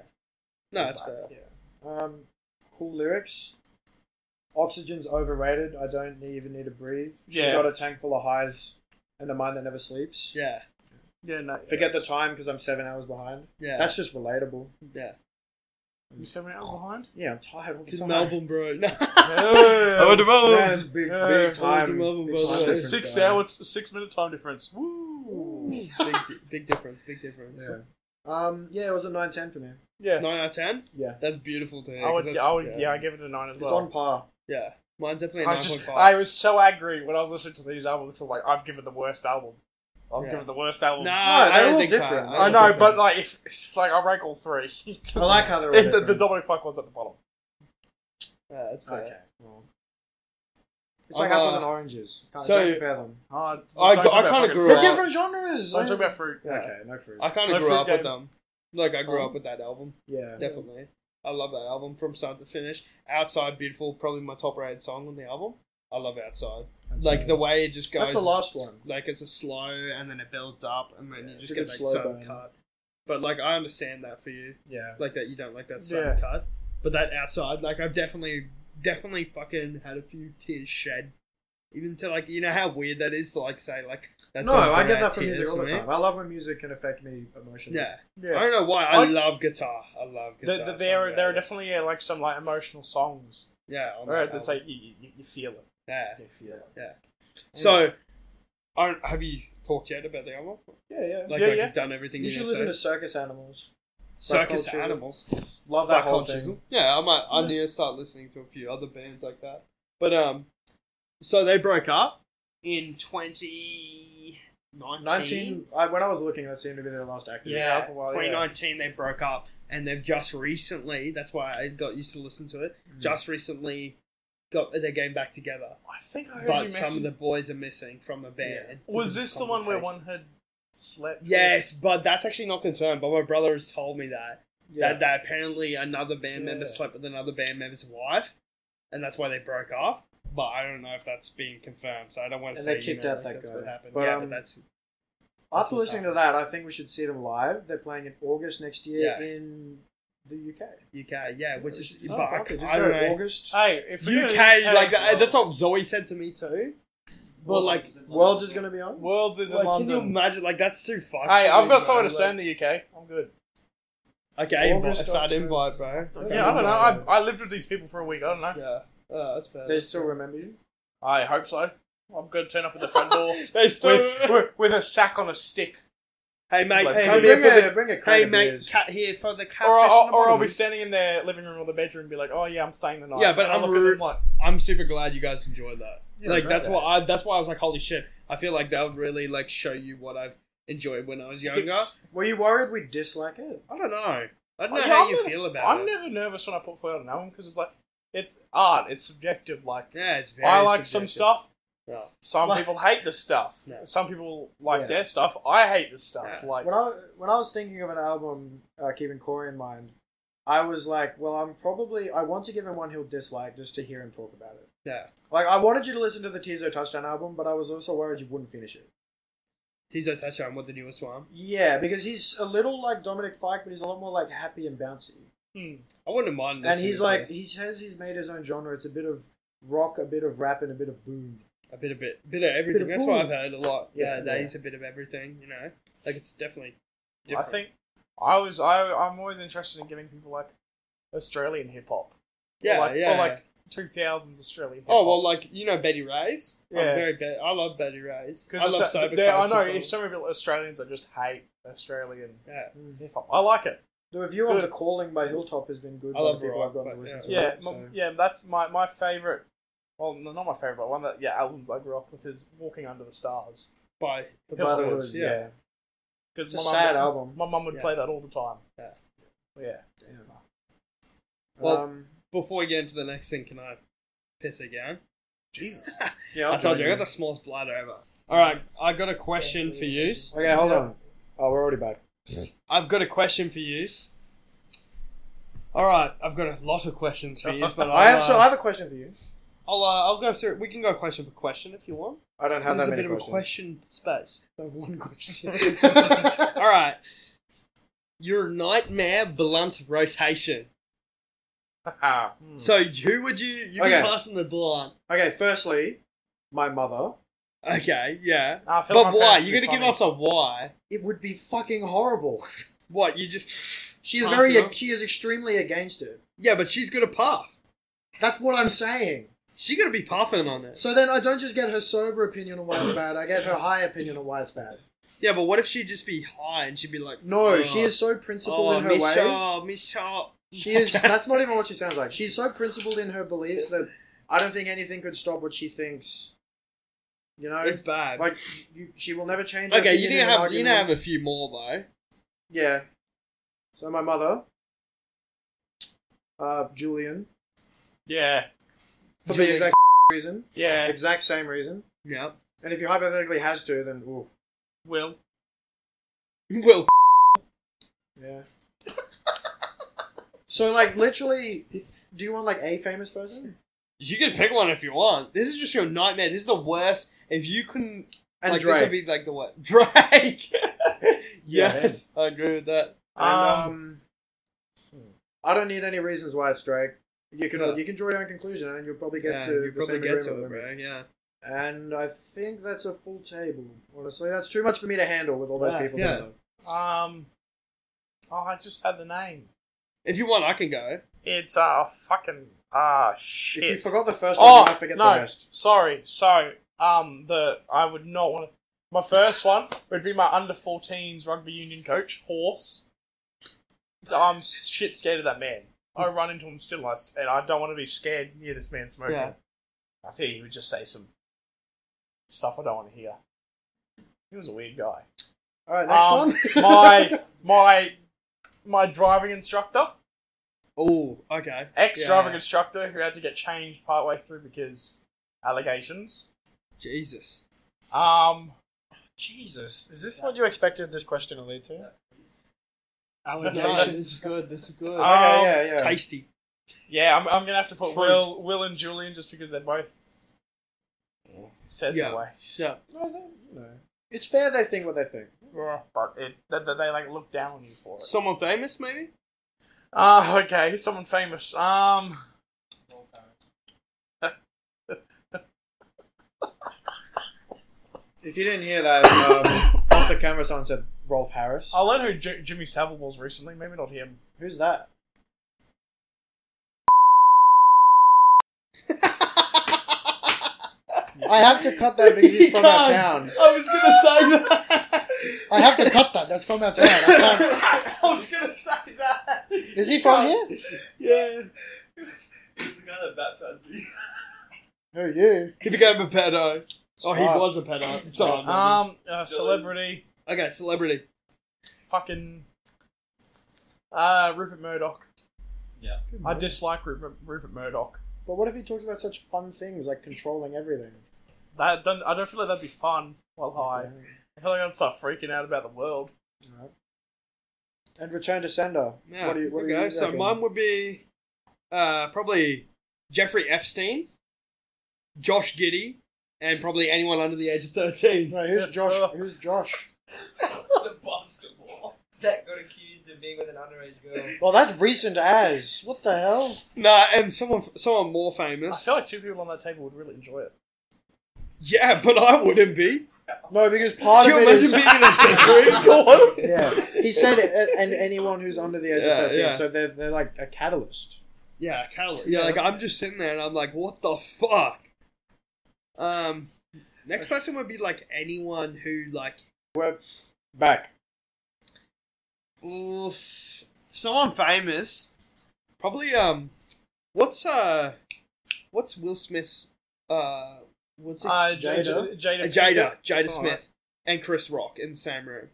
Speaker 1: It's
Speaker 3: that's
Speaker 1: like-
Speaker 3: fair.
Speaker 2: Um, cool lyrics. Oxygen's overrated. I don't even need to breathe. She's
Speaker 1: Yeah.
Speaker 2: got a tank full of highs and a mind that never sleeps.
Speaker 3: Yeah,
Speaker 1: Yeah, no,
Speaker 2: Forget the time because I'm seven hours behind.
Speaker 3: yeah,
Speaker 2: That's just relatable.
Speaker 3: yeah.
Speaker 1: You seven hours behind.
Speaker 2: Yeah, I'm tired all the
Speaker 3: Because
Speaker 2: time.
Speaker 3: Melbourne, bro. No.
Speaker 1: I would
Speaker 2: Man, it's big,
Speaker 1: Yeah,
Speaker 2: big
Speaker 3: always
Speaker 2: time.
Speaker 3: Melbourne,
Speaker 2: big
Speaker 3: by the
Speaker 2: time
Speaker 3: way.
Speaker 2: difference,
Speaker 1: six
Speaker 2: guy.
Speaker 1: hours, six minute time difference. Woo.
Speaker 3: big, di- big difference. Big difference.
Speaker 2: Yeah. Um. Yeah, it was a nine ten for me.
Speaker 1: Yeah,
Speaker 3: Nine out of ten.
Speaker 2: Yeah.
Speaker 3: That's beautiful to hear.
Speaker 1: I
Speaker 3: 'cause
Speaker 1: would,
Speaker 3: that's-
Speaker 1: I would, yeah,
Speaker 3: yeah.
Speaker 1: I give it a nine as
Speaker 2: It's
Speaker 1: well.
Speaker 2: on par.
Speaker 3: Yeah. Mine's definitely
Speaker 1: I
Speaker 3: nine point
Speaker 1: just,
Speaker 3: five.
Speaker 1: I was so angry when I was listening to these albums. To like, I've given the worst album. I've
Speaker 3: Yeah.
Speaker 1: given the worst album.
Speaker 3: No,
Speaker 2: they're
Speaker 3: I don't
Speaker 2: all
Speaker 3: think
Speaker 2: different.
Speaker 3: so.
Speaker 1: I
Speaker 3: don't
Speaker 1: know,
Speaker 3: think so.
Speaker 1: but like, if it's like I rank all three.
Speaker 2: I like how they're all
Speaker 1: the,
Speaker 2: different.
Speaker 1: the Dominic Fike one's at the bottom.
Speaker 3: Yeah, that's fair.
Speaker 2: Okay. It's
Speaker 3: I'm,
Speaker 2: like apples
Speaker 3: uh,
Speaker 2: and oranges. Can't,
Speaker 3: so-
Speaker 2: don't compare them.
Speaker 1: I,
Speaker 3: I g- I kinda grew
Speaker 2: They're
Speaker 3: up-
Speaker 2: different genres.
Speaker 1: Don't talk about fruit.
Speaker 2: Yeah, Okay, no fruit.
Speaker 3: I kind
Speaker 1: My
Speaker 3: of grew
Speaker 1: fruit
Speaker 3: up
Speaker 1: game.
Speaker 3: with them. Like I grew
Speaker 2: Um,
Speaker 3: up with that album.
Speaker 2: yeah.
Speaker 3: Definitely. I love that album from start to finish. Outside, beautiful. Probably my top rated song on the album. I love Outside.
Speaker 2: That's
Speaker 3: like
Speaker 2: it.
Speaker 3: the way it just goes.
Speaker 2: That's the last one.
Speaker 3: Like it's a slow, and then it builds up, and then
Speaker 2: Yeah,
Speaker 3: you
Speaker 2: it's a
Speaker 3: just get
Speaker 2: good
Speaker 3: that
Speaker 2: slow
Speaker 3: sudden
Speaker 2: burn.
Speaker 3: cut. But like I understand that for you,
Speaker 2: Yeah.
Speaker 3: like that you don't like that sudden
Speaker 1: Yeah.
Speaker 3: cut. But that outside, like I've definitely, definitely fucking had a few tears shed. Even to like you know how weird that is to like say like that's
Speaker 2: no,
Speaker 3: like
Speaker 2: I get
Speaker 3: bad
Speaker 2: that from
Speaker 3: tears
Speaker 2: music all
Speaker 3: for
Speaker 2: the
Speaker 3: me.
Speaker 2: time. I love when music can affect me emotionally.
Speaker 3: Yeah.
Speaker 1: Yeah.
Speaker 3: I don't know why. I,
Speaker 1: I-
Speaker 3: love guitar. I love
Speaker 1: The,
Speaker 3: guitar.
Speaker 1: the, there, are, there are
Speaker 3: Yeah.
Speaker 1: definitely yeah, like some like emotional songs.
Speaker 3: yeah. on that
Speaker 1: Right, that's
Speaker 3: album.
Speaker 1: like you, you, you feel it.
Speaker 3: yeah.
Speaker 1: You feel it.
Speaker 3: So, I don't, have you talked yet about the album?
Speaker 2: Yeah, yeah.
Speaker 3: Like,
Speaker 1: Yeah,
Speaker 3: like
Speaker 1: yeah.
Speaker 3: you've done everything.
Speaker 2: you should
Speaker 3: you're gonna
Speaker 2: listen to
Speaker 3: say?
Speaker 2: Circus Animals.
Speaker 3: circus
Speaker 2: Cole Chisel.
Speaker 3: animals.
Speaker 2: Love
Speaker 3: Black
Speaker 2: that whole
Speaker 3: Hole
Speaker 2: thing.
Speaker 3: Chisel. Yeah, I might. I need to start listening to a few other bands like that. But um, So they broke up in 2019.
Speaker 2: 19. I, when I was looking, that seemed to be their last active.
Speaker 3: Yeah,
Speaker 2: that was a while,
Speaker 3: 2019 they broke up, and they've just recently. That's why I got used to listen to it. Just recently, got their game back together.
Speaker 1: I think I heard you
Speaker 3: But
Speaker 1: mention.
Speaker 3: some of the boys are missing from the band.
Speaker 1: was this the one where one had slept? with-
Speaker 3: Yes, but that's actually not confirmed. But my brother has told me that
Speaker 2: Yeah.
Speaker 3: that, that apparently another band member
Speaker 2: Yeah.
Speaker 3: slept with another band member's wife, and that's why they broke up. But I don't know if that's been confirmed, so I don't want to
Speaker 2: And
Speaker 3: say.
Speaker 2: they kicked
Speaker 3: you know,
Speaker 2: out that
Speaker 3: that's
Speaker 2: guy.
Speaker 3: What happened.
Speaker 2: But,
Speaker 3: yeah,
Speaker 2: um,
Speaker 3: but that's
Speaker 2: After
Speaker 3: what's
Speaker 2: listening to that, I think we should see them live. They're playing in August next year
Speaker 3: Yeah.
Speaker 2: in the UK.
Speaker 3: UK. Yeah, which is
Speaker 2: Oh,
Speaker 3: but
Speaker 2: fuck
Speaker 3: I,
Speaker 2: it, just
Speaker 3: I don't
Speaker 2: go
Speaker 3: know. Uh,
Speaker 2: August.
Speaker 1: Hey, if we're
Speaker 3: UK,
Speaker 1: gonna do
Speaker 3: like that, that's what Zoe said to me too. But like,
Speaker 2: Worlds is going to be on.
Speaker 1: Worlds is
Speaker 3: like
Speaker 1: in
Speaker 3: can you
Speaker 1: London.
Speaker 3: imagine? Like that's too fucked.
Speaker 1: Hey,
Speaker 3: for
Speaker 1: I've
Speaker 3: me,
Speaker 1: got
Speaker 3: bro.
Speaker 1: somewhere to
Speaker 3: Like,
Speaker 1: say in the UK. I'm good.
Speaker 3: Okay, invi-
Speaker 2: August,
Speaker 3: a fat
Speaker 2: October.
Speaker 3: invite, bro.
Speaker 2: Okay,
Speaker 1: Yeah, I don't know. I,
Speaker 2: August.
Speaker 1: I lived with these people for a week. I don't know.
Speaker 3: Yeah, oh, that's fair.
Speaker 2: They still remember you.
Speaker 1: I hope so. I'm gonna turn up at the front door
Speaker 3: They still.
Speaker 1: with, with with a sack on a stick,
Speaker 3: hey mate,
Speaker 1: Like,
Speaker 2: Hey,
Speaker 3: come
Speaker 1: Cody
Speaker 2: bring,
Speaker 3: here
Speaker 1: is
Speaker 3: for the
Speaker 2: a, bring a crate
Speaker 3: Hey,
Speaker 2: of
Speaker 3: mate,
Speaker 2: beers.
Speaker 3: cat here for the cat.
Speaker 1: or I'll, or I'll be standing in their living room or the bedroom, and be like, "Oh yeah, I'm staying the night."
Speaker 3: Yeah, but
Speaker 1: And I'll
Speaker 3: I'm
Speaker 1: look at
Speaker 3: rude.
Speaker 1: them like,
Speaker 3: I'm super glad you guys enjoyed that.
Speaker 2: Yeah,
Speaker 3: like
Speaker 2: right
Speaker 3: that's
Speaker 2: there.
Speaker 3: why I that's why I was like, holy shit! I feel like that would really like show you what I've enjoyed when I was younger.
Speaker 2: Were you worried we'd dislike it?
Speaker 3: I don't know. I don't know
Speaker 1: Oh, Yeah,
Speaker 3: how
Speaker 1: I'm
Speaker 3: you
Speaker 1: never-
Speaker 3: feel about
Speaker 1: I'm
Speaker 3: it.
Speaker 1: never nervous when I put forward an album because it's like it's art, it's subjective. Like
Speaker 3: yeah, it's very.
Speaker 1: I like some
Speaker 3: subjective.
Speaker 1: stuff.
Speaker 3: Yeah.
Speaker 1: Some
Speaker 2: Like-
Speaker 1: people hate the stuff.
Speaker 3: Yeah.
Speaker 1: Some people like
Speaker 2: Yeah.
Speaker 1: their stuff. I hate the stuff.
Speaker 3: Yeah.
Speaker 1: Like
Speaker 2: When I when I was thinking of an album, uh, keeping Corey in mind, I was like, well, I'm probably I want to give him one he'll dislike just to hear him talk about it.
Speaker 3: Yeah,
Speaker 2: Like I wanted you to listen to the Tizo Touchdown album, but I was also worried you wouldn't finish it.
Speaker 3: Tizo Touchdown with the newest one.
Speaker 2: Yeah, because he's a little like Dominic Fike, but he's a lot more like happy and bouncy.
Speaker 1: hmm.
Speaker 3: I wouldn't mind.
Speaker 2: And he's
Speaker 3: listening
Speaker 2: like he says he's made his own genre. It's a bit of rock, a bit of rap, and a bit of boom.
Speaker 3: to a bit, a bit, bit of everything.
Speaker 2: of
Speaker 3: That's what I've
Speaker 2: boom.
Speaker 3: heard a lot. Yeah,
Speaker 2: Yeah,
Speaker 3: that
Speaker 2: yeah.
Speaker 3: he's a bit of everything. You know, like it's definitely.
Speaker 1: I
Speaker 3: Different.
Speaker 1: think I was I I'm always interested in giving people like Australian hip hop.
Speaker 3: Yeah,
Speaker 1: or like,
Speaker 3: yeah.
Speaker 1: Or like two thousands Australian. Hip hop.
Speaker 3: oh well, like you know Betty Ray's.
Speaker 1: Yeah.
Speaker 3: I'm very. Be- I love Betty Ray's. I love
Speaker 1: because
Speaker 3: Sober
Speaker 1: there I
Speaker 3: Coast
Speaker 1: know
Speaker 3: as well.
Speaker 1: if so many people Australians that just hate Australian
Speaker 3: Yeah.
Speaker 1: hip hop. I like it.
Speaker 2: The review on
Speaker 1: Good.
Speaker 2: The Calling by Hilltop has been good.
Speaker 3: I
Speaker 2: by
Speaker 3: love
Speaker 2: the people
Speaker 3: rock,
Speaker 2: I've gotten
Speaker 3: but
Speaker 2: to listen to.
Speaker 1: Yeah,
Speaker 2: it,
Speaker 1: my-
Speaker 2: so-
Speaker 1: yeah. That's my my favorite. Well, no, not my favorite, but one that yeah albums I grew up with is Walking Under the Stars.
Speaker 3: by
Speaker 2: By the
Speaker 1: Hilltop.
Speaker 2: Woods, yeah.
Speaker 1: Because
Speaker 2: It's a sad album.
Speaker 1: My mum would
Speaker 3: Yeah.
Speaker 1: play that all the time.
Speaker 3: Yeah.
Speaker 1: Yeah.
Speaker 2: Damn.
Speaker 3: Well-
Speaker 2: um,
Speaker 3: Before we get into the next thing, can I piss again?
Speaker 1: Jesus.
Speaker 2: yeah, I'll
Speaker 3: I told
Speaker 2: join
Speaker 3: you, I got the smallest bladder ever. All right, I got a question for you.
Speaker 2: Okay, hold on. Oh, we're already back.
Speaker 3: I've got a question for you. All right, I've got a lot of questions for you, but I'll,
Speaker 2: I have.
Speaker 3: uh,
Speaker 2: So I have a question for you.
Speaker 3: I'll, uh, I'll go through. it. We can go question for question if you want.
Speaker 2: I don't have
Speaker 3: There's
Speaker 2: that
Speaker 3: a
Speaker 2: many
Speaker 3: bit of a
Speaker 2: questions.
Speaker 3: question space.
Speaker 2: I have one question.
Speaker 3: All right, your nightmare blunt rotation.
Speaker 1: Hmm.
Speaker 3: So who would you you
Speaker 2: Okay.
Speaker 3: be passing the blunt?
Speaker 2: okay, firstly, my mother.
Speaker 3: Okay, yeah.
Speaker 1: Nah, I feel like
Speaker 3: But
Speaker 1: my
Speaker 3: why?
Speaker 1: parents would
Speaker 3: You're
Speaker 1: be
Speaker 3: gonna give
Speaker 1: funny.
Speaker 3: us a why?
Speaker 2: It would be fucking horrible.
Speaker 3: What? You just
Speaker 2: She is
Speaker 3: Pass
Speaker 2: very.
Speaker 3: it on.
Speaker 2: She is extremely against it.
Speaker 3: yeah, but she's gonna puff.
Speaker 2: That's what I'm saying.
Speaker 3: She's gonna be puffing on it.
Speaker 2: So then I don't just get her sober opinion on why it's bad. I get her high opinion on why it's bad.
Speaker 3: Yeah, but what if she'd just be high and she'd be like,
Speaker 2: No,
Speaker 3: "Oh,
Speaker 2: she is so principled
Speaker 3: oh,
Speaker 2: in her
Speaker 3: Miss
Speaker 2: ways.
Speaker 3: Shaw, Miss Shaw."
Speaker 2: She is. That's not even what she sounds like. She's so principled in her beliefs that I don't think anything could stop what she thinks. You know,
Speaker 3: It's bad.
Speaker 2: like you, she will never change. her
Speaker 3: okay, you
Speaker 2: opinion
Speaker 3: need
Speaker 2: in
Speaker 3: to
Speaker 2: an
Speaker 3: have you need to have
Speaker 2: argument.
Speaker 3: a few more though.
Speaker 2: Yeah. So my mother, uh, Julian,
Speaker 1: Yeah.
Speaker 2: for the
Speaker 3: Julian.
Speaker 2: exact reason,
Speaker 1: Yeah.
Speaker 2: exact same reason.
Speaker 3: Yeah.
Speaker 2: And if you hypothetically has to, then ooh,
Speaker 1: Will.
Speaker 3: Well,
Speaker 2: yeah. so like literally, do you want like a famous person?
Speaker 3: you can pick one if you want. This is just your nightmare. This is the worst. If you can,
Speaker 2: And
Speaker 3: like, this
Speaker 2: Drake.
Speaker 3: would be like the what? Drake. yes, I agree with that.
Speaker 2: And,
Speaker 1: Um,
Speaker 2: um, I don't need any reasons why it's Drake. You can
Speaker 3: Yeah.
Speaker 2: you can draw your own conclusion, and you'll probably get
Speaker 3: yeah,
Speaker 2: to
Speaker 3: you
Speaker 2: the
Speaker 3: probably
Speaker 2: same
Speaker 3: get to it,
Speaker 2: agreement with me.
Speaker 3: bro. Yeah.
Speaker 2: And I think that's a full table. Honestly, that's too much for me to handle with all those
Speaker 3: Yeah,
Speaker 2: people.
Speaker 3: yeah.
Speaker 2: together.
Speaker 1: Um. Oh, I just had the name.
Speaker 3: If you want, I can go.
Speaker 1: It's uh fucking ah
Speaker 2: If
Speaker 1: shit.
Speaker 2: you forgot the first one,
Speaker 1: oh
Speaker 2: you might forget
Speaker 1: no,
Speaker 2: the rest.
Speaker 1: sorry. So um, the I would not want to. My first one would be my under 14s rugby union coach horse. I'm shit scared of that man. I run into him still, I s- and I don't want to be scared near this man smoking.
Speaker 3: Yeah.
Speaker 1: I think he would just say some stuff I don't want to hear. He was a weird guy.
Speaker 2: All right, next one.
Speaker 1: Um, my my my driving instructor,
Speaker 3: Oh, okay.
Speaker 1: ex driving
Speaker 3: Yeah.
Speaker 1: instructor, who had to get changed partway through because allegations.
Speaker 3: Jesus.
Speaker 1: Um,
Speaker 2: Jesus, is this what you expected this question to lead to?
Speaker 3: Allegations. this is good. This is good.
Speaker 1: Uh, Um,
Speaker 2: okay, Oh, yeah, yeah.
Speaker 3: Tasty.
Speaker 1: yeah, I'm, I'm gonna have to put
Speaker 3: Fruit.
Speaker 1: Will Will and Julian just because they're both said
Speaker 3: Yeah.
Speaker 1: their way.
Speaker 3: Yeah.
Speaker 2: No, they, you know, it's fair they think what they think.
Speaker 1: Yeah, but it, that that they like look down on you for it.
Speaker 3: Someone famous, maybe?
Speaker 1: Ah, okay, someone famous. Um,
Speaker 2: If you didn't hear that, um, off the camera, someone said Rolf Harris.
Speaker 1: I learned who J- Jimmy Savile was recently. Maybe not him.
Speaker 2: Who's that? I have to cut that because he's from our
Speaker 3: You
Speaker 2: town.
Speaker 3: I was gonna say that.
Speaker 2: I have to cut that. That's from our town. I can't-
Speaker 4: I was gonna say that.
Speaker 2: Is he from here?
Speaker 3: yeah.
Speaker 4: He's the guy that baptized me.
Speaker 2: Who you?
Speaker 3: He became a pedo. Oh, he
Speaker 2: Ah.
Speaker 3: was a pedo. It's all right, man.
Speaker 1: Um, uh,
Speaker 4: Still-
Speaker 1: celebrity,
Speaker 3: okay, celebrity.
Speaker 1: fucking, uh, Rupert Murdoch.
Speaker 4: Yeah.
Speaker 3: Mm-hmm.
Speaker 1: I dislike Rupert, Rupert Murdoch.
Speaker 2: But what if he talks about such fun things like controlling everything?
Speaker 1: That don't, I don't feel like that'd be fun while high. I feel like I'd start freaking out about the world.
Speaker 2: Alright. And return to sender.
Speaker 3: Yeah.
Speaker 2: What do you? What do
Speaker 3: okay,
Speaker 2: you
Speaker 3: so
Speaker 2: reckon?
Speaker 3: mine would be uh, probably Jeffrey Epstein, Josh Giddy, and probably anyone under the age of 13.
Speaker 2: No, who's Josh? Who's Josh?
Speaker 4: the basketball.
Speaker 5: That got accused of being with an underage girl.
Speaker 2: Well, that's recent as. What the hell?
Speaker 3: Nah, and someone someone more
Speaker 1: I
Speaker 3: famous.
Speaker 1: feel like two people on that table would really enjoy it.
Speaker 3: yeah, but I wouldn't be.
Speaker 2: No, because part of
Speaker 3: Can you
Speaker 2: it
Speaker 3: imagine
Speaker 2: is.
Speaker 3: being an accessory?
Speaker 1: Go on.
Speaker 2: yeah, he said, it, and anyone who's under the age
Speaker 3: Yeah,
Speaker 2: of thirteen,
Speaker 3: yeah.
Speaker 2: so they're they're like a catalyst.
Speaker 3: yeah, Cal. Yeah, like I'm just sitting there and I'm like, what the fuck? Um, next person would be like anyone who like
Speaker 2: We're back.
Speaker 3: Oof. Someone famous. Probably um what's uh what's Will Smith's uh what's it? Uh,
Speaker 1: Uh, J- J-
Speaker 2: Jada?
Speaker 1: Jada.
Speaker 3: Jada,
Speaker 1: Pinkett.
Speaker 3: Jada
Speaker 1: It's all
Speaker 3: Smith and Chris Rock in the same room.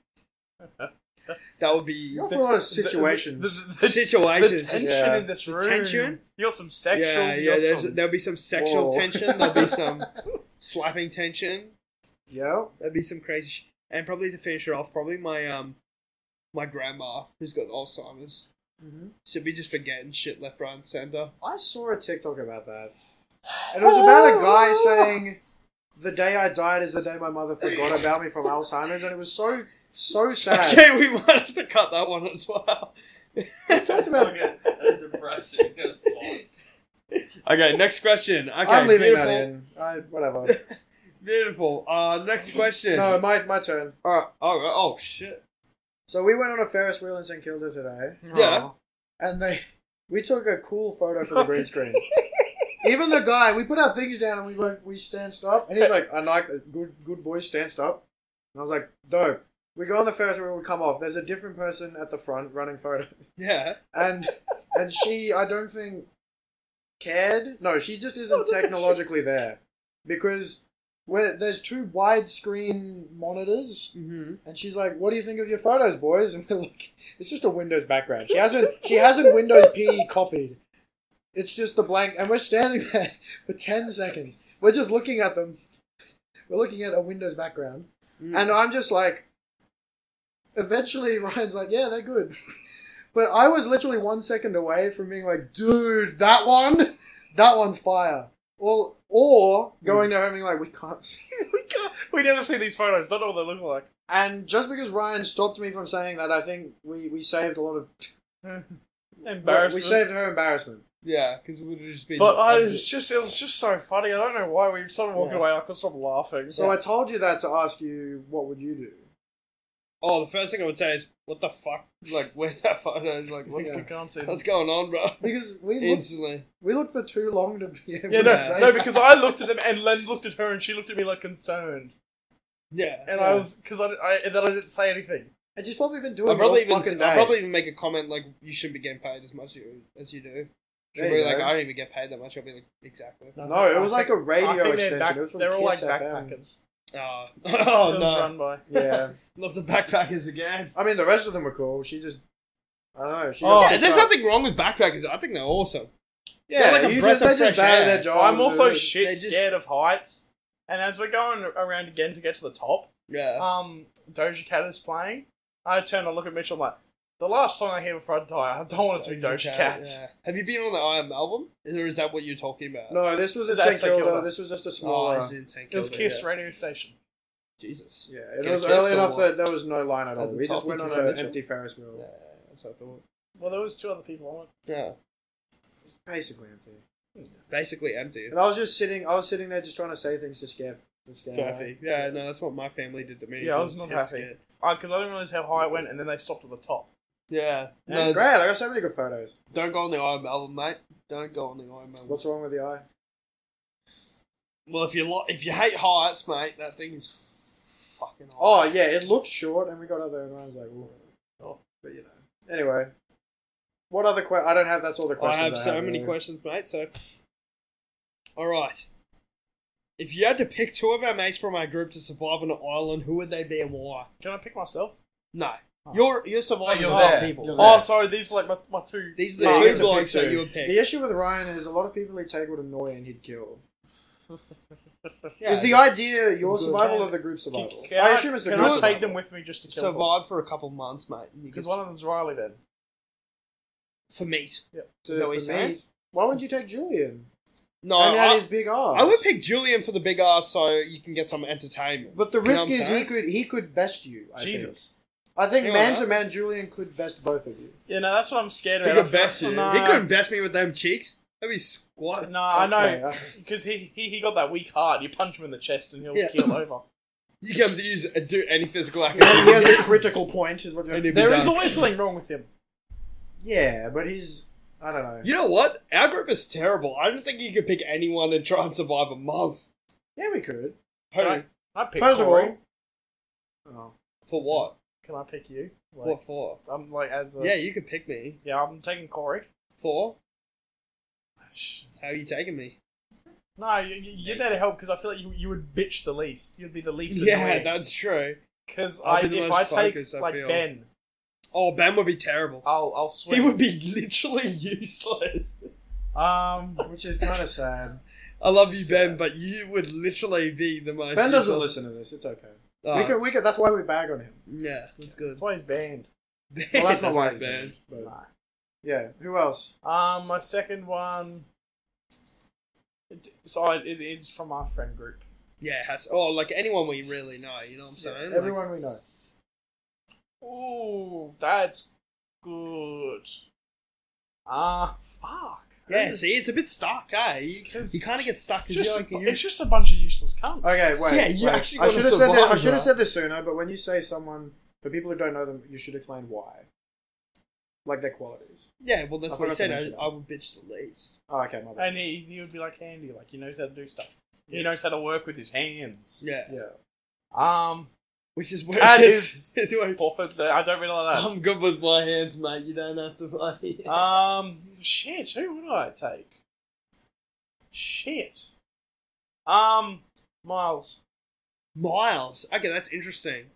Speaker 3: that would be
Speaker 2: You're off for a lot of
Speaker 1: right. The- the-
Speaker 2: situations.
Speaker 1: the- the- The
Speaker 3: situations.
Speaker 1: tension
Speaker 2: Yeah.
Speaker 1: in this
Speaker 3: The
Speaker 1: room.
Speaker 3: tension?
Speaker 1: You got some sexual.
Speaker 3: yeah,
Speaker 1: you
Speaker 3: yeah,
Speaker 1: got
Speaker 3: there's,
Speaker 1: some-
Speaker 3: there'll be some sexual
Speaker 2: Whoa.
Speaker 3: tension, there'll be some slapping tension,
Speaker 2: Yeah.
Speaker 3: there'll be some crazy sh- and probably to finish it off, probably my um my grandma who's got Alzheimer's.
Speaker 1: Mm-hmm.
Speaker 2: Mhm.
Speaker 3: Should be just forgetting shit left, right, and center.
Speaker 2: I saw a TikTok about that. And it was about a guy saying, "The day I died is the day my mother forgot about me from Alzheimer's," and it was so so sad.
Speaker 3: Okay, we might have to cut that one as well.
Speaker 2: We talked about.
Speaker 4: Fucking- That's depressing as fuck.
Speaker 3: Okay, next question. Okay,
Speaker 2: I'm leaving
Speaker 3: beautiful.
Speaker 2: that in. I, whatever.
Speaker 3: Beautiful. Uh, next question.
Speaker 2: no, my my turn.
Speaker 3: All right. Oh, oh, oh, shit.
Speaker 2: So we went on a Ferris wheel in St Kilda today.
Speaker 3: Yeah.
Speaker 2: and they we took a cool photo for the green screen. Even the guy, we put our things down and we went, we stanced up, and he's like, "I like the good good boy stanced up," and I was like, "Dope." We go on the Ferris wheel, we come off. There's a different person at the front running photo,
Speaker 3: Yeah.
Speaker 2: and and she, I don't think, cared. No, she Oh, just isn't technologically there because where there's two widescreen monitors.
Speaker 3: Mm-hmm.
Speaker 2: And she's like, "What do you think of your photos, boys?" And we're like, "It's just a Windows background. She hasn't she hasn't Windows PE copied. It's just the blank." And we're standing there for ten seconds. We're just looking at them. We're looking at a Windows background, and I'm just like, eventually Ryan's like, "Yeah, they're good," but I was literally one second away from being like, "Dude, that one, that one's fire." Or or going to home and being like, "We can't see."
Speaker 1: we can't. We never see these photos. Don't know what they look like.
Speaker 2: And just because Ryan stopped me from saying that, I think we, we saved a lot of
Speaker 1: Embarrassment.
Speaker 2: We saved her embarrassment.
Speaker 3: Yeah, because we would have just been.
Speaker 1: But I, it's just it was just so funny. I don't know why we started walking
Speaker 3: Yeah.
Speaker 1: away. I could stop laughing.
Speaker 2: So I told you that to ask you, what would you do?
Speaker 3: oh, the first thing I would say is, "What the fuck? Like, where's that photo? It's like, what
Speaker 1: Look,
Speaker 2: Yeah.
Speaker 1: we can't see.
Speaker 3: the,
Speaker 1: Them.
Speaker 3: what's going on, bro?"
Speaker 2: Because we looked,
Speaker 3: Instantly.
Speaker 2: we looked for too long to be able
Speaker 1: Yeah,
Speaker 2: to
Speaker 1: no,
Speaker 2: say.
Speaker 1: no, because I looked at them and Len looked at her and she looked at me like concerned,
Speaker 3: Yeah.
Speaker 1: and
Speaker 2: Yeah.
Speaker 1: I was because I, I and then I didn't say anything.
Speaker 2: and she's probably been doing
Speaker 3: I'll
Speaker 2: it all
Speaker 3: probably even
Speaker 2: fucking
Speaker 3: I'll
Speaker 2: day.
Speaker 3: probably even make a comment like you shouldn't be getting paid as much as you, as you do She'll
Speaker 2: There
Speaker 3: be
Speaker 2: you
Speaker 3: like,
Speaker 2: go.
Speaker 3: I don't even get paid that much. I'll be like, exactly.
Speaker 2: No, it was like a
Speaker 1: I
Speaker 2: radio
Speaker 1: think they're,
Speaker 2: extension.
Speaker 1: back,
Speaker 2: it was from
Speaker 1: they're all like
Speaker 2: Kiss FM.
Speaker 1: backpackers.
Speaker 3: Oh,
Speaker 1: It
Speaker 3: oh
Speaker 1: was
Speaker 3: no.
Speaker 1: run by.
Speaker 2: Yeah,
Speaker 3: Love the backpackers again.
Speaker 2: I mean the rest of them were cool. She just, I don't know. She
Speaker 1: Oh,
Speaker 2: just
Speaker 3: yeah,
Speaker 2: gets
Speaker 3: there's
Speaker 2: up.
Speaker 3: nothing wrong with backpackers. I think they're awesome.
Speaker 2: Yeah,
Speaker 3: like a
Speaker 2: you
Speaker 3: breath
Speaker 2: just, they're
Speaker 3: of
Speaker 2: just
Speaker 3: fresh
Speaker 2: bad at
Speaker 3: air.
Speaker 2: their jobs.
Speaker 1: I'm also
Speaker 2: They're-
Speaker 1: shit
Speaker 3: they just-
Speaker 1: scared of heights. And as we're going around again to get to the top,
Speaker 3: Yeah.
Speaker 1: um, Doja Cat is playing. I turn and look at Mitchell. I'm like, the last song I hear before I die, I don't want it to be Doja Cat.
Speaker 3: yeah. Have you been on the I Am album? Or is that what you're talking about?
Speaker 2: No, this was at
Speaker 1: That's
Speaker 2: St
Speaker 1: St.
Speaker 2: Kilda.
Speaker 1: Kilda.
Speaker 2: This was just a
Speaker 3: Oh,
Speaker 2: smaller.
Speaker 3: it's in St.
Speaker 1: It was
Speaker 3: Kilda,
Speaker 1: Kiss
Speaker 3: yeah.
Speaker 1: radio station.
Speaker 3: Jesus.
Speaker 2: yeah,
Speaker 3: Get
Speaker 2: it
Speaker 3: a
Speaker 2: was
Speaker 3: kiss
Speaker 2: early
Speaker 3: or
Speaker 2: enough
Speaker 3: what?
Speaker 2: that there was no line at all.
Speaker 3: At the
Speaker 2: we
Speaker 3: top,
Speaker 2: just went on
Speaker 3: because
Speaker 2: an
Speaker 3: I mentioned-
Speaker 2: empty Ferris wheel.
Speaker 3: Yeah, that's what I thought.
Speaker 1: Well, there was two other people on it.
Speaker 3: Yeah.
Speaker 2: Basically empty.
Speaker 3: Basically empty.
Speaker 2: And I was just sitting. I was sitting there just trying to say things to scare. To scare her.
Speaker 3: Furphy. Yeah, no, that's what my family did to me.
Speaker 1: Yeah, I was not
Speaker 3: Piss
Speaker 1: happy.
Speaker 3: it.
Speaker 1: Because I didn't realize how high it went, and then they stopped at the top.
Speaker 3: Yeah.
Speaker 2: It was
Speaker 3: No,
Speaker 2: great.
Speaker 3: it's-
Speaker 2: I got so many good photos.
Speaker 3: don't go on the I Am album, mate. Don't go on the I Am album.
Speaker 2: What's wrong with the eye?
Speaker 3: Well, if you lo- if you hate heights, mate, that thing is fucking hot.
Speaker 2: Oh yeah, it looked short, and we got other ones like, Ooh.
Speaker 1: Oh.
Speaker 2: but you know. Anyway, what other que- I don't have. That's all the
Speaker 3: I
Speaker 2: questions.
Speaker 3: have so many
Speaker 2: really.
Speaker 3: questions, mate. So, all right, if you had to pick two of our mates from our group to survive on an island, who would they be and why?
Speaker 1: Can I pick myself?
Speaker 3: No, you're you're surviving
Speaker 4: No, you're
Speaker 3: with other
Speaker 2: there.
Speaker 3: people.
Speaker 2: You're
Speaker 1: Oh,
Speaker 2: there.
Speaker 1: sorry, these are like my, my two.
Speaker 3: These
Speaker 2: No,
Speaker 3: are
Speaker 2: you
Speaker 3: the
Speaker 2: get
Speaker 3: two
Speaker 2: to
Speaker 3: blokes
Speaker 2: pick
Speaker 3: that
Speaker 2: two.
Speaker 3: you would pick.
Speaker 2: The issue with Ryan is a lot of people he take would annoy and he'd kill.
Speaker 3: Yeah,
Speaker 2: is the idea your
Speaker 1: Good.
Speaker 2: survival
Speaker 1: Can-
Speaker 2: or the group survival?
Speaker 1: Can
Speaker 2: I assume it's the
Speaker 1: can
Speaker 2: group
Speaker 1: I
Speaker 2: survival.
Speaker 1: take them with me just to kill them?
Speaker 3: survive for a couple of months, mate. You
Speaker 1: Because
Speaker 3: get-
Speaker 1: one of them's Riley then.
Speaker 3: for meat.
Speaker 2: So
Speaker 3: is that what
Speaker 2: for
Speaker 3: you're saying?
Speaker 2: me, Why wouldn't you take Julian?
Speaker 3: No,
Speaker 2: and had
Speaker 3: I,
Speaker 2: his big ass.
Speaker 3: I would pick Julian for the big ass, so you can get some entertainment.
Speaker 2: But the
Speaker 3: You know
Speaker 2: risk
Speaker 3: what I'm
Speaker 2: is he
Speaker 3: saying?
Speaker 2: could he could best you. I
Speaker 1: Jesus.
Speaker 2: think. I think
Speaker 3: Yeah,
Speaker 2: man
Speaker 3: well,
Speaker 2: to man, Julian could best both of you.
Speaker 1: Yeah, no, that's what I'm scared
Speaker 3: He
Speaker 1: of.
Speaker 3: could best you.
Speaker 1: Nah,
Speaker 3: He couldn't best me with them cheeks. That'd be squat.
Speaker 1: No, I
Speaker 2: Okay,
Speaker 1: know.
Speaker 2: uh,
Speaker 1: Because he, he, he got that weak heart. You punch him in the chest and he'll
Speaker 3: Yeah.
Speaker 1: keel over.
Speaker 3: You can have to use do any physical
Speaker 2: he has
Speaker 3: activity.
Speaker 2: a critical point, is what.
Speaker 3: And
Speaker 2: You're,
Speaker 3: he'd be
Speaker 1: There is
Speaker 3: done.
Speaker 1: always something wrong with him.
Speaker 2: yeah, but he's. I don't know.
Speaker 3: You know what? Our group is terrible. I don't think you could pick anyone and try and survive a month.
Speaker 2: Yeah, we could.
Speaker 3: Who?
Speaker 1: Can I, I pick
Speaker 2: First of
Speaker 1: Corey.
Speaker 2: all. Oh.
Speaker 3: For what?
Speaker 1: Can I pick you? Like,
Speaker 3: What for?
Speaker 1: I'm like, as a.
Speaker 3: yeah, you could pick me.
Speaker 1: yeah, I'm taking Corey.
Speaker 3: For? How are you taking me?
Speaker 1: No, you, you- you're there to help because I feel like you, you would bitch the least. You'd be the least.
Speaker 3: Yeah, that's true.
Speaker 1: because
Speaker 3: I'll
Speaker 1: I
Speaker 3: be the
Speaker 1: if I
Speaker 3: most
Speaker 1: take
Speaker 3: focused, I
Speaker 1: like
Speaker 3: feel.
Speaker 1: Ben,
Speaker 3: Oh, Ben would be terrible.
Speaker 1: I'll I'll swing.
Speaker 3: He would be literally useless.
Speaker 1: Um,
Speaker 2: Which is kind of sad.
Speaker 3: I love you, Ben, but you would literally be the most.
Speaker 2: Ben doesn't
Speaker 3: useless-
Speaker 2: listen to this. It's okay.
Speaker 3: Oh,
Speaker 2: we could. We could. That's why we bag on him.
Speaker 3: Yeah, that's good.
Speaker 1: that's why he's banned.
Speaker 2: Well, that's not why
Speaker 3: my
Speaker 2: he's
Speaker 3: Ben.
Speaker 2: banned. But
Speaker 1: Nah.
Speaker 2: yeah, who else?
Speaker 1: Um, my second one. it- So it, it is from our friend group.
Speaker 3: Yeah, has, oh, like anyone we really know. You know what I'm saying? Like-
Speaker 2: Everyone we know.
Speaker 1: Ooh, that's good. Ah, fuck.
Speaker 3: Yeah, see, it's a bit stuck, eh? You,
Speaker 1: 'Cause
Speaker 3: you kind of get stuck
Speaker 1: It's
Speaker 3: because
Speaker 1: just,
Speaker 3: you're
Speaker 1: a
Speaker 3: like,
Speaker 1: bu-
Speaker 3: you,
Speaker 1: it's just a bunch of useless cunts.
Speaker 2: Okay, wait.
Speaker 3: Yeah, you
Speaker 2: wait.
Speaker 3: actually
Speaker 2: I
Speaker 3: gotta
Speaker 2: should have said
Speaker 3: survive,
Speaker 2: that. I should
Speaker 3: bro.
Speaker 2: have said this sooner. But when you say someone, for people who don't know them, you should explain why, like their qualities.
Speaker 3: yeah, well, that's
Speaker 2: I
Speaker 3: what
Speaker 2: forgot
Speaker 3: I
Speaker 2: to
Speaker 3: said.
Speaker 2: mention
Speaker 3: I,
Speaker 2: that.
Speaker 3: I would bitch the least.
Speaker 2: Oh, okay, my bad.
Speaker 1: And he, he would be like handy, like he knows how to do stuff. He
Speaker 3: Yeah.
Speaker 1: knows how to work with his hands.
Speaker 3: Yeah,
Speaker 2: Yeah.
Speaker 1: Um,
Speaker 3: which is where
Speaker 1: That
Speaker 3: it gets, is where it-
Speaker 1: I don't really like that.
Speaker 3: I'm good with my hands, mate. You don't have to bloody.
Speaker 2: Uh,
Speaker 1: Um, shit, who would I take? Shit. Um, Miles.
Speaker 3: Miles. Okay, that's interesting.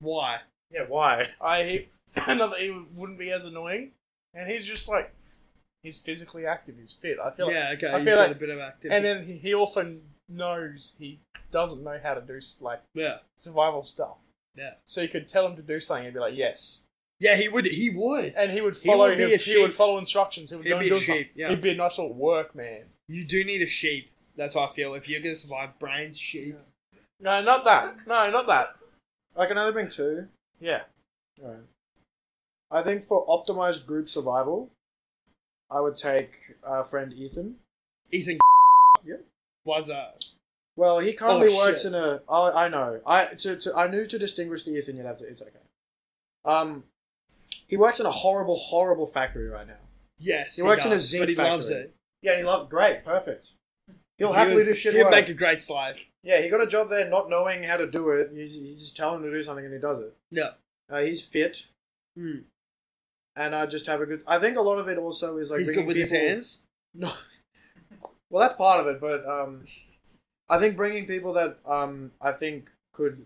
Speaker 3: Why?
Speaker 2: Yeah. Why?
Speaker 1: I he, another he wouldn't be as annoying, and he's just like he's physically active, he's fit. I feel
Speaker 3: yeah, okay,
Speaker 1: I
Speaker 3: he's
Speaker 1: feel
Speaker 3: got
Speaker 1: like-
Speaker 3: a bit of
Speaker 1: like,
Speaker 3: activity.
Speaker 1: and then he- he also knows he doesn't know how to do s- like
Speaker 3: yeah,
Speaker 1: survival stuff.
Speaker 3: Yeah.
Speaker 1: So you could tell him to do something, he'd be like, "Yes,"
Speaker 3: yeah, he would. He would.
Speaker 1: and he would
Speaker 3: He
Speaker 1: follow.
Speaker 3: would be
Speaker 1: his-
Speaker 3: a
Speaker 1: he would
Speaker 3: sheep.
Speaker 1: follow instructions. He would
Speaker 3: He'd
Speaker 1: go and
Speaker 3: be
Speaker 1: do
Speaker 3: a
Speaker 1: something.
Speaker 3: sheep, yeah.
Speaker 1: He'd be a nice little work man.
Speaker 3: You do need a sheep. That's how I feel. If you're gonna survive, brains sheep.
Speaker 1: No, not that. No, not that.
Speaker 2: I can only bring two.
Speaker 1: Yeah.
Speaker 2: All right. I think for optimized group survival, I would take our friend Ethan.
Speaker 3: Ethan.
Speaker 2: Yeah.
Speaker 3: Was that?
Speaker 2: Well, he currently
Speaker 3: Oh,
Speaker 2: works
Speaker 3: shit.
Speaker 2: in a. Oh, I know. I to, to I knew to distinguish the Ethan. You'd have to. It's okay. Um, he works in a horrible, horrible factory right now.
Speaker 3: Yes.
Speaker 2: He works in a
Speaker 3: does,
Speaker 2: zinc
Speaker 3: but he loves
Speaker 2: factory.
Speaker 3: it.
Speaker 2: Yeah, and he loved great, perfect. He'll
Speaker 3: He
Speaker 2: happily
Speaker 3: would-
Speaker 2: do shit
Speaker 3: He'd
Speaker 2: work.
Speaker 3: make a great slave.
Speaker 2: Yeah, he got a job there, not knowing how to do it. You, you just tell him to do something, and he does it.
Speaker 3: Yeah.
Speaker 2: Uh, he's fit.
Speaker 3: Mm.
Speaker 2: Uh, and I just have a good. I think a lot of it also is like
Speaker 3: He's
Speaker 2: bringing
Speaker 3: good with his
Speaker 2: people-
Speaker 3: hands.
Speaker 2: Well, that's part of it, but um, I think bringing people that um, I think could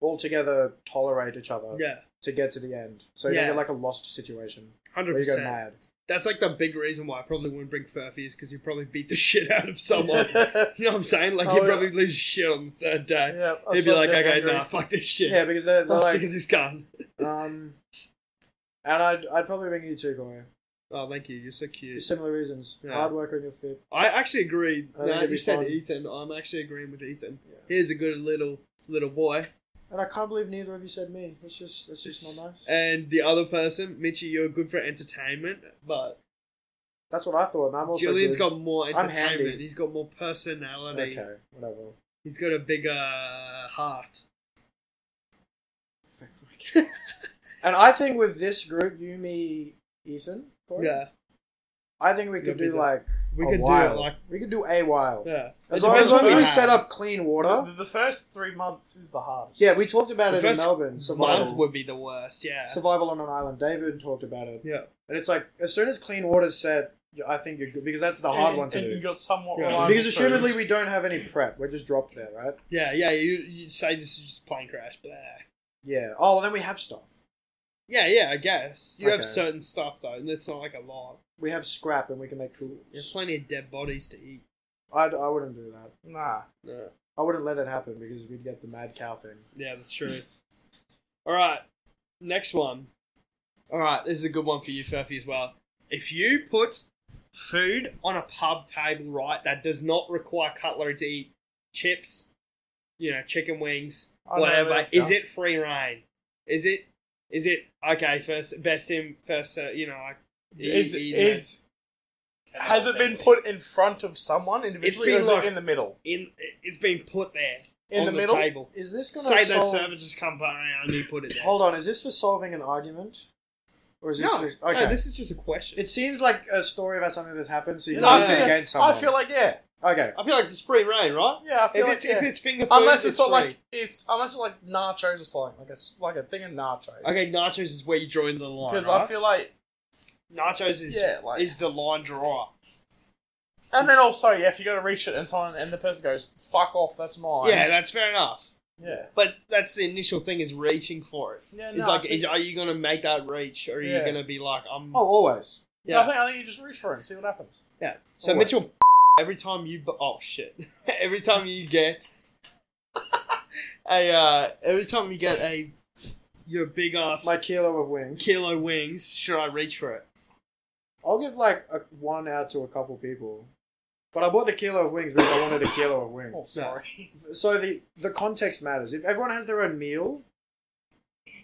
Speaker 2: all together tolerate each other
Speaker 3: Yeah,
Speaker 2: to get to the end, so you don't
Speaker 3: Yeah.
Speaker 2: get like a lost situation
Speaker 3: hundred
Speaker 2: where you go
Speaker 3: percent.
Speaker 2: mad.
Speaker 3: That's like the big reason why I probably wouldn't bring Furphy is because you probably beat the shit out of someone. you know what I'm saying? Like
Speaker 1: Oh,
Speaker 3: you'd
Speaker 1: yeah.
Speaker 3: probably lose shit on the third day.
Speaker 1: yeah, I
Speaker 3: He'd be
Speaker 1: saw
Speaker 3: like,
Speaker 1: that
Speaker 3: okay,
Speaker 1: angry.
Speaker 3: nah, fuck this shit.
Speaker 2: Yeah, because they're, they're
Speaker 3: I'm sick
Speaker 2: like,
Speaker 3: of this gun.
Speaker 2: um, and I'd, I'd probably bring you too, Goya,
Speaker 3: Oh, thank you. You're so
Speaker 2: for
Speaker 3: cute.
Speaker 2: similar reasons.
Speaker 3: Yeah.
Speaker 2: Hard worker and you're fit.
Speaker 3: I actually agree.
Speaker 2: I think
Speaker 3: No,
Speaker 2: it'd be
Speaker 3: you said
Speaker 2: fun.
Speaker 3: Ethan. I'm actually agreeing with Ethan.
Speaker 2: Yeah.
Speaker 3: He's a good little little boy.
Speaker 2: And I can't believe neither of you said me. That's just, that's just not nice.
Speaker 3: And the other person, Mitchy, you're good for entertainment, but
Speaker 2: That's what I thought, and I'm also.
Speaker 3: Julian's
Speaker 2: good.
Speaker 3: got more
Speaker 2: I'm handy.
Speaker 3: entertainment. He's got more personality.
Speaker 2: Okay, whatever.
Speaker 3: He's got a bigger heart.
Speaker 2: And I think with this group, you, me, Ethan, Corey,
Speaker 3: Yeah,
Speaker 2: I think we could
Speaker 3: You'll be
Speaker 2: do
Speaker 3: good.
Speaker 2: like
Speaker 3: we
Speaker 2: a
Speaker 3: could do
Speaker 2: while.
Speaker 3: it like
Speaker 2: we could do a while.
Speaker 3: yeah.
Speaker 2: As
Speaker 1: It
Speaker 2: long, as
Speaker 1: depends
Speaker 2: long
Speaker 1: what
Speaker 2: as
Speaker 1: we
Speaker 2: we
Speaker 1: have.
Speaker 2: set up clean water.
Speaker 1: The, the first three months is the hardest.
Speaker 2: Yeah, we talked about
Speaker 3: The
Speaker 2: it in
Speaker 3: first
Speaker 2: Melbourne.
Speaker 3: Month
Speaker 2: Survival,
Speaker 3: would be the worst. Yeah,
Speaker 2: survival on an island. David talked about it,
Speaker 3: yeah.
Speaker 2: and it's like as soon as clean water's set, I think you're good because that's the hard
Speaker 1: and,
Speaker 2: one to
Speaker 1: and You
Speaker 2: do.
Speaker 1: got somewhat
Speaker 3: Yeah.
Speaker 1: reliable
Speaker 2: Because
Speaker 1: food.
Speaker 2: assumedly we don't have any prep. We're just dropped there, right?
Speaker 3: Yeah, yeah, you you say this is just plane crash, blah.
Speaker 2: Yeah. Oh, well, then we have stuff.
Speaker 3: Yeah, yeah, I guess. You have
Speaker 2: Okay.
Speaker 3: certain stuff though, and it's not like a lot.
Speaker 2: We have scrap, and we can make tools.
Speaker 3: There's plenty of dead bodies to eat.
Speaker 2: I'd, I wouldn't do that.
Speaker 1: nah.
Speaker 3: No.
Speaker 2: I wouldn't let it happen because we'd get the mad cow thing.
Speaker 3: Yeah, that's true. All right, next one. All right, this is a good one for you, Furphy, as well. If you put food on a pub table, right, that does not require cutlery to eat, chips, you know, chicken wings,
Speaker 1: I know where
Speaker 3: whatever,
Speaker 1: that's
Speaker 3: is
Speaker 1: going.
Speaker 3: it free reign? Is it? Is it okay? First, best in first. Uh, you know, like,
Speaker 1: Is
Speaker 3: you- you know,
Speaker 1: is has it been put in front of someone individually,
Speaker 3: been
Speaker 1: or is
Speaker 3: like-
Speaker 1: it in the middle?
Speaker 3: in? It's been put there
Speaker 1: In
Speaker 3: on
Speaker 1: the middle.
Speaker 3: table.
Speaker 2: Is this gonna
Speaker 3: Say the
Speaker 2: solve-
Speaker 3: server just come by and you put it there.
Speaker 2: Hold on, is this for solving an argument, or is this
Speaker 3: No,
Speaker 2: just okay?
Speaker 3: no, this is just a question.
Speaker 2: It seems like a story about something that's happened, so you
Speaker 3: No,
Speaker 2: can
Speaker 3: I
Speaker 2: use it
Speaker 3: feel-
Speaker 2: against someone.
Speaker 1: I feel like yeah,
Speaker 2: okay,
Speaker 3: I feel like it's free reign, right?
Speaker 1: yeah. I feel
Speaker 3: If
Speaker 1: like
Speaker 3: it's,
Speaker 1: yeah.
Speaker 3: if it's finger food,
Speaker 1: unless it's,
Speaker 3: it's
Speaker 1: not
Speaker 3: free.
Speaker 1: like it's unless it's like nachos or something like a s- like a thing of nachos.
Speaker 3: okay, nachos is where you join the line.
Speaker 1: Because
Speaker 3: Because
Speaker 1: I feel like
Speaker 3: nachos is
Speaker 1: yeah, like
Speaker 3: is the line drawer.
Speaker 1: and then also yeah, if you got to reach it and someone and the person goes fuck off, that's mine.
Speaker 3: Yeah, that's fair enough.
Speaker 1: yeah.
Speaker 3: But that's the initial thing is reaching for it.
Speaker 1: Yeah,
Speaker 3: it's
Speaker 1: no, I
Speaker 3: like,
Speaker 1: think-
Speaker 3: is, are you gonna make that reach, or are
Speaker 1: Yeah.
Speaker 3: you gonna be like, I'm?
Speaker 2: oh, always.
Speaker 1: Yeah, I
Speaker 3: yeah,
Speaker 1: think I think you just reach for it and see what happens.
Speaker 3: yeah. So
Speaker 1: Oh,
Speaker 2: Always.
Speaker 3: Mitchell, every time you, bu- oh shit, every time you get a, uh, every time you get a, your big ass
Speaker 2: My kilo of wings.
Speaker 3: kilo wings, should I reach for it?
Speaker 2: I'll give like a, one out to a couple people, but I bought the kilo of wings because I wanted a kilo of
Speaker 1: Oh,
Speaker 2: wings.
Speaker 1: sorry.
Speaker 2: So the the context matters. If everyone has their own meal,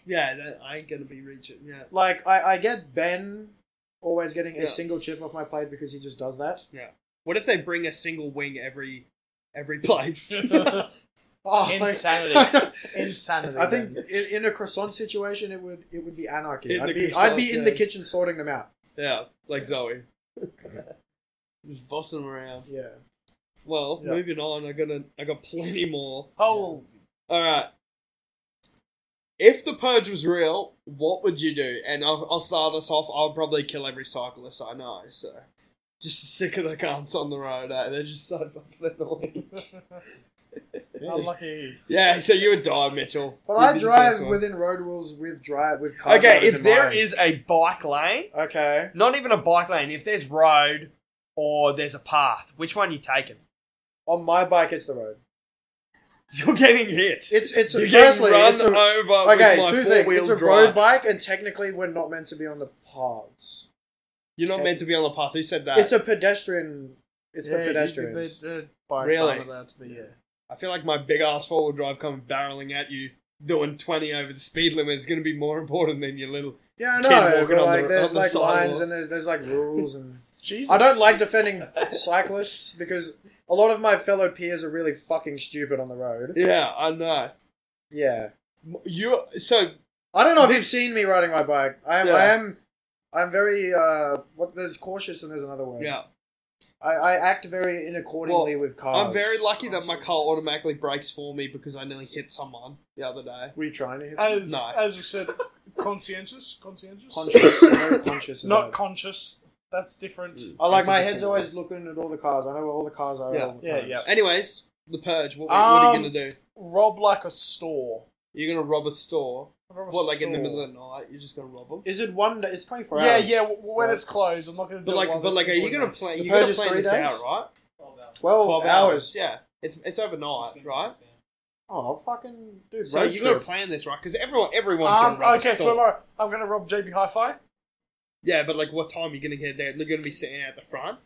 Speaker 3: Yeah, that, I ain't gonna be reaching. Yeah.
Speaker 2: like I, I get Ben always getting a
Speaker 3: Yeah.
Speaker 2: single chip off my plate because he just does that.
Speaker 3: What if they bring a single wing every every play?
Speaker 2: Oh, like-
Speaker 1: Insanity. Insanity.
Speaker 2: I think
Speaker 1: man.
Speaker 2: in, in a croissant situation, it would it would be anarchy.
Speaker 3: In
Speaker 2: I'd
Speaker 3: the
Speaker 2: be
Speaker 3: croissant,
Speaker 2: I'd be in the
Speaker 3: yeah.
Speaker 2: kitchen sorting them out.
Speaker 3: yeah, like Zoe. Just bossing around.
Speaker 2: Yeah.
Speaker 3: Well,
Speaker 1: Yeah.
Speaker 3: moving on. I got a, I got plenty more.
Speaker 1: Oh,
Speaker 3: All right. If the purge was real, what would you do? And I'll, I'll start us off. I'll probably kill every cyclist I know. So, just sick of the cunts on the road. Eh? They're just so fucking annoying.
Speaker 1: unlucky.
Speaker 3: yeah. So you would die, Mitchell.
Speaker 2: But
Speaker 3: You'd
Speaker 2: I
Speaker 3: be the
Speaker 2: drive
Speaker 3: first one.
Speaker 2: within road rules with drive with car
Speaker 3: Okay,
Speaker 2: drivers
Speaker 3: if
Speaker 2: in
Speaker 3: there
Speaker 2: mind.
Speaker 3: is a bike lane,
Speaker 2: okay,
Speaker 3: not even a bike lane. If there's road or there's a path, which one you taking?
Speaker 2: on my bike it's the road.
Speaker 3: You're getting hit.
Speaker 2: It's it's
Speaker 3: You're
Speaker 2: firstly
Speaker 3: getting run
Speaker 2: it's a,
Speaker 3: over.
Speaker 2: okay
Speaker 3: with my
Speaker 2: two things.
Speaker 3: four-wheel
Speaker 2: It's a
Speaker 3: drive.
Speaker 2: road bike, and technically we're not meant to be on the paths.
Speaker 3: You're not meant to be on the path. Who said that?
Speaker 2: It's a pedestrian. It's for pedestrians.
Speaker 1: uh,
Speaker 3: Really?
Speaker 1: Allowed to be, yeah.
Speaker 3: I feel like my big ass four wheel drive coming barreling at you, doing 20 over the speed limit is going to be more important than your little.
Speaker 2: Yeah, I
Speaker 3: Kid
Speaker 2: know.
Speaker 3: walking
Speaker 2: But
Speaker 3: on
Speaker 2: like,
Speaker 3: the-
Speaker 2: there's
Speaker 3: on the
Speaker 2: like lines
Speaker 3: sidewalk.
Speaker 2: and there's, there's like rules and.
Speaker 1: Jesus.
Speaker 2: I don't like defending cyclists because a lot of my fellow peers are really fucking stupid on the road.
Speaker 3: Yeah, I know.
Speaker 2: Yeah.
Speaker 3: You so
Speaker 2: I don't know if
Speaker 3: This-
Speaker 2: you've seen me riding my bike. I am,
Speaker 3: Yeah.
Speaker 2: I am, I'm very uh, what? There's cautious and there's another word.
Speaker 3: yeah.
Speaker 2: I, I act very inaccordingly with cars.
Speaker 3: I'm very lucky that my car automatically brakes for me because I nearly hit someone the other day.
Speaker 2: Were you trying to hit?
Speaker 1: As,
Speaker 3: No.
Speaker 1: as we said, conscientious, conscientious,
Speaker 2: Conscious, very conscious. of
Speaker 1: not
Speaker 2: that.
Speaker 1: conscious. That's different.
Speaker 2: I like
Speaker 3: That's a
Speaker 2: my
Speaker 3: different
Speaker 2: head's
Speaker 3: one.
Speaker 2: always looking at all the cars. I know where all the cars are. at
Speaker 3: Yeah.
Speaker 2: all the
Speaker 1: Yeah,
Speaker 2: times.
Speaker 1: yeah.
Speaker 3: Anyways, the purge. What, what are you
Speaker 1: Um,
Speaker 3: gonna do?
Speaker 1: Rob like a store.
Speaker 3: You're gonna rob a store.
Speaker 1: Rob a
Speaker 3: What, like in the
Speaker 1: store.
Speaker 3: middle of the night? You're just gonna rob them.
Speaker 2: Is it one? Day? It's twenty four
Speaker 1: Yeah,
Speaker 2: hours.
Speaker 1: yeah. w- When
Speaker 2: Right.
Speaker 1: it's closed, I'm not gonna. do
Speaker 3: But
Speaker 1: it
Speaker 3: like,
Speaker 1: while
Speaker 3: but
Speaker 1: there's
Speaker 3: like, are
Speaker 1: people
Speaker 3: you
Speaker 1: in
Speaker 3: gonna
Speaker 1: there.
Speaker 3: plan?
Speaker 2: The
Speaker 3: You gonna
Speaker 2: purge is
Speaker 3: plan
Speaker 2: three
Speaker 3: this
Speaker 2: days?
Speaker 3: out, right?
Speaker 2: Twelve,
Speaker 1: Oh,
Speaker 2: hours.
Speaker 3: Yeah, it's it's overnight, right?
Speaker 2: Oh, I'll fucking dude.
Speaker 3: So
Speaker 2: road
Speaker 3: you gotta
Speaker 2: trip.
Speaker 3: plan this, right? Because everyone everyone's
Speaker 1: Um,
Speaker 3: gonna rob
Speaker 1: okay,
Speaker 3: a
Speaker 1: so
Speaker 3: store.
Speaker 1: am I, I'm gonna rob JB Hi-Fi.
Speaker 3: yeah, but like, what time are you gonna get there? They're gonna be sitting out the front.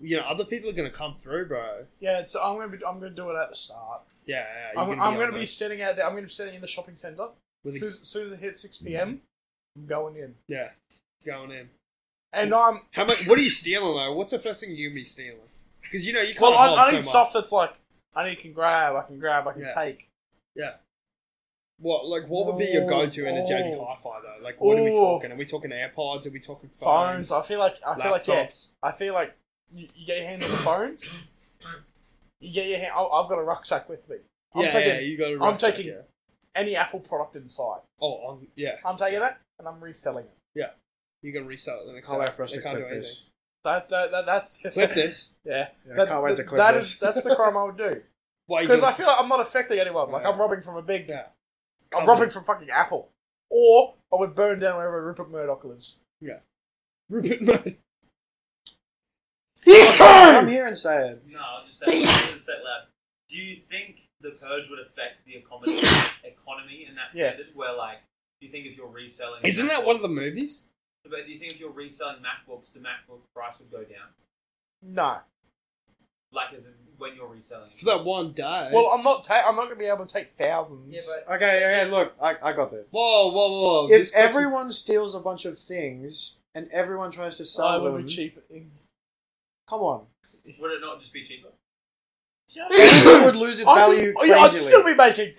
Speaker 3: You know, other people are gonna come through, bro.
Speaker 1: Yeah, so I'm gonna be, I'm gonna do it at the start.
Speaker 3: Yeah, yeah
Speaker 1: I'm,
Speaker 3: you're
Speaker 1: I'm
Speaker 3: on
Speaker 1: gonna be
Speaker 3: those
Speaker 1: standing out there. I'm gonna be standing in the shopping centre.
Speaker 3: with
Speaker 1: As
Speaker 3: Mm-hmm. a-
Speaker 1: soon as, soon as it hits 6 p.m., I'm going in.
Speaker 3: yeah, going in.
Speaker 1: And I'm
Speaker 3: How much? What are you stealing though? What's the first thing you're gonna be stealing? Because you know you can't.
Speaker 1: well,
Speaker 3: hold
Speaker 1: I, I
Speaker 3: so
Speaker 1: need
Speaker 3: much.
Speaker 1: stuff that's like I need can grab, I can grab, I can
Speaker 3: Yeah.
Speaker 1: take.
Speaker 3: What like what would be your go-to in a JB
Speaker 1: Oh.
Speaker 3: Hi-Fi though? Like what are we
Speaker 1: Ooh.
Speaker 3: talking? Are we talking AirPods? Are we talking phones?
Speaker 1: Phones. I feel like I feel like yeah.
Speaker 3: laptops?
Speaker 1: I feel like you, you get your hands on the phones. You get your hand. I, I've got a rucksack with me. I'm
Speaker 3: yeah,
Speaker 1: taking
Speaker 3: yeah, you got.
Speaker 1: I'm taking- any Apple product inside.
Speaker 3: Oh, I'm, yeah.
Speaker 1: I'm taking it and I'm reselling it.
Speaker 3: You can resell it the next
Speaker 2: Can't
Speaker 3: day.
Speaker 2: wait for us
Speaker 3: They
Speaker 2: to
Speaker 3: can't
Speaker 2: clip
Speaker 3: do
Speaker 2: this.
Speaker 1: That, that, that that's
Speaker 3: anything. Clip this.
Speaker 1: yeah.
Speaker 2: Yeah,
Speaker 1: That-
Speaker 2: can't wait to
Speaker 1: that-
Speaker 2: clip
Speaker 1: that
Speaker 2: this.
Speaker 1: is that's the crime I would do
Speaker 3: Why? you
Speaker 1: because I
Speaker 3: gonna-
Speaker 1: feel like I'm not affecting anyone. Like I'm robbing from a big.
Speaker 3: Yeah.
Speaker 1: I'm robbing from fucking Apple, or I would burn down wherever Rupert Murdoch lives.
Speaker 3: Rupert Murdoch.
Speaker 2: Come here and say it.
Speaker 4: No, I'll just say, I'll just say it loud. Do you think the purge would affect the economy, economy in that standard?
Speaker 1: Yes.
Speaker 4: Where like, do you think if you're reselling,
Speaker 3: Isn't that one of the
Speaker 4: MacBooks-
Speaker 3: movies?
Speaker 4: But do you think if you're reselling MacBooks, the MacBook price would go down?
Speaker 1: No.
Speaker 4: Like, as in when you're reselling? it?
Speaker 3: For that one day.
Speaker 1: Well, I'm not. Ta- I'm not gonna be able to take thousands.
Speaker 5: Yeah, but
Speaker 2: Okay, okay. Look, I, I got this.
Speaker 3: whoa, whoa, whoa!
Speaker 2: If
Speaker 3: This person-
Speaker 2: everyone steals a bunch of things and everyone tries to
Speaker 1: so I
Speaker 2: sell
Speaker 1: would
Speaker 2: them,
Speaker 1: be cheap.
Speaker 2: come on,
Speaker 4: would it not just be cheaper?
Speaker 2: it would lose its value
Speaker 1: I'd, be- I'd still
Speaker 2: crazily.
Speaker 1: be making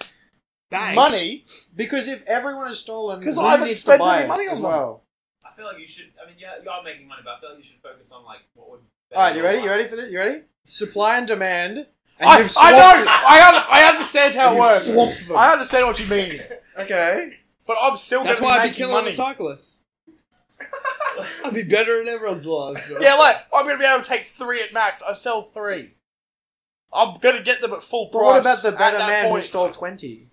Speaker 3: Bang.
Speaker 1: money.
Speaker 2: Because if everyone has stolen,
Speaker 1: 'Cause
Speaker 2: who
Speaker 1: I haven't
Speaker 2: needs to
Speaker 1: spent
Speaker 2: buy
Speaker 1: any
Speaker 2: it
Speaker 1: money on
Speaker 2: as
Speaker 1: one.
Speaker 2: well.
Speaker 4: I feel like you should. I mean, yeah, you are making money, but I feel like you should focus on like what would.
Speaker 2: All right, you ready? You ready for this? You ready? Supply and demand. And
Speaker 1: I,
Speaker 2: you've
Speaker 1: I
Speaker 2: swapped
Speaker 1: know. I, un- I understand how it
Speaker 2: You've
Speaker 1: works.
Speaker 2: swamped them.
Speaker 1: I understand what you mean,
Speaker 2: Okay.
Speaker 1: but I'm still
Speaker 3: That's
Speaker 1: gonna
Speaker 3: why
Speaker 1: be
Speaker 3: I'd be
Speaker 1: making
Speaker 3: killing
Speaker 1: money.
Speaker 3: the cyclists. I'd be better in everyone's lives. Bro.
Speaker 1: Yeah, like I'm gonna be able to take three at max. I sell three. I'm gonna get them at full
Speaker 2: But
Speaker 1: price.
Speaker 2: what about the better
Speaker 1: at that
Speaker 2: man
Speaker 1: point.
Speaker 2: who stole twenty?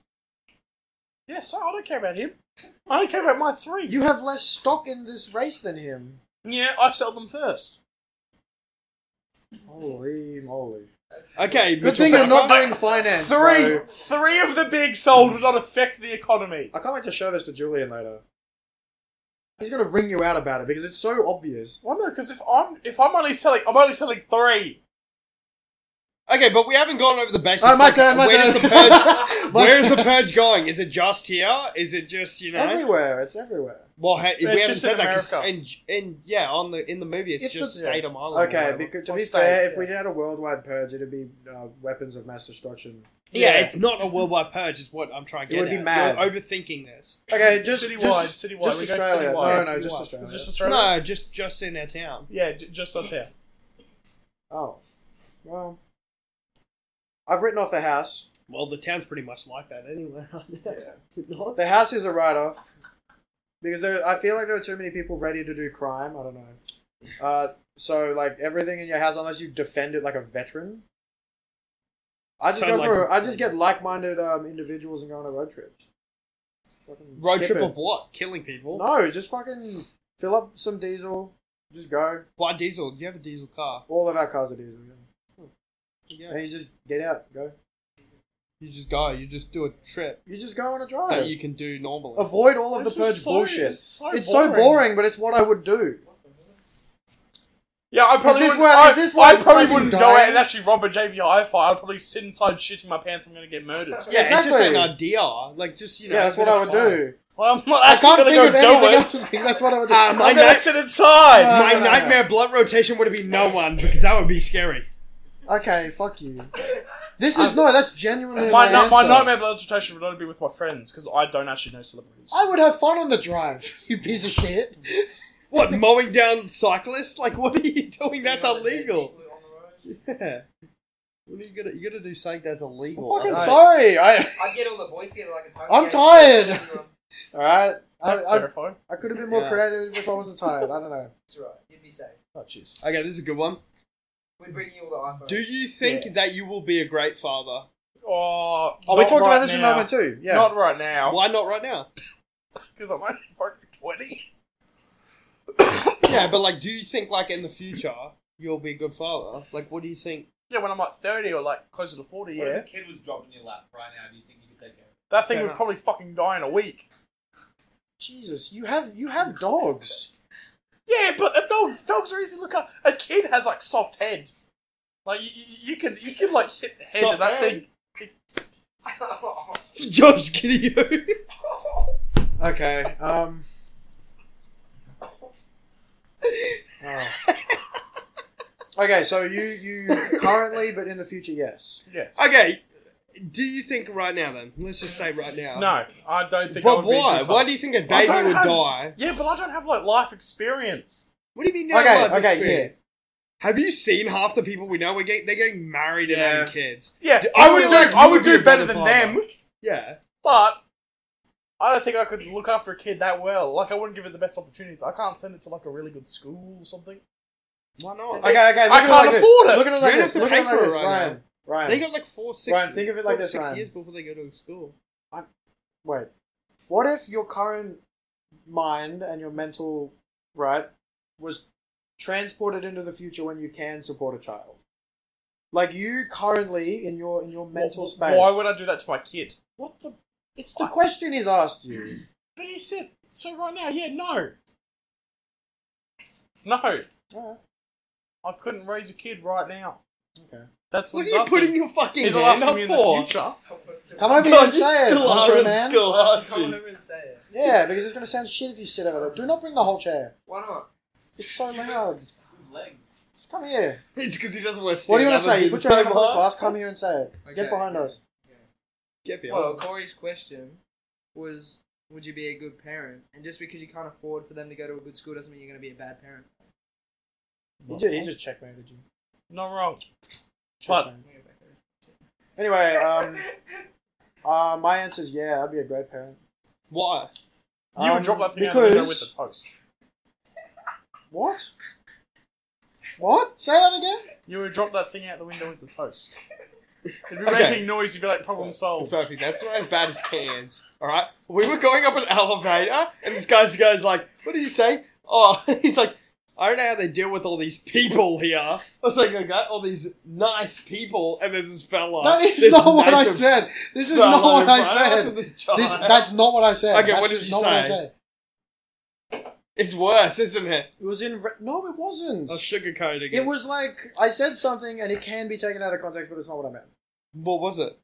Speaker 1: Yeah, so I don't care about him. I only care about my three.
Speaker 2: You have less stock in this race than him.
Speaker 1: yeah, I sell them first.
Speaker 2: Holy moly!
Speaker 3: Okay.
Speaker 2: Good
Speaker 3: Mitchell
Speaker 2: thing I'm not
Speaker 1: But-
Speaker 2: doing finance.
Speaker 1: Three,
Speaker 2: bro.
Speaker 1: three of the big sold would not affect the economy.
Speaker 2: I can't wait to show this to Julian later. He's gonna ring you out about it because it's so obvious.
Speaker 1: Well, no, because if I'm if I'm only selling, I'm only selling three.
Speaker 3: Okay, but we haven't gone over the basics.
Speaker 2: Oh, my
Speaker 3: Like,
Speaker 2: turn, my
Speaker 3: where's
Speaker 2: turn.
Speaker 3: The purge?
Speaker 2: My
Speaker 3: where's
Speaker 2: turn.
Speaker 3: the purge going? Is it just here? Is it just you know?
Speaker 2: Everywhere, it's everywhere.
Speaker 3: Well, ha- we haven't
Speaker 1: just
Speaker 3: said
Speaker 1: in
Speaker 3: that. 'cause-
Speaker 1: America.
Speaker 3: And and yeah, on the in the movie, it's
Speaker 2: If
Speaker 3: just
Speaker 2: the-
Speaker 3: State of Island. or
Speaker 2: Okay,
Speaker 3: whatever.
Speaker 2: because to
Speaker 1: Or
Speaker 2: be
Speaker 1: state,
Speaker 2: fair, if
Speaker 1: yeah.
Speaker 2: we did a worldwide purge, it'd be uh, weapons of mass destruction.
Speaker 3: yeah,
Speaker 1: Yeah.
Speaker 3: it's not a worldwide purge. Is what I'm trying to
Speaker 2: It
Speaker 3: get.
Speaker 2: would be
Speaker 3: at.
Speaker 2: mad.
Speaker 3: You're overthinking this.
Speaker 2: Okay, just
Speaker 1: citywide,
Speaker 2: just,
Speaker 1: citywide.
Speaker 2: just
Speaker 1: we go
Speaker 2: Australia.
Speaker 1: Citywide.
Speaker 2: no, no, just
Speaker 3: Citywide.
Speaker 2: Australia.
Speaker 1: Just Australia.
Speaker 3: No, just just in our town.
Speaker 1: Yeah, j- just on town.
Speaker 2: Oh, well, I've written off the house.
Speaker 3: Well, the town's pretty much like that anyway. No?
Speaker 2: The house is a write-off because there, I feel like there are too many people ready to do crime. I don't know. Uh, so like everything in your house, unless you defend it like a veteran. I just
Speaker 3: So,
Speaker 2: go
Speaker 3: like-
Speaker 2: for. I just get like-minded um, individuals and go on a road trip. Fucking
Speaker 3: Road
Speaker 2: skip
Speaker 3: trip
Speaker 2: it.
Speaker 3: of what? Killing people?
Speaker 2: No, just fucking fill up some diesel. Just go.
Speaker 3: Why diesel? You have a diesel car.
Speaker 2: All of our cars are diesel. Yeah.
Speaker 3: Yeah.
Speaker 2: And you just get out, go.
Speaker 3: You just go. You just do a trip
Speaker 2: You just go on a drive.
Speaker 3: that you can do normally.
Speaker 2: Avoid all of
Speaker 1: This
Speaker 2: the
Speaker 1: was
Speaker 2: purge
Speaker 1: so-
Speaker 2: bullshit.
Speaker 1: it's so
Speaker 2: it's so boring, but it's what I would do.
Speaker 1: Yeah, I probably
Speaker 2: this
Speaker 1: wouldn't,
Speaker 2: where-
Speaker 1: I,
Speaker 2: is this where
Speaker 1: I
Speaker 2: I'm
Speaker 1: probably
Speaker 2: fucking
Speaker 1: wouldn't go
Speaker 2: dying?
Speaker 1: out and actually rob a JB Hi-Fi. I'd probably sit inside shitting my pants. I'm gonna get murdered.
Speaker 3: yeah, it's just
Speaker 2: exactly.
Speaker 3: an idea. Like just you know.
Speaker 2: yeah, that's
Speaker 3: a bit
Speaker 2: what I
Speaker 3: of
Speaker 2: would
Speaker 3: fun.
Speaker 2: do.
Speaker 1: Well, I'm not
Speaker 2: I
Speaker 1: actually
Speaker 2: can't
Speaker 1: gonna
Speaker 2: think of
Speaker 1: go do
Speaker 2: anything
Speaker 1: it.
Speaker 2: else. because That's what I would do.
Speaker 3: Ah,
Speaker 1: I'm
Speaker 3: my
Speaker 2: I'm
Speaker 3: God.
Speaker 1: gonna
Speaker 3: night-
Speaker 1: sit inside.
Speaker 2: No,
Speaker 3: My
Speaker 2: no, no, no.
Speaker 3: nightmare blood rotation would be no one because that would be scary.
Speaker 2: gonna- okay, fuck you. This is no. That's genuinely
Speaker 1: My,
Speaker 2: my,
Speaker 1: my, my
Speaker 2: answer.
Speaker 1: nightmare blood rotation would only be with my friends because I don't actually know celebrities.
Speaker 2: I would have fun on the drive. You piece of shit.
Speaker 3: What, mowing down cyclists? Like, what are you doing?
Speaker 5: seeing
Speaker 3: That's
Speaker 5: all the dead
Speaker 3: illegal.
Speaker 5: people on the road.
Speaker 3: Yeah. What are you gonna? You gotta do something that's illegal.
Speaker 2: I'm fucking
Speaker 3: I don't-
Speaker 2: sorry. I.
Speaker 5: I'd get all the boys together like it's home.
Speaker 2: I'm
Speaker 5: game.
Speaker 2: tired. All right. I,
Speaker 1: That's
Speaker 2: I,
Speaker 1: terrifying.
Speaker 2: I could have been more
Speaker 3: Yeah.
Speaker 2: creative if I wasn't tired. I don't know.
Speaker 5: It's alright. You'd be safe.
Speaker 1: Oh, jeez.
Speaker 3: Okay, this is a good one.
Speaker 5: We'd bring you all the iPhones.
Speaker 3: Do you think
Speaker 2: Yeah.
Speaker 3: that you will be a great father?
Speaker 1: Oh,
Speaker 2: Oh, we
Speaker 1: not
Speaker 2: talked
Speaker 1: right
Speaker 2: about this in
Speaker 1: now.
Speaker 2: moment too. Yeah.
Speaker 1: Not right now.
Speaker 3: Why not right now?
Speaker 1: Because I'm only fucking 20.
Speaker 3: yeah, but like, do you think like in the future you'll be a good father? Like, what do you think?
Speaker 1: Yeah, when I'm like 30 or like closer to 40,
Speaker 4: What
Speaker 1: yeah.
Speaker 4: if a kid was dropped in your lap right now? Do you think you could take care of it?
Speaker 1: That thing
Speaker 3: Fair
Speaker 1: would
Speaker 3: enough.
Speaker 1: probably fucking die in a week.
Speaker 2: Jesus, you have you have dogs.
Speaker 1: Yeah, but uh, dogs, dogs are easy. to Look, up. a kid has like soft head. Like you, you- you can, you can like hit the head
Speaker 3: Soft
Speaker 1: of that
Speaker 3: head?
Speaker 1: thing.
Speaker 3: Josh, kidding you?
Speaker 2: Okay. Um. oh. Okay, so you you currently, but in the future, yes.
Speaker 1: Yes.
Speaker 3: okay, do you think right now then? Let's just say right now.
Speaker 1: No, I don't think. I
Speaker 3: But
Speaker 1: would be a
Speaker 3: why?
Speaker 1: good
Speaker 3: Why
Speaker 1: father.
Speaker 3: do you think a
Speaker 1: I
Speaker 3: baby
Speaker 1: don't
Speaker 3: would
Speaker 1: have-
Speaker 3: die?
Speaker 1: Yeah, but I don't have like life experience.
Speaker 3: What do you mean? No
Speaker 2: Okay,
Speaker 3: life
Speaker 2: okay,
Speaker 3: experience? Have you seen half the people we know? We're getting, they're getting married and
Speaker 2: Yeah.
Speaker 3: having kids.
Speaker 1: Yeah,
Speaker 3: Do-
Speaker 1: I
Speaker 3: I
Speaker 1: would do.
Speaker 3: realize
Speaker 1: I
Speaker 3: you
Speaker 1: would
Speaker 3: would be
Speaker 1: do
Speaker 3: a
Speaker 1: better
Speaker 3: better
Speaker 1: than
Speaker 3: father.
Speaker 1: them,
Speaker 3: Yeah.
Speaker 1: but I don't think I could look after a kid that well. Like I wouldn't give it the best opportunities. I can't send it to like a really good school or something.
Speaker 3: Why not?
Speaker 2: Okay, okay. Look
Speaker 1: I
Speaker 2: at
Speaker 1: can't
Speaker 2: like this.
Speaker 1: afford it.
Speaker 2: Look at it
Speaker 3: You're
Speaker 2: like this.
Speaker 3: gonna have to
Speaker 2: Look at it
Speaker 3: pay
Speaker 2: like
Speaker 3: for it
Speaker 2: this,
Speaker 3: right
Speaker 2: Ryan. Ryan,
Speaker 3: They got like four, six.
Speaker 2: Ryan, think of it
Speaker 3: four
Speaker 2: like
Speaker 3: to
Speaker 2: this,
Speaker 3: Six
Speaker 2: Ryan.
Speaker 3: years before they go to school.
Speaker 2: wait. What if your current mind and your mental right was transported into the future when you can support a child? Like you currently in your in your mental
Speaker 1: Wh- wh-
Speaker 2: space.
Speaker 1: Why would I do that to my kid?
Speaker 2: What the? It's the question is asked you.
Speaker 1: But he said so right now. Yeah, no, no,
Speaker 2: Alright,
Speaker 1: I couldn't raise a kid right now.
Speaker 2: okay.
Speaker 1: That's what,
Speaker 3: What are
Speaker 1: he's
Speaker 3: you
Speaker 1: asking.
Speaker 3: putting your fucking
Speaker 1: He's
Speaker 3: hand
Speaker 1: asking
Speaker 3: up
Speaker 1: me in the
Speaker 3: for?
Speaker 1: future.
Speaker 2: Come over here
Speaker 3: God,
Speaker 2: and
Speaker 3: you
Speaker 2: say it,
Speaker 3: still
Speaker 2: honcho
Speaker 3: are in
Speaker 2: man.
Speaker 3: school, aren't
Speaker 5: Come on
Speaker 3: you?
Speaker 5: over and say it.
Speaker 2: Yeah, because it's gonna sound shit if you sit over there. Do not bring the whole chair.
Speaker 5: Why not?
Speaker 2: It's so loud.
Speaker 4: Good legs.
Speaker 2: Just come here.
Speaker 3: It's because he doesn't want to.
Speaker 2: What do you want to say? You put your hand up for the class. Come here and say it. Get
Speaker 5: Okay,
Speaker 2: behind
Speaker 5: okay.
Speaker 2: us.
Speaker 3: Get me
Speaker 5: Well,
Speaker 3: up.
Speaker 5: Corey's question was, would you be a good parent? And just because you can't afford for them to go to a good school doesn't mean you're going to be a bad parent.
Speaker 2: He just, he just checkmated you.
Speaker 1: Not wrong. But-
Speaker 2: Checkmated. Anyway, um, uh, my answer is yeah. I'd be a great parent.
Speaker 3: Why?
Speaker 1: You
Speaker 2: Um,
Speaker 1: would drop that thing out of the window with
Speaker 2: because
Speaker 1: the toast.
Speaker 2: what? What? Say that again.
Speaker 1: You would drop that thing out the window with the toast. It'd be
Speaker 3: Okay.
Speaker 1: making noise. You'd be like, problem solved.
Speaker 3: Sophie, that's not as bad as cans. All right, we were going up an elevator, and this guy's guys like, "What did he say?" Oh, he's like, "I don't know how they deal with all these people here." I was like, "I got all these nice people, and there's this fella."
Speaker 2: That is
Speaker 3: this
Speaker 2: not what I
Speaker 3: naked
Speaker 2: said. This is
Speaker 3: fella
Speaker 2: not what I
Speaker 3: in front of us
Speaker 2: said.
Speaker 3: with this child."
Speaker 2: This, that's not what I said.
Speaker 3: Okay,
Speaker 2: That's
Speaker 3: what did
Speaker 2: just
Speaker 3: you
Speaker 2: not what I
Speaker 3: say?
Speaker 2: said.
Speaker 3: it's worse, isn't it?
Speaker 2: It was in. Re- no, it wasn't.
Speaker 3: I'm sugarcoating
Speaker 2: It was like I said something, and it can be taken out of context, but it's not what I meant.
Speaker 3: What was it?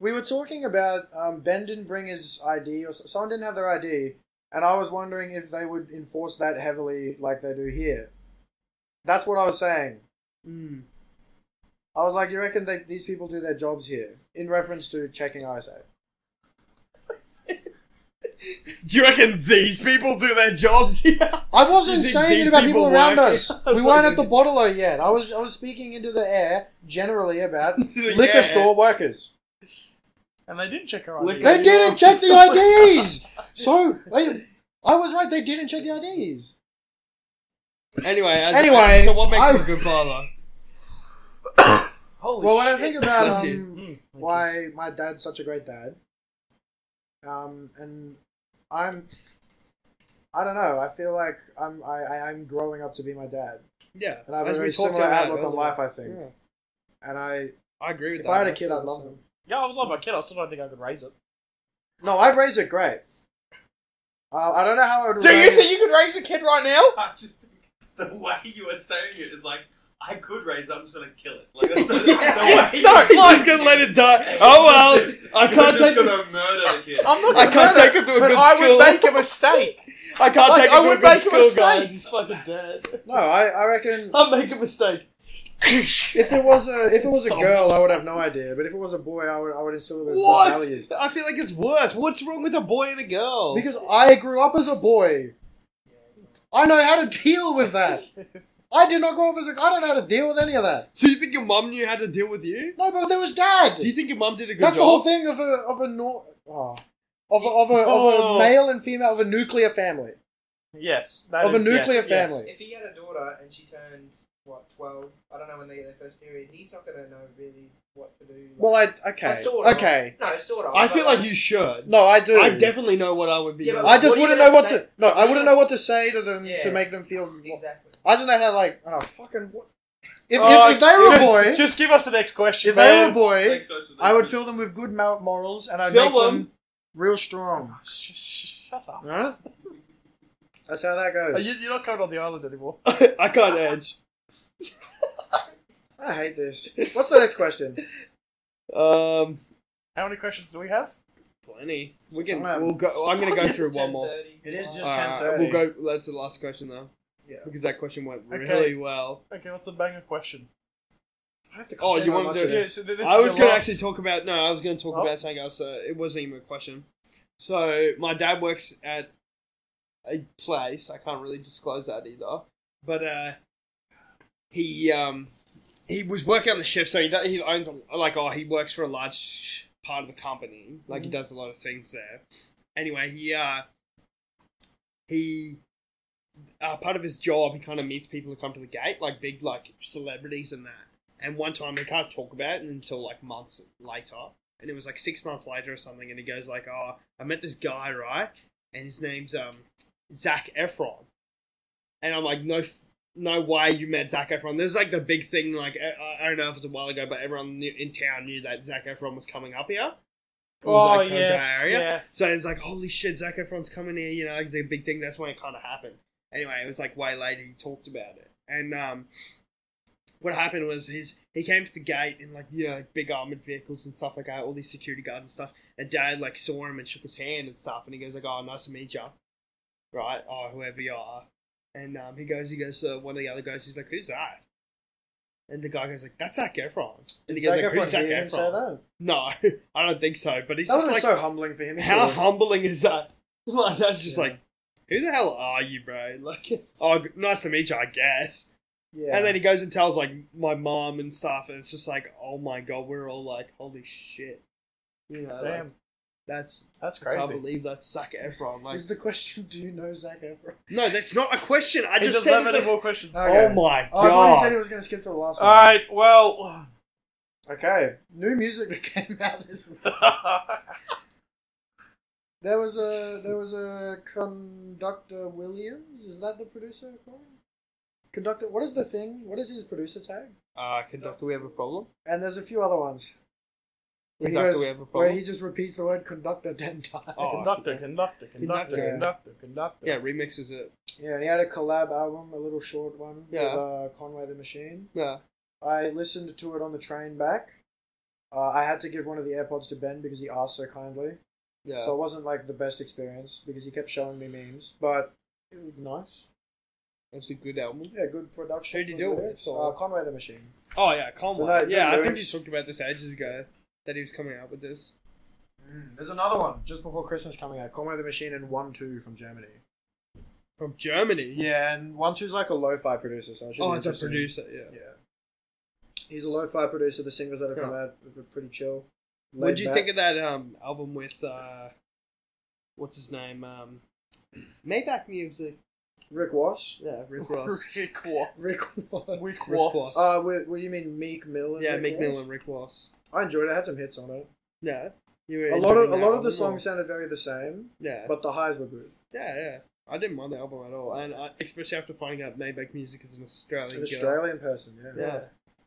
Speaker 2: We were talking about um, Ben didn't bring his ID, or s- someone didn't have their ID, and I was wondering if they would enforce that heavily like they do here. That's what I was saying. Hmm. I was like, you reckon they, these people do their jobs here in reference to checking eyesight?
Speaker 3: Do you reckon these people do their jobs here?
Speaker 2: I
Speaker 3: You
Speaker 2: wasn't
Speaker 3: think
Speaker 2: saying
Speaker 3: these
Speaker 2: it about people,
Speaker 3: people
Speaker 2: around
Speaker 3: work?
Speaker 2: us.
Speaker 3: I
Speaker 2: We
Speaker 3: was
Speaker 2: weren't at
Speaker 3: like-
Speaker 2: the bottler yet. I was I was speaking into the air generally about liquor
Speaker 3: Yeah.
Speaker 2: store workers.
Speaker 1: And they didn't check her
Speaker 3: Lick
Speaker 1: ID.
Speaker 3: it.
Speaker 2: They
Speaker 3: Yeah.
Speaker 2: didn't check the IDs. So I, I was right. They didn't check the IDs.
Speaker 3: Anyway, as-
Speaker 2: Anyway,
Speaker 3: so what makes
Speaker 2: I-
Speaker 3: him a good father?
Speaker 1: Holy
Speaker 2: well, when I
Speaker 1: shit.
Speaker 2: think about
Speaker 3: Bless you.
Speaker 2: um, why my dad's such a great dad, um, and I'm, I don't know. I feel like I'm I, I, I'm growing up to be my dad,
Speaker 3: Yeah,
Speaker 2: and I have
Speaker 3: as
Speaker 2: a
Speaker 3: we
Speaker 2: very
Speaker 3: talked
Speaker 2: similar
Speaker 3: about
Speaker 2: outlook on
Speaker 3: earlier.
Speaker 2: life. I think,
Speaker 3: Yeah.
Speaker 2: and I
Speaker 3: I agree with
Speaker 2: if
Speaker 3: that.
Speaker 2: I had a
Speaker 3: That's
Speaker 2: kid, I'd
Speaker 3: what
Speaker 2: love
Speaker 3: saying.
Speaker 2: them.
Speaker 1: Yeah, I was like my kid. I still don't think I could raise it.
Speaker 2: No, I'd raise it great. Uh, I don't know how I would.
Speaker 1: Do you
Speaker 2: raise-
Speaker 1: think you could raise a kid right now?
Speaker 4: I just think the way you were saying it is like, I could raise it, I'm just gonna kill it. Like, that's the, the way
Speaker 1: No,
Speaker 4: you-
Speaker 1: He's
Speaker 3: just gonna let it die. Oh well, I
Speaker 4: You're
Speaker 3: can't
Speaker 4: just
Speaker 3: take.
Speaker 4: gonna murder the kid.
Speaker 1: I'm not.
Speaker 3: I
Speaker 1: gonna
Speaker 3: can't
Speaker 1: do
Speaker 3: take him to a
Speaker 1: But
Speaker 3: good
Speaker 1: I
Speaker 3: school.
Speaker 1: would make a mistake.
Speaker 3: I can't
Speaker 1: Like,
Speaker 3: take
Speaker 1: I
Speaker 3: him to a
Speaker 1: would
Speaker 3: good
Speaker 1: make a
Speaker 3: school,
Speaker 1: mistake.
Speaker 3: guys. He's fucking dead.
Speaker 2: No, I, I reckon
Speaker 3: I make a mistake.
Speaker 2: if it was a if it was a
Speaker 3: Stop.
Speaker 2: girl, I would have no idea. But if it was a boy, I would I would instill it with
Speaker 3: What?
Speaker 2: values
Speaker 3: I feel like it's worse. What's wrong with a boy and a girl?
Speaker 2: because I grew up as a boy. I know how to deal with that. I did not grow up as a. I don't know how to deal with any of that.
Speaker 3: so you think your mum knew how to deal with you?
Speaker 2: No, but there was dad.
Speaker 3: Do you think your mum did a good
Speaker 2: That's the whole
Speaker 3: job?
Speaker 2: thing of a of a nor. Oh, of a, of a, of
Speaker 1: Oh.
Speaker 2: a male and female of a nuclear family.
Speaker 1: Yes, that
Speaker 2: Of a
Speaker 1: is-
Speaker 2: nuclear
Speaker 1: yes, yes.
Speaker 2: family.
Speaker 5: If he had a daughter and she turned what twelve, I don't know when they get their first period. He's not gonna know really what to do.
Speaker 2: Well, I
Speaker 5: I
Speaker 2: okay,
Speaker 5: sort of-
Speaker 2: okay.
Speaker 5: no, sort of.
Speaker 3: I
Speaker 5: but,
Speaker 3: feel like you should.
Speaker 2: No, I do.
Speaker 3: I definitely know what I would be.
Speaker 5: Yeah, but
Speaker 3: doing.
Speaker 2: I just
Speaker 5: What are
Speaker 2: wouldn't
Speaker 5: you gonna
Speaker 2: know what
Speaker 5: say?
Speaker 2: to. No, I
Speaker 5: You're
Speaker 2: wouldn't
Speaker 5: gonna
Speaker 2: know what
Speaker 5: s-
Speaker 2: to say to them
Speaker 5: Yeah.
Speaker 2: to make them feel.
Speaker 5: exactly.
Speaker 2: I just know how like oh fucking what. If,
Speaker 1: Oh,
Speaker 2: if, if they were a
Speaker 1: just,
Speaker 2: boy,
Speaker 1: just give us the next question.
Speaker 2: if they were a
Speaker 1: man.
Speaker 2: boy,
Speaker 4: Thanks, guys, for
Speaker 2: I would
Speaker 4: the-
Speaker 2: fill them with good mor- morals and I'd
Speaker 3: Fill
Speaker 2: make them,
Speaker 3: them.
Speaker 2: real strong.
Speaker 1: Just shut up.
Speaker 2: Huh? That's how that
Speaker 1: Oh,
Speaker 2: goes.
Speaker 1: you, you're not coming on the island anymore.
Speaker 3: I can't edge.
Speaker 2: I hate this. What's the next question?
Speaker 3: Um,
Speaker 1: How many questions do we have?
Speaker 3: plenty. We can.
Speaker 2: Time.
Speaker 3: We'll go. I'm gonna go through one more.
Speaker 2: It is just
Speaker 3: All right,
Speaker 2: 10:30.
Speaker 3: Uh, we'll go. That's the last question though.
Speaker 2: Yeah.
Speaker 3: Because that question went really
Speaker 1: Okay.
Speaker 3: well.
Speaker 1: Okay, what's a banger question?
Speaker 2: I have to
Speaker 3: Oh,
Speaker 2: consider
Speaker 3: you
Speaker 2: how
Speaker 3: want
Speaker 2: much
Speaker 3: to
Speaker 2: it
Speaker 3: do
Speaker 1: Yeah,
Speaker 2: is.
Speaker 1: so th- this
Speaker 3: I
Speaker 1: is
Speaker 3: was
Speaker 1: your
Speaker 3: gonna
Speaker 1: last-
Speaker 3: actually talk about. No, I was gonna talk
Speaker 1: Oh.
Speaker 3: about something else. Uh, it wasn't even a question. So my dad works at a place. I can't really disclose that either. But uh, he um he was working on the ship, so he do- he owns a- like oh he works for a large part of the company. Like he does a lot of things there. Anyway, he uh he uh, part of his job he kind of meets people who come to the gate, like big like celebrities and that. And one time they can't talk about it until like months later. And it was like six months later or something. And he goes like, "Oh, I met this guy, right? And his name's um Zach Efron." And I'm like, "No, f- no way, you met Zach Efron." This is like the big thing. Like I, I don't know if it's a while ago, but everyone knew, in town knew that Zach Efron was coming up here. It was,
Speaker 1: Oh,
Speaker 3: like, come to
Speaker 1: yes,
Speaker 3: our area.
Speaker 1: yeah.
Speaker 3: So it's like, holy shit, Zac Efron's coming here, you know, it's a big thing. That's when it kind of happened. Anyway, it was like way later he talked about it. And um, what happened was his, he came to the gate and like, you know, like big armored vehicles and stuff like that, all these security guards and stuff. And dad like saw him and shook his hand and stuff. And he goes like, oh, nice to meet you. Right? Oh, whoever you are. And um, he goes, he goes to one of the other guys. He's like, who's that? And the guy goes like, that's Zac Efron. And
Speaker 2: Did
Speaker 3: he goes
Speaker 2: Zac
Speaker 3: like, who's
Speaker 2: Efron
Speaker 3: Zac
Speaker 2: hear him
Speaker 3: Efron?
Speaker 2: say that?
Speaker 3: No, I don't think so. But he's
Speaker 2: That was
Speaker 3: just like,
Speaker 2: so humbling for him.
Speaker 3: how
Speaker 2: surely.
Speaker 3: humbling is that? My dad's just
Speaker 2: Yeah.
Speaker 3: like, who the hell are you, bro? Like, oh, g- nice to meet you, I guess.
Speaker 2: Yeah.
Speaker 3: And then he goes and tells like my mom and stuff, and it's just like, oh my god, we're all like, holy shit, you know, like,
Speaker 1: Damn,
Speaker 3: that's
Speaker 1: that's
Speaker 3: I can't
Speaker 1: crazy.
Speaker 3: believe that's Zac Efron. Like,
Speaker 2: is the question? Do you know Zac Efron?
Speaker 3: no, that's not a question. I
Speaker 1: he
Speaker 3: just
Speaker 1: doesn't
Speaker 3: said,
Speaker 1: have
Speaker 3: it's
Speaker 1: any
Speaker 3: a-
Speaker 1: more questions.
Speaker 2: Oh, Okay.
Speaker 3: oh my
Speaker 2: Oh, I thought he said
Speaker 3: god.
Speaker 2: he was going to skip to the last one.
Speaker 1: All right, well,
Speaker 2: Okay. New music that came out this week. There was a there was a conductor Williams. Is that the producer? Colin? Conductor. What is the thing? What is his producer tag?
Speaker 3: Uh, conductor, we have a problem.
Speaker 2: And there's a few other ones. Where he,
Speaker 3: Conductor,
Speaker 2: goes-
Speaker 3: we have a
Speaker 2: where
Speaker 3: problem.
Speaker 2: he just repeats the word conductor ten times.
Speaker 3: Oh.
Speaker 1: conductor, conductor, conductor,
Speaker 3: Conductor.
Speaker 1: conductor, conductor.
Speaker 3: yeah, remixes it.
Speaker 2: Yeah, and he had a collab album, a little short one
Speaker 3: Yeah.
Speaker 2: with uh, Conway the Machine.
Speaker 3: Yeah.
Speaker 2: I listened to it on the train back. Uh, I had to give one of the AirPods to Ben because he asked so kindly.
Speaker 3: Yeah.
Speaker 2: So it wasn't like the best experience because he kept showing me memes, but it was nice.
Speaker 3: it's a good album.
Speaker 2: Yeah, good production.
Speaker 3: Who'd you
Speaker 2: good
Speaker 3: deal with?
Speaker 2: lyrics.
Speaker 3: Or-
Speaker 2: Uh, Conway the Machine.
Speaker 3: Oh yeah, Conway.
Speaker 2: So that- that
Speaker 3: yeah, I think you
Speaker 2: lyrics-
Speaker 3: talked about this ages ago that he was coming out with this.
Speaker 2: Mm, There's another one just before Christmas coming out. Conway the Machine and One Two from Germany.
Speaker 3: From Germany.
Speaker 2: Yeah, and One Two's like a lo-fi producer, so I should.
Speaker 3: Oh,
Speaker 2: be
Speaker 3: it's a
Speaker 2: interested in-
Speaker 3: producer. Yeah.
Speaker 2: Yeah. He's a lo-fi producer. The singles that have come
Speaker 3: Yeah.
Speaker 2: out are pretty chill.
Speaker 3: What did you
Speaker 2: laid
Speaker 3: think
Speaker 2: back.
Speaker 3: of that um, album with uh, what's his name? Um, Maybach Music.
Speaker 2: Rick Wash?
Speaker 3: Yeah, Rick Ross.
Speaker 1: Rick Watt.
Speaker 2: Rick Wash.
Speaker 1: Rick
Speaker 3: Rick
Speaker 1: Watt.
Speaker 3: Watt.
Speaker 2: Uh, what, what do you mean, Meek Mill? And
Speaker 3: yeah,
Speaker 2: Rick
Speaker 3: Meek
Speaker 2: Ross?
Speaker 3: Mill and Rick Ross.
Speaker 2: I enjoyed it. it. Had some hits on it.
Speaker 3: Yeah. You were
Speaker 2: A lot of
Speaker 3: enjoying
Speaker 2: a
Speaker 3: that
Speaker 2: lot of the
Speaker 3: album,
Speaker 2: songs
Speaker 3: or-
Speaker 2: sounded very the same,
Speaker 3: Yeah.
Speaker 2: but the highs were good.
Speaker 3: yeah, yeah. I didn't mind the album at all, and I, especially after finding out Maybach Music is an Australian.
Speaker 2: An
Speaker 3: girl.
Speaker 2: Australian person, yeah.
Speaker 3: Yeah.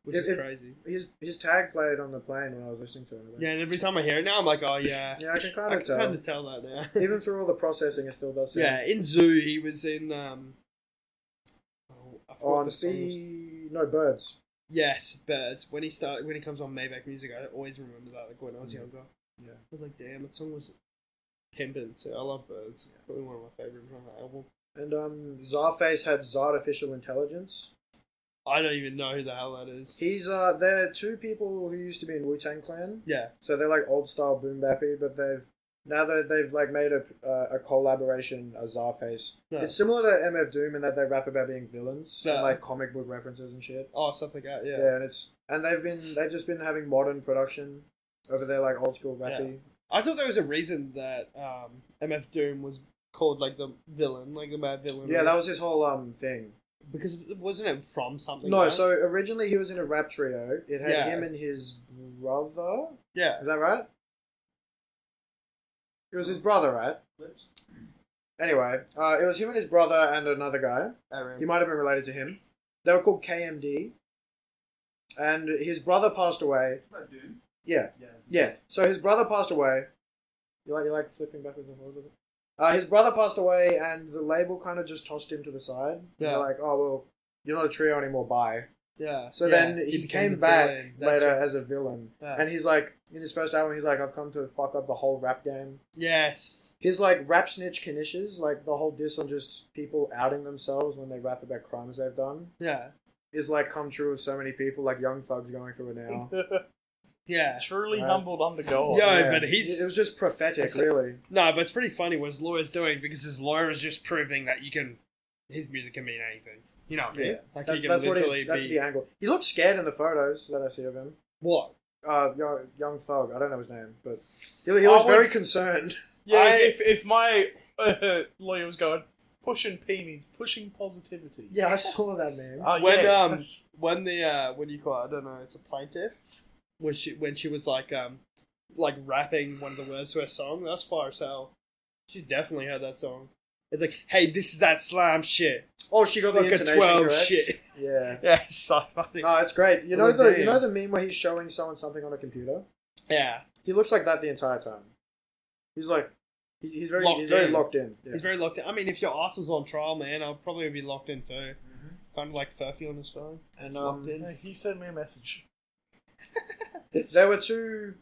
Speaker 3: Which
Speaker 2: It-
Speaker 3: is
Speaker 2: it-
Speaker 3: crazy.
Speaker 2: His his tag played on the plane when I was listening to it. I think.
Speaker 3: Yeah, and every time I hear it now, I'm like, oh yeah.
Speaker 2: Yeah, I can
Speaker 3: I
Speaker 2: kind
Speaker 3: can
Speaker 2: of tell.
Speaker 3: kind of tell that now.
Speaker 2: Even through all the processing, it still does. Sound.
Speaker 3: Yeah, in Zoo, he was in. Um, oh, I forgot
Speaker 2: On
Speaker 3: the song.
Speaker 2: sea, no birds.
Speaker 3: Yes, Birds. When he start, when he comes on Maybach Music, I always remember that. Like when I was younger,
Speaker 2: Yeah.
Speaker 3: I was like, damn, that song was pimping. So I love Birds. Probably one of my favorites on that album.
Speaker 2: And um, Zarface had Zartificial Intelligence.
Speaker 3: I don't even know who the hell that is.
Speaker 2: He's uh, they're two people who used to be in Wu Tang Clan,
Speaker 3: Yeah,
Speaker 2: so they're like old style boom bappy, but they've now that they've like made a uh, a collaboration, a Zarface.
Speaker 3: no.
Speaker 2: It's similar to MF Doom in that they rap about being villains, and,
Speaker 3: Yeah.
Speaker 2: like comic book references and shit.
Speaker 3: oh stuff like that.
Speaker 2: Yeah.
Speaker 3: Yeah,
Speaker 2: and it's and they've been they've just been having modern production over their like old school rappy.
Speaker 3: I thought there was a reason that um, MF Doom was called like the villain, like the mad villain.
Speaker 2: Yeah, that was his whole um thing.
Speaker 3: because wasn't it from something?
Speaker 2: No,
Speaker 3: right?
Speaker 2: so originally he was in a rap trio. It had
Speaker 3: Yeah.
Speaker 2: him and his brother.
Speaker 3: yeah,
Speaker 2: Is that right? It was his brother, right?
Speaker 4: Clips?
Speaker 2: Anyway, uh, it was him and his brother and another guy. He might have been related to him. They were called KMD. And his brother passed away.
Speaker 4: What about Doom?
Speaker 2: Yeah,
Speaker 4: Yeah.
Speaker 2: yeah. So his brother passed away. You like you like flipping backwards and forwards with it? Uh, his brother passed away, and the label kind of just tossed him to the side. Yeah.
Speaker 3: Yeah.
Speaker 2: like, oh well, you're not a trio anymore. Bye.
Speaker 3: yeah.
Speaker 2: So
Speaker 3: Yeah,
Speaker 2: then he,
Speaker 3: became
Speaker 2: came
Speaker 3: the
Speaker 2: back
Speaker 3: villain. That's
Speaker 2: later
Speaker 3: right.
Speaker 2: as a villain,
Speaker 3: Yeah.
Speaker 2: and he's like, in his first album, he's like, I've come to fuck up the whole rap game.
Speaker 3: Yes.
Speaker 2: His like rap snitch knishes, like the whole diss on just people outing themselves when they rap about crimes they've done,
Speaker 3: Yeah.
Speaker 2: is like come true of so many people, like young thugs going through it now.
Speaker 3: Yeah.
Speaker 1: Truly
Speaker 2: Right.
Speaker 1: humbled under God.
Speaker 3: Yeah. No, but he's-
Speaker 2: It was just prophetic,
Speaker 3: It's-
Speaker 2: really.
Speaker 3: No, but it's pretty funny what his lawyer's doing because his lawyer is just proving that you can. His music can mean anything. You know what I mean?
Speaker 2: Yeah.
Speaker 3: Like
Speaker 2: That's,
Speaker 3: he can
Speaker 2: that's what he's,
Speaker 3: literally
Speaker 2: that's
Speaker 3: be
Speaker 2: the angle. He looks scared in the photos that I see of him.
Speaker 3: what?
Speaker 2: Uh, young, young thug. I don't know his name, but he, he
Speaker 3: Oh,
Speaker 1: I
Speaker 2: was
Speaker 1: would-
Speaker 2: very concerned.
Speaker 1: Yeah,
Speaker 3: I-
Speaker 1: if, if my uh, lawyer was going, pushing P means pushing positivity.
Speaker 2: yeah, I saw that name.
Speaker 1: Oh,
Speaker 3: when
Speaker 1: yeah.
Speaker 3: um when the uh what do you call it? I don't know, it's a plaintiff. When she when she was like um like rapping one of the words to her song, that's fire as hell. She definitely heard that song. It's like, hey, this is that slime shit.
Speaker 2: Oh, she got the
Speaker 3: Fucking
Speaker 2: intonation
Speaker 3: twelve
Speaker 2: correct. Uh,
Speaker 3: shit.
Speaker 2: Yeah.
Speaker 3: Yeah, it's so funny.
Speaker 2: No, it's Oh, great. You know
Speaker 3: What a
Speaker 2: the you
Speaker 3: video.
Speaker 2: know the meme where he's showing someone something on a computer.
Speaker 3: yeah.
Speaker 2: He looks like that the entire time. He's like, he, he's very
Speaker 3: Locked
Speaker 2: he's very
Speaker 3: in.
Speaker 2: locked in. Yeah.
Speaker 3: He's very locked in. I mean, if your ass was on trial, man, I'd probably be locked in too.
Speaker 2: Mm-hmm.
Speaker 4: Mhm.
Speaker 3: Kind of like Furphy on his phone.
Speaker 2: and
Speaker 3: Locked
Speaker 2: um,
Speaker 3: in.
Speaker 1: No, he sent me a message.
Speaker 2: there were two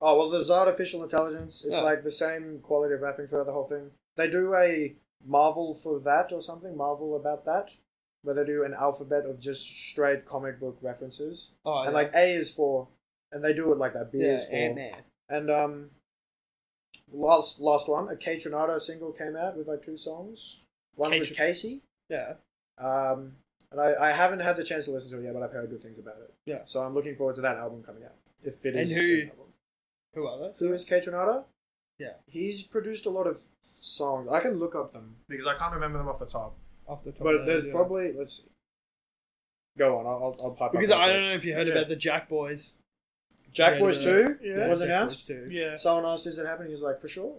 Speaker 2: oh well, there's artificial intelligence. It's
Speaker 3: Yeah.
Speaker 2: like the same quality of rapping throughout the whole thing. They do a Marvel for that or something. Marvel about that, where they do an alphabet of just straight comic book references.
Speaker 3: Oh,
Speaker 2: and like A is for, and they do it like that. B
Speaker 3: yeah,
Speaker 2: is for,
Speaker 3: Ant Man.
Speaker 2: And um, last last one, a Kate Renata single came out with like two songs. One
Speaker 3: Kate-
Speaker 2: with Casey.
Speaker 3: Yeah.
Speaker 2: Um, and I, I haven't had the chance to listen to it yet, but I've heard good things about it.
Speaker 3: Yeah.
Speaker 2: So I'm looking forward to that album coming out. If it
Speaker 3: And
Speaker 2: is
Speaker 3: who-
Speaker 2: an album.
Speaker 3: Who are those?
Speaker 2: Who is Kate Renata?
Speaker 3: Yeah.
Speaker 2: He's produced a lot of songs. I can look up them because I can't remember them off the top.
Speaker 3: Off the top of
Speaker 2: But
Speaker 3: my
Speaker 2: there's
Speaker 3: head, yeah.
Speaker 2: probably let's see. Go on, I'll I'll, I'll pipe
Speaker 3: because
Speaker 2: up.
Speaker 3: I
Speaker 2: myself.
Speaker 3: don't know if you heard
Speaker 1: Yeah.
Speaker 3: about the Jack Boys.
Speaker 2: Jack
Speaker 3: Heard
Speaker 2: Boys
Speaker 3: about
Speaker 2: Two
Speaker 1: Yeah.
Speaker 2: was
Speaker 3: Jack
Speaker 2: announced.
Speaker 3: Boys too.
Speaker 1: Yeah.
Speaker 2: Someone asked, "Is it happening?" He's like, "For sure."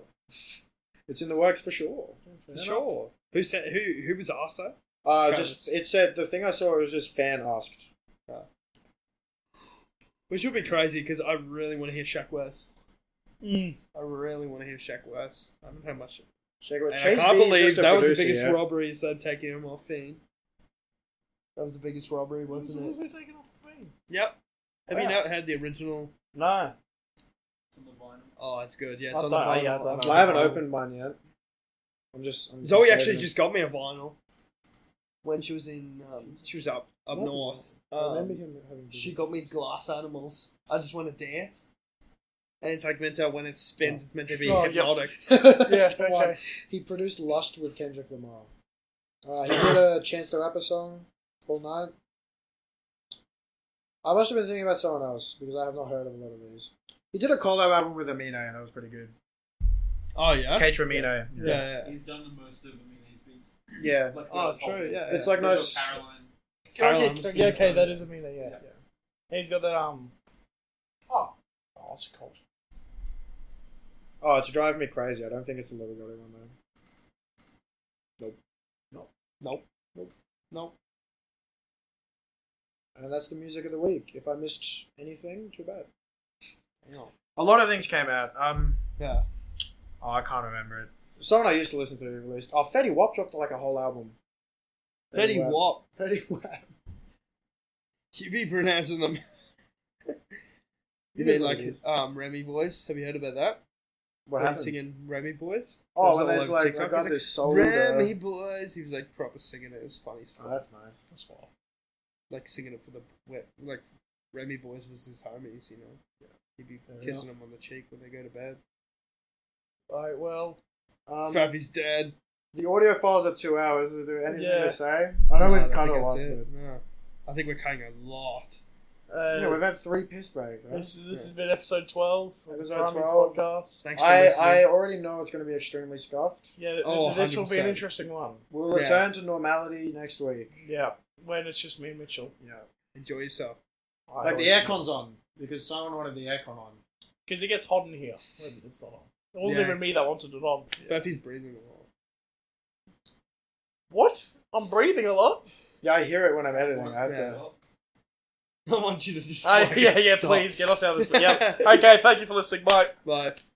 Speaker 2: It's in the works for sure.
Speaker 3: Sure. Who said who? Who was Arso?
Speaker 2: Uh,
Speaker 3: Travis.
Speaker 2: just it said the thing I saw it was just fan asked.
Speaker 3: Which would be crazy because I really want to hear Shaq West.
Speaker 1: Mm.
Speaker 3: I really want to hear Shaq West. I don't know much.
Speaker 2: Check what
Speaker 3: And
Speaker 2: Chase
Speaker 3: I can't
Speaker 2: B is
Speaker 3: believe
Speaker 2: just a
Speaker 3: that was the
Speaker 2: producer,
Speaker 3: biggest
Speaker 2: yeah?
Speaker 3: robbery. Is that taking him off Fiend? That was the biggest robbery,
Speaker 1: Who's
Speaker 3: wasn't it?
Speaker 1: also taken off the thing?
Speaker 3: Yep. Have you
Speaker 1: Wow.
Speaker 3: not had the original?
Speaker 1: No.
Speaker 4: Some of the vinyl.
Speaker 3: Oh, it's good. Yeah, it's
Speaker 1: I
Speaker 3: on the
Speaker 1: don't-
Speaker 3: vinyl.
Speaker 1: yeah, I don't
Speaker 3: on the
Speaker 1: know.
Speaker 2: I haven't
Speaker 3: vinyl.
Speaker 2: opened mine yet. I'm just I'm
Speaker 3: Oh. Zoe
Speaker 2: saving
Speaker 3: actually
Speaker 2: it.
Speaker 3: just got me a vinyl when she was in. Um, she was up up
Speaker 2: What?
Speaker 3: north.
Speaker 2: I remember
Speaker 3: Um,
Speaker 2: him having.
Speaker 3: She got me glass animals. I just want to dance. And it's like meant to, when it spins, it's meant to be
Speaker 1: Oh, yeah.
Speaker 3: hypnotic.
Speaker 1: Yeah,
Speaker 2: That's the one.
Speaker 1: okay.
Speaker 2: He produced Lust with Kendrick Lamar. Uh, he did a Chance the Rapper song, All Night. I must have been thinking about someone else because I have not heard of a lot of these. He did a collab album with Amino, and that was pretty good.
Speaker 3: Oh, yeah?
Speaker 2: Kate Amino.
Speaker 3: Yeah, yeah.
Speaker 4: He's done the most of Aminé's beats.
Speaker 2: Yeah.
Speaker 4: Like,
Speaker 3: Oh, true, yeah.
Speaker 2: It's like
Speaker 4: Brazil
Speaker 2: nice.
Speaker 4: Caroline.
Speaker 3: Caroline.
Speaker 1: Okay, yeah, okay, that is a meaner, yeah.
Speaker 2: Yeah.
Speaker 1: He's got that, um.
Speaker 2: Oh.
Speaker 1: Oh, what's it called?
Speaker 2: Oh, it's driving me crazy. I don't think it's a little Gotti one though.
Speaker 3: Nope. Nope. Nope.
Speaker 2: And that's the music of the week. If I missed anything, too bad.
Speaker 3: No.
Speaker 2: A lot of things came out. Um,
Speaker 3: Yeah.
Speaker 2: oh, I can't remember it. Someone I used to listen to released. Oh, Fetty Wap dropped like a whole album.
Speaker 3: Fetty
Speaker 2: Wap.
Speaker 3: Wap.
Speaker 2: Fetty Wap.
Speaker 3: You be pronouncing them. you
Speaker 2: It is
Speaker 3: mean
Speaker 2: what
Speaker 3: like
Speaker 2: it is.
Speaker 3: um, Remy Boys? Have you heard about that?
Speaker 2: What
Speaker 3: When he's
Speaker 2: happened?
Speaker 3: singing Remy Boys? It
Speaker 2: Oh,
Speaker 3: was
Speaker 2: well,
Speaker 3: all
Speaker 2: there's
Speaker 3: over
Speaker 2: like I
Speaker 3: TikTok.
Speaker 2: got
Speaker 3: He's like,
Speaker 2: this soul.
Speaker 3: Remy Boys. He was like proper singing it. It was funny as fuck.
Speaker 2: Oh, that's nice.
Speaker 1: That's why.
Speaker 3: like singing it for the wet- like Remy Boys was his homies, you know. He'd be
Speaker 1: Fair
Speaker 3: kissing them on the cheek when they go to bed.
Speaker 1: Alright, well.
Speaker 2: Um,
Speaker 3: Favy's dead.
Speaker 2: the audio files are two hours. Is there anything
Speaker 1: Yeah.
Speaker 2: to say? I know
Speaker 3: No,
Speaker 2: we've cut
Speaker 3: think
Speaker 2: a
Speaker 3: that's
Speaker 2: lot.
Speaker 3: it.
Speaker 2: But
Speaker 3: No. I think we're cutting a lot.
Speaker 1: Uh,
Speaker 2: Yeah, we've had three piss bags. Right?
Speaker 1: this is, this has
Speaker 2: Yeah.
Speaker 1: been episode twelve of the
Speaker 2: Episode
Speaker 1: Primates
Speaker 2: 12.
Speaker 1: podcast.
Speaker 3: Thanks for listening.
Speaker 2: I, I already know it's going to be extremely scuffed.
Speaker 1: Yeah, th-
Speaker 3: Oh,
Speaker 1: th- this will be an
Speaker 3: 100%.
Speaker 1: interesting one.
Speaker 2: We'll
Speaker 3: Yeah.
Speaker 2: return to normality next week.
Speaker 1: Yeah, when it's just me and Mitchell.
Speaker 2: Yeah,
Speaker 3: Enjoy yourself.
Speaker 1: I
Speaker 2: like the
Speaker 1: always-
Speaker 2: aircon's on because someone wanted the aircon on.
Speaker 1: because it gets hot in here when it's not on. It wasn't
Speaker 3: Yeah.
Speaker 1: even me that wanted it on.
Speaker 3: Furphy's breathing a lot.
Speaker 1: What? I'm breathing a lot.
Speaker 2: Yeah, I hear it when I'm editing.
Speaker 4: Once
Speaker 2: That's
Speaker 4: it's
Speaker 2: it.
Speaker 4: up.
Speaker 3: I want you to just.
Speaker 1: Uh,
Speaker 3: fucking
Speaker 1: yeah, yeah.
Speaker 3: stop.
Speaker 1: Please get us out of this. yeah. Okay. Thank you for listening. Bye.
Speaker 3: Bye.